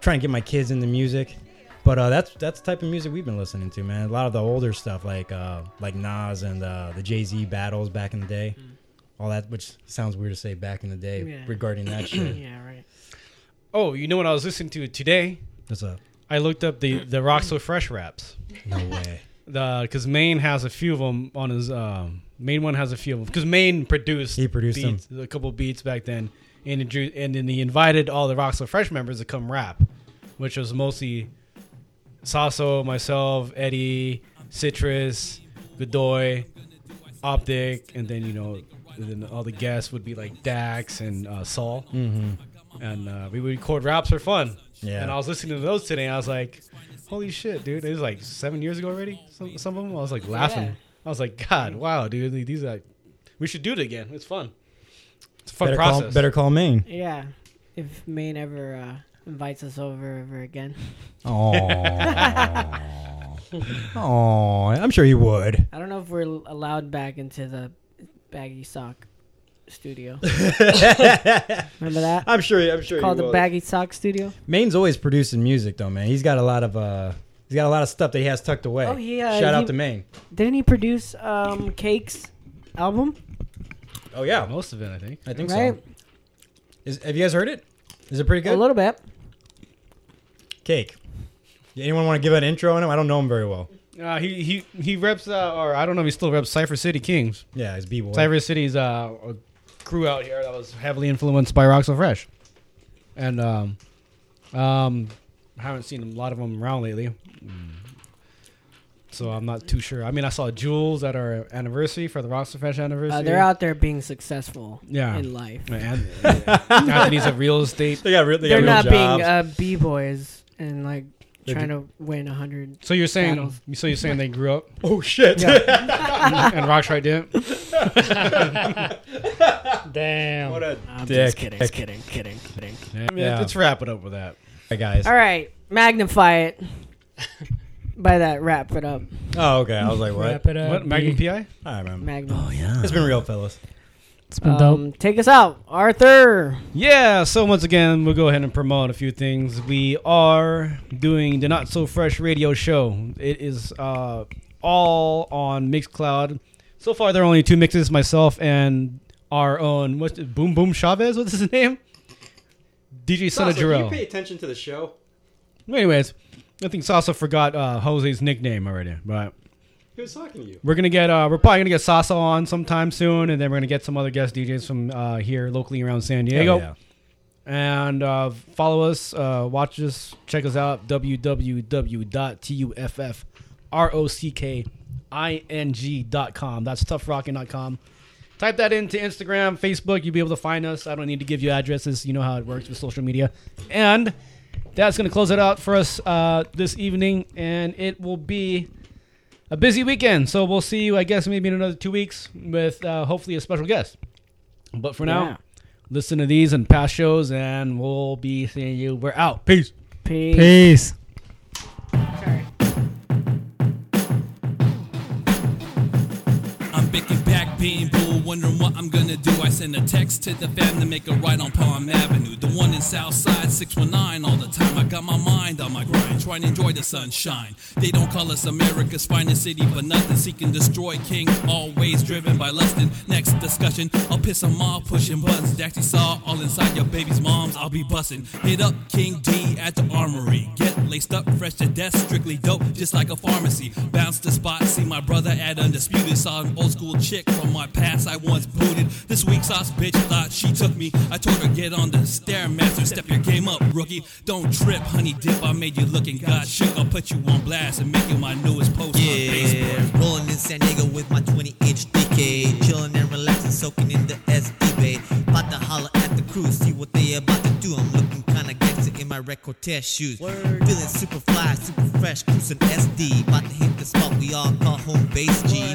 S9: trying to get my kids into music. But uh, that's that's the type of music we've been listening to, man. A lot of the older stuff like uh, like Nas and uh, the Jay Z battles back in the day,
S7: Mm.
S9: all that, which sounds weird to say back in the day
S4: Yeah.
S9: regarding that shit.
S4: yeah, right.
S7: Oh, you know what I was listening to today?
S9: What's up?
S7: I looked up the the Rock So Fresh raps.
S9: No way.
S7: The because Maine has a few of them on his um, Maine one has a few of them because Maine produced
S9: He produced
S7: beats, a couple beats back then and it drew, and then he invited all the Rock So Fresh members to come rap, which was mostly Sasso, myself, Eddie, Citrus, Godoy, Optic, and then you know and then all the guests would be like Dax and uh, Saul
S9: Mhm.
S7: and uh, we would record raps for fun.
S9: Yeah.
S7: And I was listening to those today, and I was like, "Holy shit, dude!" It was like seven years ago already. Some, some of them, I was like laughing.
S4: Yeah.
S7: I was like, "God, wow, dude! like, These are, like, we should do it again. It's fun. It's a fun
S9: Better
S7: process."
S9: call better call Maine.
S4: Yeah, if Maine ever uh, invites us over ever again,
S9: Oh. oh, I'm sure he would.
S4: I don't know if we're l- allowed back into the baggy sock studio. Remember that?
S9: I'm sure. I'm sure.
S4: Called
S9: he
S4: the
S9: would.
S4: baggy sock studio.
S9: Maine's always producing music, though, man. He's got a lot of uh, he's got a lot of stuff that he has tucked away.
S4: Oh, he, uh,
S9: Shout
S4: he-
S9: out to Maine.
S4: Didn't he produce um Cakes album?
S9: Oh yeah,
S7: Most of it, I think.
S9: I think
S4: Right.
S9: so. Is, have you guys heard it? Is it pretty
S4: A
S9: good?
S4: little bit.
S9: Cake. Yeah, Anyone want to give an intro on him? I don't know him very well.
S7: Uh, he he he reps, uh, or I don't know if he still reps Cipher City Kings.
S9: Yeah, he's b boy.
S7: Cipher City's uh, a crew out here that was heavily influenced by Roxo Fresh, and um, um, I haven't seen a lot of them around lately, so I'm not too sure. I mean, I saw Jules at our anniversary for the Roxo Fresh anniversary.
S4: Uh, they're out there being successful
S7: Yeah.
S4: in life.
S7: And Anthony's a real estate.
S9: They got real. They
S4: They're
S9: got
S4: not
S9: real jobs.
S4: being uh, b boys and like
S9: They're
S4: trying to win a hundred.
S7: So you're saying
S4: Battles.
S7: so you're saying they grew up
S9: oh shit!
S7: and Roxo didn't.
S8: Damn.
S9: what a
S4: I'm
S9: dick.
S4: just kidding, just kidding, kidding, kidding.
S7: Yeah.
S9: Yeah.
S7: Let's wrap it up with that.
S9: Hey, guys.
S4: All right, magnify it by that. Wrap it up,
S9: Oh okay. I was like, what?
S8: Wrap it up.
S7: What Magnum
S8: Uh, B.
S7: PI?
S9: All right, man.
S4: Magnum.
S6: Oh yeah.
S9: It's been real, fellas.
S8: It's been dope.
S4: Um, take us out, Arthur.
S7: Yeah, so once again, we'll go ahead and promote a few things. We are doing the Not So Fresh radio show. It is uh, all on Mixcloud. So far, there are only two mixes myself and our own, what's it, Boom Boom Chavez? What's his name? DJ Son of Jarrell.
S9: attention to the show?
S7: Anyways, I think Sasa forgot uh, Jose's nickname already, but.
S9: Who's talking to you?
S7: We're gonna get uh, we're probably gonna get Sasa on sometime soon, and then we're gonna get some other guest DJs from uh, here locally around San
S9: Oh,
S7: Diego. And uh, follow us, uh, watch us, check us out www.tuffrockking.com. That's toughrocking.com. Type that into Instagram, Facebook. You'll be able to find us. I don't need to give you addresses. You know how it works with social media. And that's going to close it out for us uh, this evening. And it will be a busy weekend. So we'll see you, I guess, maybe in another two weeks with uh, hopefully a special guest. But for now,
S4: Yeah.
S7: listen to these and past shows, and we'll be seeing you. We're out. Peace.
S4: Peace.
S8: Peace.
S11: kicking back, being bull, wondering what I'm gonna do. I send a text to the fam to make a right on Palm Avenue. The one in Southside 619 all the time. I got my mind on my grind, trying to enjoy the sunshine. They don't call us America's finest city for nothing. Seek and destroy king, always driven by lustin'. Next discussion, I'll piss 'em off, pushing buttons. Daxy saw all inside your baby's moms, I'll be bustin'. Hit up King D at the armory. Get laced up, fresh to death, strictly dope, just like a pharmacy. Bounce the spot, see my brother at Undisputed. Saw an old school chick from my past I once booted. This weak sauce bitch thought she took me. I told her, get on the Stairmaster, step your game up, rookie. Don't trip, honey dip, I made you look and got shook. I'll put you on blast and make you my newest post on Facebook.
S12: Yeah, rolling in San Diego with my 20 inch DK. Chilling and relaxing, soaking in the SD Bay. About to holler at the crew, see what they about to do. I'm looking kinda gangster in my red Cortez shoes. Feeling super fly, super fresh, cruising SD. About to hit the spot we all call home base G.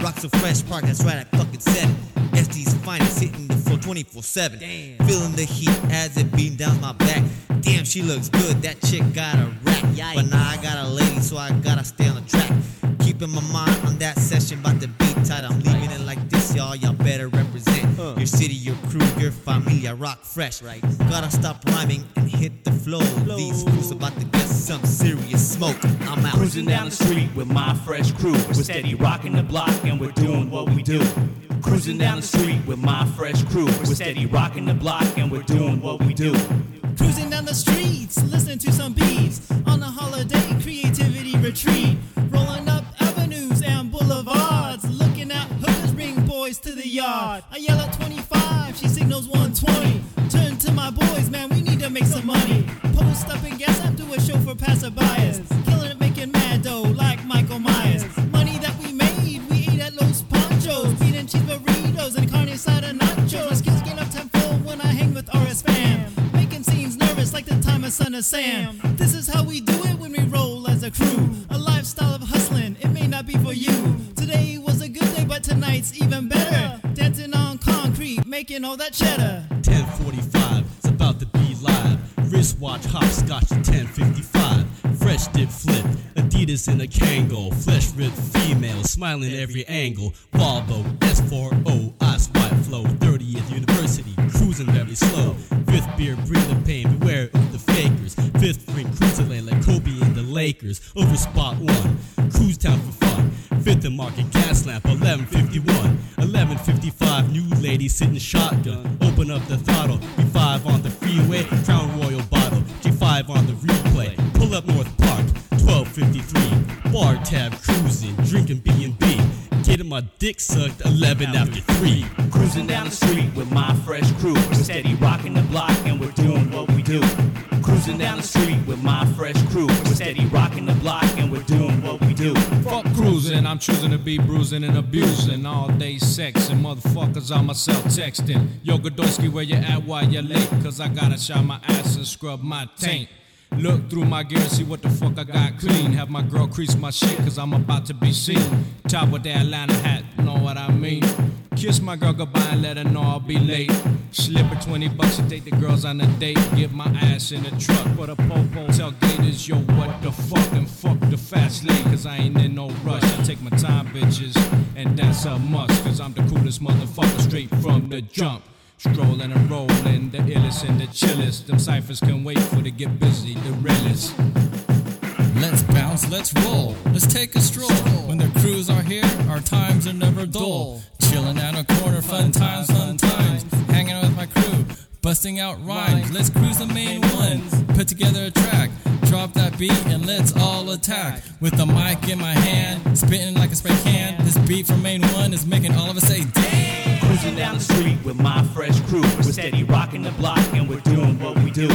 S12: Rock so fresh, park, that's right, I fucking said it. SD's finest hitting the floor 24 7. Feeling the heat as it beating down my back. Damn, she looks good. That chick got a rack. But now I got a lady, so I gotta stay on the track. Keeping my mind on that session, about to be tight. I'm leaving it like this, y'all. Y'all better represent your city, your crew, your familia. Rock fresh. Right. Gotta stop rhyming and hit the flow. These fools about to get some serious smoke. I'm out.
S13: Cruising down the street with my fresh crew. We're steady rocking the block and we're doing what we do. Cruising down the street with my fresh crew. We're steady rocking the block and we're doing what we do.
S14: Cruising down the streets, listening to some beats. On a holiday creativity retreat. Rolling up avenues and boulevards. Looking at hookers bring boys to the yard. I yell at 25, she signals 120. Turn to my boys, man, we need to make some money. Post up and gas up to a show for passerbyers. Killing it, making mad dough like Michael Myers. Money that we made, we ate at Los Panchos. Eating cheese burritos and carne asada nachos. My skills gain up tenfold when I hang with RS fam. Making scenes nervous like the time of Son of Sam. This is how we do it when we roll as a crew. A lifestyle of hustling, it may not be for you. Today was a good day, but tonight's even better. Dancing on concrete, making all that cheddar.
S12: 1045, it's about to be live. Wristwatch hopscotch to 1055.
S11: Fresh dip flip,
S12: Adidas in a
S11: Kango,
S12: flesh
S11: ripped
S12: female,
S11: smiling every angle.
S12: Volvo S4O, I swipe oh, flow. 30th University, cruising very slow. Fifth beer, breathe the pain, beware of the fakers. Fifth ring, cruising land like Kobe and the Lakers. Over spot one, cruise town for fun. Fifth and Market gas lamp, 1151. 1155, new lady sitting shotgun. Open up the throttle, B5 on the freeway, Crown Royal bottle, G5 on the replay. Pull up North Park, 1253. Bar tab cruising, drinking B&B. Getting my dick sucked, 11 after 3.
S13: Cruising down the street with my fresh crew. We're steady rocking the block and we're doing what we do. Cruising down the street with my fresh crew. We're steady rocking the block and we're doing what we do.
S15: Fuck cruising, I'm choosing to be bruising and abusing. All day sexing, motherfuckers on myself texting. Yo, Godorsky, where you at while you're late? Cause I gotta shine my ass and scrub my tank. Look through my gear and see what the fuck I got clean. Have my girl crease my shit cause I'm about to be seen. Top with the Atlanta hat, know what I mean? Kiss my girl goodbye and let her know I'll be late. Slip her 20 bucks to take the girls on a date. Get my ass in the truck for the popo. Tell Gators, yo, what the fuck? And fuck the fast lane, cause I ain't in no rush. I take my time, bitches, and that's a must. Cause I'm the coolest motherfucker straight from the jump. Strolling and rolling, the illest and the chillest. Them ciphers can wait for to get busy, the realest.
S11: Let's bounce, let's roll, let's take a stroll. When the crews are here, our times are never dull. Chilling at a corner, fun times, fun times. Hanging out with my crew, busting out rhymes. Let's cruise the main ones, put together a track. Drop that beat and let's all attack. With the mic in my hand, spitting like a spray can. This beat from main one is making all of us say, damn.
S13: Cruising down the street with my fresh crew. We're steady rocking the block and we're doing what we do.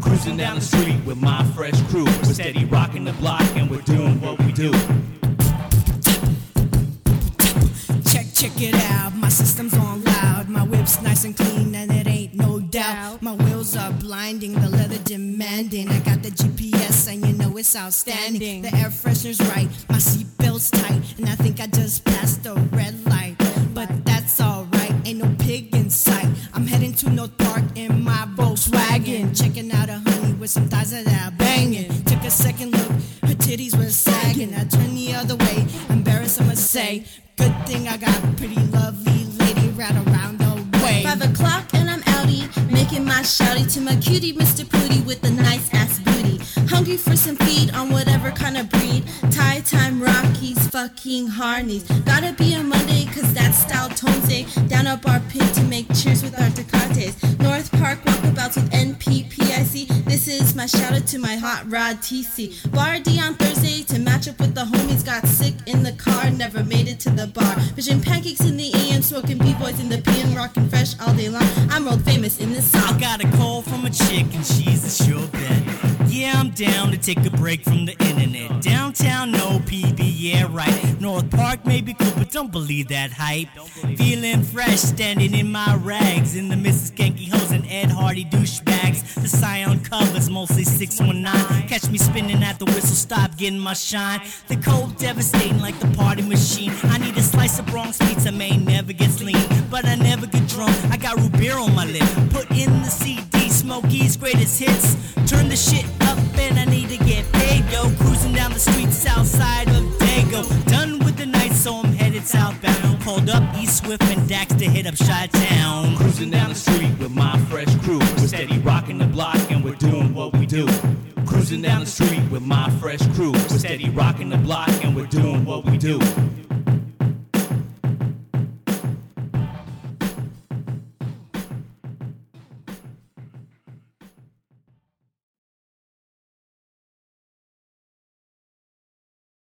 S13: Cruising down the street with my fresh crew. We're steady rocking the block and we're doing what we do.
S16: Check, check it out. My system's on loud. My whip's nice and clean, and it ain't no doubt. My wheels are blinding, the leather demanding. I got the GPS, and you know it's outstanding. The air freshener's right, my seatbelt's tight, and I think I just passed the red light. But that's alright, ain't no pig in sight. I'm heading to North Park in my Volkswagen, checking out a honey with some thighs that are banging. Took a second look, her titties was was sagging. I turned the other way, embarrassed I must say. Good thing I got a pretty lovely lady right around the way.
S17: Five o'clock and I'm outie, making my shouty to my cutie, Mr. Pootie, with the nice ass booty. Hungry for some feed on whatever kind of breed. Tie time Rockies, fucking Harneys. Gotta be a Monday, cause that's style Tonze. Down up our pit to make cheers with our Tecates. North Park walkabouts with NPPIC. This is my shout out to my hot rod TC. Bar D on Thursday to match up with the homies. Got sick in the car, never made it to the bar. Vision pancakes in the AM, smoking B-boys in the PM, rocking fresh all day long. I'm world famous in this song.
S18: I got a call from a chick and she's a sure bet. Yeah, I'm down to take a break from the internet. Downtown, no PB, yeah, right. North Park, maybe cool, but don't believe that hype. Feeling fresh, standing in my rags. In the midst of skanky hoes and Ed Hardy douchebags. The Scion covers mostly 619. Catch me spinning at the whistle stop, getting my shine. The cold devastating like the party machine. I need a slice of Bronx pizza, man, never gets lean. But I never get drunk, I got root beer on my lip. Put in the CD, Smokey's greatest hits. Turn the shit up and I need to get paid, yo. Cruising down the street south side of Dago. Done with the night, so I'm headed southbound. Called up East Swift and Dax to hit up Chi-Town.
S13: Cruising down the street with my fresh crew. We're steady rocking the block and we're doing what we do. Cruising down the street with my fresh crew. We're steady rocking the block and we're doing what we do.